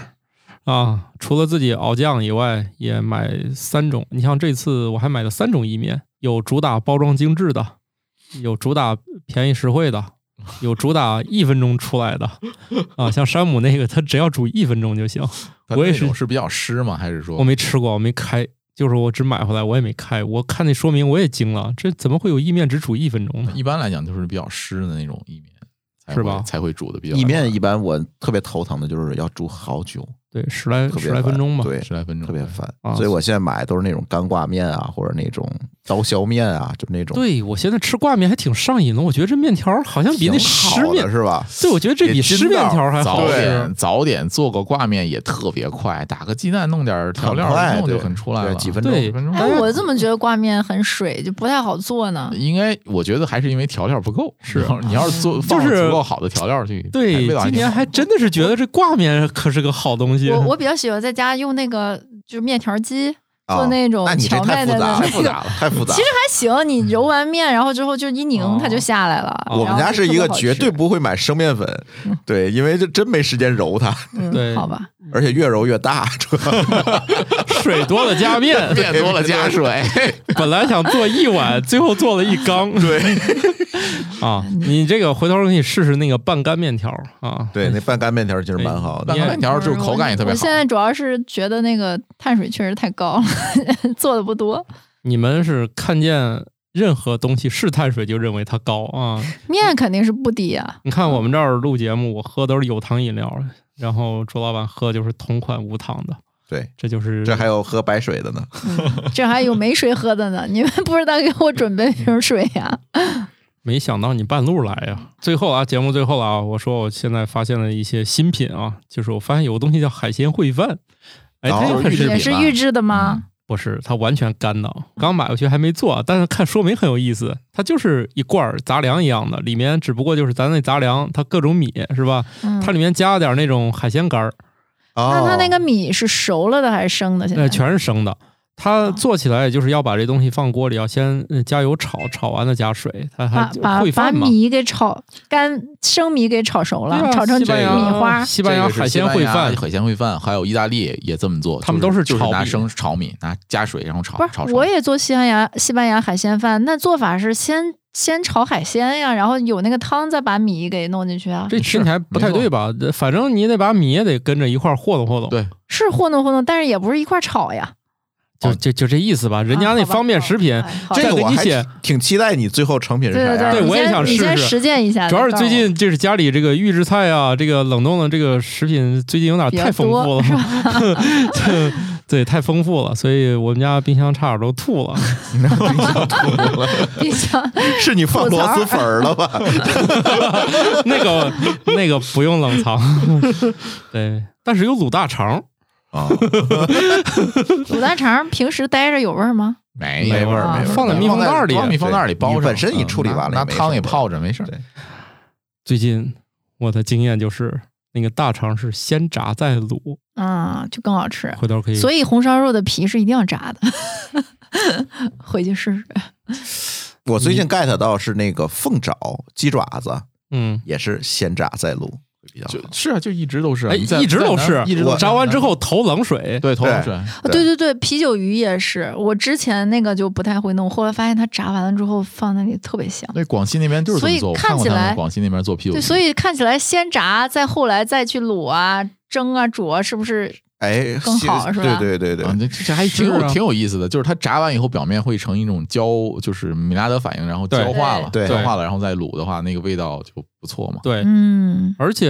Speaker 2: 啊，除了自己熬酱以外，也买三种。你像这次我还买了三种意面，有主打包装精致的，有主打便宜实惠 的，有主打一分钟出来的啊。像山姆那个，它只要煮一分钟就行。
Speaker 1: 它
Speaker 2: 我也
Speaker 1: 那种
Speaker 2: 是
Speaker 1: 是比较湿吗？还是说
Speaker 2: 我没吃过，我没开，就是我只买回来，我也没开。我看那说明我也惊了，这怎么会有意面只煮一分钟呢？
Speaker 1: 一般来讲就是比较湿的那种意面，才
Speaker 2: 是
Speaker 1: 会
Speaker 2: 吧
Speaker 1: 才会煮的比较
Speaker 4: 意面一般我特别头疼的就是要煮好久，
Speaker 2: 对，十来
Speaker 4: 特别
Speaker 2: 十来分
Speaker 4: 烦
Speaker 2: 钟吧。
Speaker 4: 对，
Speaker 1: 十来分钟，
Speaker 4: 特别
Speaker 1: 对
Speaker 4: 烦
Speaker 2: 啊。
Speaker 4: 所以我现在买的都是那种干挂面啊，或者那种刀削面啊，就那种
Speaker 2: 对我现在吃挂面还挺上瘾的，我觉得这面条好像比那
Speaker 4: 挺好
Speaker 2: 湿
Speaker 4: 的
Speaker 2: 面，
Speaker 4: 是吧？啊
Speaker 2: 对我觉得这比
Speaker 4: 也
Speaker 2: 湿
Speaker 4: 筋
Speaker 2: 面
Speaker 4: 道
Speaker 2: 条还好
Speaker 1: 早点
Speaker 2: 吃。
Speaker 1: 早点做个挂面也特别快，打个鸡蛋弄点调料
Speaker 4: 很快
Speaker 1: 儿，弄就
Speaker 4: 对
Speaker 1: 很出来
Speaker 4: 对
Speaker 1: 了，
Speaker 4: 几分
Speaker 2: 钟对
Speaker 1: 几分钟。
Speaker 3: 哎，我怎么觉得挂面很水，就不太好做呢？
Speaker 1: 应该我觉得还是因为调料不够，是你要是做放了
Speaker 2: 就是
Speaker 1: 足够好的调料去，
Speaker 2: 对
Speaker 1: 味道，还
Speaker 2: 今
Speaker 1: 挺
Speaker 2: 年
Speaker 1: 好
Speaker 2: 还真的是觉得这挂面可是个好东西。
Speaker 3: 我我比较喜欢在家用那个就是面条机
Speaker 4: 啊
Speaker 3: 做那种
Speaker 4: 那你这
Speaker 3: 荞麦
Speaker 4: 太复
Speaker 3: 的那
Speaker 4: 杂
Speaker 3: 个，
Speaker 4: 了，太复杂了，太复杂了。
Speaker 3: 其实还行，你揉完面然后之后就一拧
Speaker 2: 哦
Speaker 3: 它就下来了。
Speaker 2: 我
Speaker 4: 我们
Speaker 3: 然
Speaker 4: 家
Speaker 3: 后就是
Speaker 4: 一
Speaker 3: 特
Speaker 4: 个
Speaker 3: 别好
Speaker 4: 绝
Speaker 3: 吃
Speaker 4: 对不会买生面粉，对，因为这真没时间揉它，
Speaker 3: 嗯
Speaker 2: 对
Speaker 3: 好吧？
Speaker 4: 而且越揉越大，主 要
Speaker 2: 水多了加面，
Speaker 1: 变多了 加水，
Speaker 2: 本来想做一碗，最后做了一 缸。对 啊，你这个回头你试试那个半干面条啊。
Speaker 4: 对那半干面条其实蛮好的
Speaker 1: 拌。面条就是口感也特别
Speaker 3: 我
Speaker 1: 好
Speaker 3: 现。在主要是觉得那个碳水确实太高了， 做的不多。
Speaker 2: 你们是看见任何东西是碳水就认为它高啊？
Speaker 3: 面肯定是不低啊，
Speaker 2: 你看我们这儿录节目，我喝都是有糖饮料，然后朱老板喝就是同款无糖的，
Speaker 4: 对，
Speaker 2: 这就是
Speaker 4: 这还有喝白水的呢，
Speaker 3: 这还有没水喝的呢？ 你们不知道给我准备瓶水呀、
Speaker 2: 没想到你半路来呀！最后啊，节目最后了啊，我说我现在发现了一些新品啊，就是我发现有个东西叫海鲜烩饭，哎，它也
Speaker 4: 哦
Speaker 2: 很
Speaker 4: 预制
Speaker 2: 是
Speaker 3: 也
Speaker 4: 品
Speaker 3: 是
Speaker 4: 吧
Speaker 3: 预制的吗？
Speaker 2: 不是它完全干的，刚买回去还没做，啊但是看说明很有意思，它就是一罐儿杂粮一样的，里面只不过就是咱那杂粮，它各种米是吧？
Speaker 3: 嗯，
Speaker 2: 它里面加了点那种海鲜干儿，
Speaker 3: 那它那
Speaker 4: 哦
Speaker 3: 个米是熟了的还是生的？现在
Speaker 2: 呃，全是生的。它做起来也就是要把这东西放锅里，要先呃加油炒，炒完了加水，它还
Speaker 3: 把
Speaker 2: 就
Speaker 3: 把
Speaker 2: 烩
Speaker 3: 把
Speaker 2: 饭嘛。
Speaker 3: 米给炒干，生米给炒熟了，
Speaker 2: 对啊
Speaker 3: 炒成
Speaker 2: 西班
Speaker 3: 米
Speaker 2: 牙
Speaker 3: 花。
Speaker 2: 西班牙海鲜
Speaker 1: 这个是西班
Speaker 2: 烩
Speaker 1: 牙
Speaker 2: 饭，
Speaker 1: 海鲜烩饭，还有意大利也这么做，
Speaker 2: 他们
Speaker 1: 就
Speaker 2: 都是
Speaker 1: 就是
Speaker 2: 炒
Speaker 1: 拿
Speaker 2: 米
Speaker 1: 生炒米，拿加水然后炒
Speaker 3: 不
Speaker 1: 炒
Speaker 3: 是，
Speaker 1: 熟。
Speaker 3: 我也做西班牙西班牙海鲜饭，那做法是先先炒海鲜呀，然后有那个汤，再把米给弄进去啊。
Speaker 2: 这听
Speaker 1: 是
Speaker 2: 起来不太
Speaker 1: 没错
Speaker 2: 对吧？这反正你得把米也得跟着一块儿和弄和弄。
Speaker 1: 对
Speaker 3: 是糊弄糊弄，但是也不是一块儿炒呀。
Speaker 2: 就就就这意思吧。人
Speaker 3: 啊
Speaker 2: 家那
Speaker 3: 好吧
Speaker 2: 方便
Speaker 3: 好
Speaker 2: 食
Speaker 3: 吧
Speaker 2: 品
Speaker 3: 哎，好
Speaker 2: 这再
Speaker 4: 这个
Speaker 2: 给
Speaker 4: 我
Speaker 2: 你
Speaker 4: 还
Speaker 2: 写
Speaker 4: 挺期待你最后成品是啥
Speaker 3: 对
Speaker 4: 样。
Speaker 2: 对
Speaker 3: 对，
Speaker 2: 我也
Speaker 3: 你先
Speaker 2: 想
Speaker 3: 你
Speaker 2: 试
Speaker 3: 先
Speaker 2: 试
Speaker 3: 实践一下。
Speaker 2: 主要是
Speaker 3: 再
Speaker 2: 最
Speaker 3: 告诉我
Speaker 2: 近这是家里这个预制菜啊，这个冷冻的这个食品最近有点
Speaker 3: 比较
Speaker 2: 啊太丰富
Speaker 3: 多
Speaker 2: 了， 对对，太丰富了，所以我们家冰箱差点都吐了。
Speaker 3: 冰箱，
Speaker 4: 是你放
Speaker 3: 吐槽
Speaker 4: 螺蛳粉儿 了吧？
Speaker 2: 那个那个不用冷藏， 对，但是有卤大肠，
Speaker 4: 啊，
Speaker 3: 卤大肠平时待着有味儿吗？
Speaker 1: 没
Speaker 2: 没味
Speaker 3: 儿没味儿
Speaker 2: 放在密封袋里
Speaker 1: 放密封袋里包
Speaker 4: 你
Speaker 1: 着，
Speaker 4: 本身已
Speaker 1: 嗯
Speaker 4: 处理
Speaker 1: 拿
Speaker 4: 完了
Speaker 1: 拿
Speaker 4: 也没
Speaker 1: 汤
Speaker 4: 事
Speaker 1: 也
Speaker 4: 儿
Speaker 1: 泡着，没事儿。
Speaker 4: 对
Speaker 2: 最近我的经验就是。那个大肠是先炸再卤，
Speaker 3: 啊，就更好吃。
Speaker 2: 回头可以。
Speaker 3: 所
Speaker 2: 以
Speaker 3: 以红烧肉的皮是一定要炸的， 回去试试。
Speaker 4: 我最近 get 到是那个凤爪、鸡爪子，
Speaker 2: 嗯，
Speaker 4: 也是先炸再卤会比较
Speaker 1: 就
Speaker 4: 好。
Speaker 1: 是啊，就一直都是啊，
Speaker 2: 哎，
Speaker 1: 你在
Speaker 2: 一直
Speaker 1: 在
Speaker 2: 都
Speaker 1: 南
Speaker 2: 是，
Speaker 1: 一直都是
Speaker 2: 炸完之后投冷水，
Speaker 1: 对头
Speaker 4: 对
Speaker 1: 水。
Speaker 3: 对对对，啤酒鱼也是，我之前那个就不太会弄，后来发现它炸完了之后放那里特别香。
Speaker 1: 对，广西那边就是这
Speaker 3: 所
Speaker 1: 么
Speaker 3: 以
Speaker 1: 做，我
Speaker 3: 看
Speaker 1: 看过
Speaker 3: 起
Speaker 1: 他们
Speaker 3: 来
Speaker 1: 广西那边做啤酒
Speaker 3: 对，
Speaker 1: 鸡，
Speaker 3: 所以看起来先炸，再后来再去卤啊、蒸啊、煮啊，是不是？
Speaker 4: 哎，
Speaker 3: 更好
Speaker 4: 行
Speaker 3: 是吧
Speaker 4: 对对对
Speaker 1: 啊
Speaker 4: 对，，
Speaker 1: 这这还挺
Speaker 2: 是
Speaker 1: 有
Speaker 2: 啊
Speaker 1: 挺有意思的，就是它炸完以后表面会成一种焦，就是米拉德反应，然后焦
Speaker 2: 对
Speaker 1: 化了，
Speaker 4: 对
Speaker 1: 焦化了，然后再卤的话，那个味道就不错嘛。
Speaker 2: 对，
Speaker 3: 嗯，
Speaker 2: 而且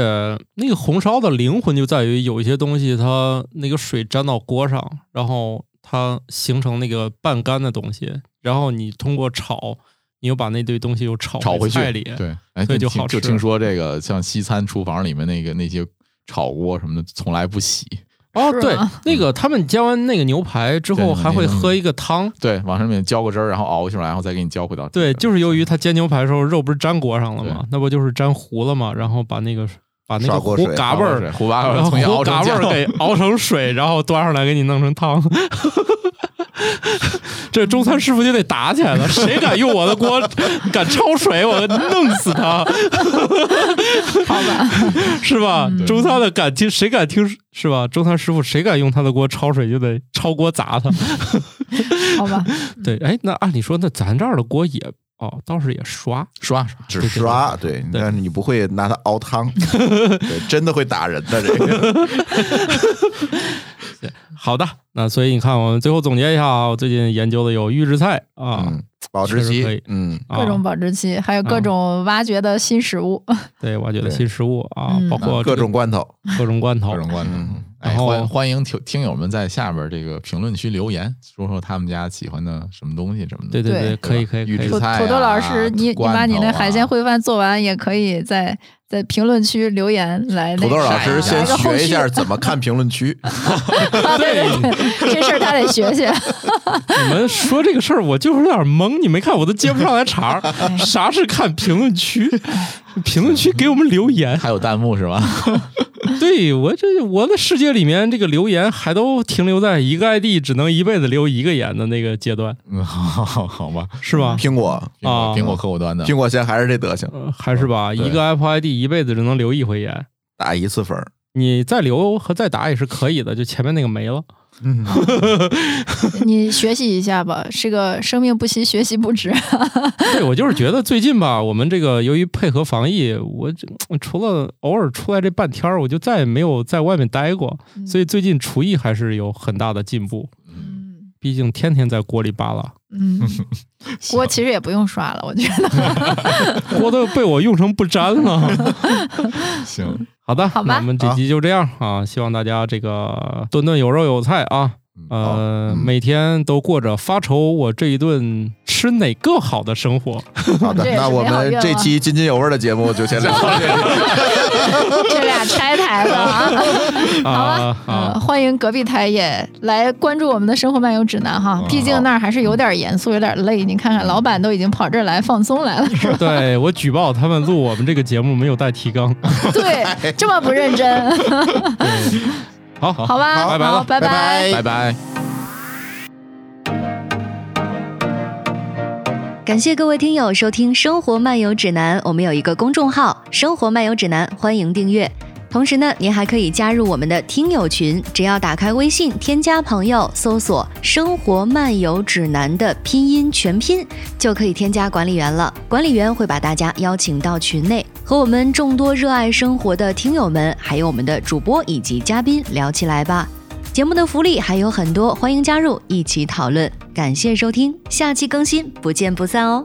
Speaker 2: 那个红烧的灵魂就在于有一些东西，它那个水沾到锅上，然后它形成那个半干的东西，然后你通过炒，你又把那堆东西又炒
Speaker 1: 炒回去
Speaker 2: 菜里。，
Speaker 1: 对，哎，
Speaker 2: 所以就
Speaker 1: 听
Speaker 2: 好
Speaker 1: 就
Speaker 2: 吃
Speaker 1: 听说这个像西餐厨房里面那个那些炒锅什么的，从来不洗，
Speaker 2: 哦，
Speaker 3: 是
Speaker 2: 对
Speaker 3: 吗，
Speaker 2: 那个他们煎完那个牛排之
Speaker 1: 对
Speaker 2: 后，还会
Speaker 1: 那个
Speaker 2: 喝一个汤。
Speaker 1: 对，往上面浇个汁儿，然后熬出来，然后再给你浇回到
Speaker 2: 对，就是由于他煎牛排的时候肉不是粘锅上了吗
Speaker 1: 对？
Speaker 2: 那不就是粘糊了吗？然后把那个把那
Speaker 4: 刷
Speaker 2: 个
Speaker 4: 锅
Speaker 2: 糊
Speaker 4: 水
Speaker 2: 嘎
Speaker 1: 嘎
Speaker 2: 巴
Speaker 1: 巴
Speaker 2: 儿
Speaker 1: 儿，，胡巴
Speaker 2: 然
Speaker 1: 儿
Speaker 2: 后
Speaker 1: 重新熬
Speaker 2: 糊
Speaker 1: 成
Speaker 2: 嘎巴
Speaker 1: 酱
Speaker 2: 儿 给熬成水，然后端上来给你弄成汤。这中餐师傅就得打起来了，谁敢用我的锅敢焯水，我弄死他，
Speaker 3: 好吧，嗯
Speaker 2: 是吧？中餐的敢听，谁敢听是吧？中餐师傅谁敢用他的锅焯水，就得抄锅砸他。
Speaker 3: 嗯好 吧，
Speaker 2: 对，哎，那按理说，那咱这儿的锅也哦，倒是也刷，
Speaker 1: 刷 刷。
Speaker 4: 只刷对，但是你不会拿它熬汤，对，真的会打人的这 个。
Speaker 2: 好的。那所以你看，我们最后总结一下啊，我最近研究的有预制菜啊，
Speaker 4: 嗯，保质
Speaker 2: 确实可以
Speaker 4: 期，嗯，
Speaker 2: 啊
Speaker 3: 各种保质期，还有各种挖掘的新食物。
Speaker 2: 对挖掘的
Speaker 4: 对
Speaker 2: 新食物啊，
Speaker 3: 嗯
Speaker 2: 包括
Speaker 4: 各
Speaker 2: 这个
Speaker 4: 种罐头，
Speaker 2: 各种罐头
Speaker 1: 各，种观点
Speaker 4: 嗯，
Speaker 1: 哎，
Speaker 2: 然后
Speaker 1: 欢欢迎听听友们在下边这个评论区留言，说说他们家喜欢的什么东西什么的。
Speaker 2: 对对
Speaker 3: 对
Speaker 2: 对，可以可以
Speaker 1: 预
Speaker 2: 可以
Speaker 1: 制
Speaker 3: 土
Speaker 1: 菜啊
Speaker 3: 土豆老师，你你把你那海鲜烩饭做完，也可以在在评论区留言来那
Speaker 4: 土豆
Speaker 3: 个
Speaker 4: 老
Speaker 3: 啥
Speaker 4: 师先
Speaker 3: 来个后
Speaker 4: 学一
Speaker 3: 续
Speaker 4: 下怎么看评论 区，
Speaker 3: 对对对，这事儿他得学学。
Speaker 2: 你们说这个事儿，我就是有点懵。你没看我都接不上来 茬
Speaker 3: 哎
Speaker 2: 儿，啥是看评论区？评论区给我们留言。
Speaker 1: 还有弹幕是吧？
Speaker 2: 对我这我的世界里面，这个留言还都停留在一个 ID 只能一辈子留一个言的那个阶段，
Speaker 1: 嗯，好好好吧。
Speaker 2: 是吧？
Speaker 4: 苹果，
Speaker 1: 苹果
Speaker 2: 啊
Speaker 1: 苹果客户端的
Speaker 4: 苹果现在还是这德行，
Speaker 3: 嗯
Speaker 2: 呃还是吧，
Speaker 1: 对
Speaker 2: 一个 Apple ID 一辈子只能留一回言。
Speaker 4: 打一次粉儿，
Speaker 2: 你再留和再打也是可以的，就前面那个没了。
Speaker 3: 你学习一下吧，这个生命不息，学习不 止。
Speaker 2: 对我就是觉得最近吧，我们这个由于配合防疫，我这除了偶尔出来这半天儿，我就再也没有在外面待过，所以最近厨艺还是有很大的进步。
Speaker 3: 嗯
Speaker 2: 毕竟天天在锅里扒拉，
Speaker 3: 嗯，锅其实也不用刷了，我觉得。
Speaker 2: 锅都被我用成不沾了。
Speaker 1: 行，
Speaker 2: 好的，
Speaker 3: 好吧
Speaker 2: 那我们这集就这样啊，希望大家这个顿顿有肉有菜啊，呃，
Speaker 4: 嗯
Speaker 2: 每天都过着发愁我这一顿吃哪个好的生活。
Speaker 4: 好的
Speaker 3: 这，也是
Speaker 4: 那我
Speaker 3: 美好愿望
Speaker 4: 们这期津津有味儿的节目就先聊到这里，
Speaker 3: 这俩拆台 了啊！
Speaker 2: 啊
Speaker 3: 嗯，
Speaker 2: 啊！
Speaker 3: 欢迎隔壁台也来关注我们的生活漫游指南哈，毕竟那儿还是有点严肃，有点累。你看看，老板都已经跑这儿来放松来了，是吧？
Speaker 2: 对我举报他们录我们这个节目没有带提纲。
Speaker 3: 对，这么不认真。
Speaker 2: 嗯好好
Speaker 3: 好吧，
Speaker 2: 拜拜
Speaker 3: 好
Speaker 2: 了
Speaker 3: 拜拜。
Speaker 1: 拜拜。
Speaker 5: 感谢各位听友收听《生活漫游指南》，我们有一个公众号《生活漫游指南》，欢迎订阅。同时呢，您还可以加入我们的听友群，只要打开微信添加朋友，搜索“生活漫游指南”的拼音全拼，就可以添加管理员了。管理员会把大家邀请到群内，和我们众多热爱生活的听友们，还有我们的主播以及嘉宾聊起来吧。节目的福利还有很多，欢迎加入一起讨论。感谢收听，下期更新，不见不散哦。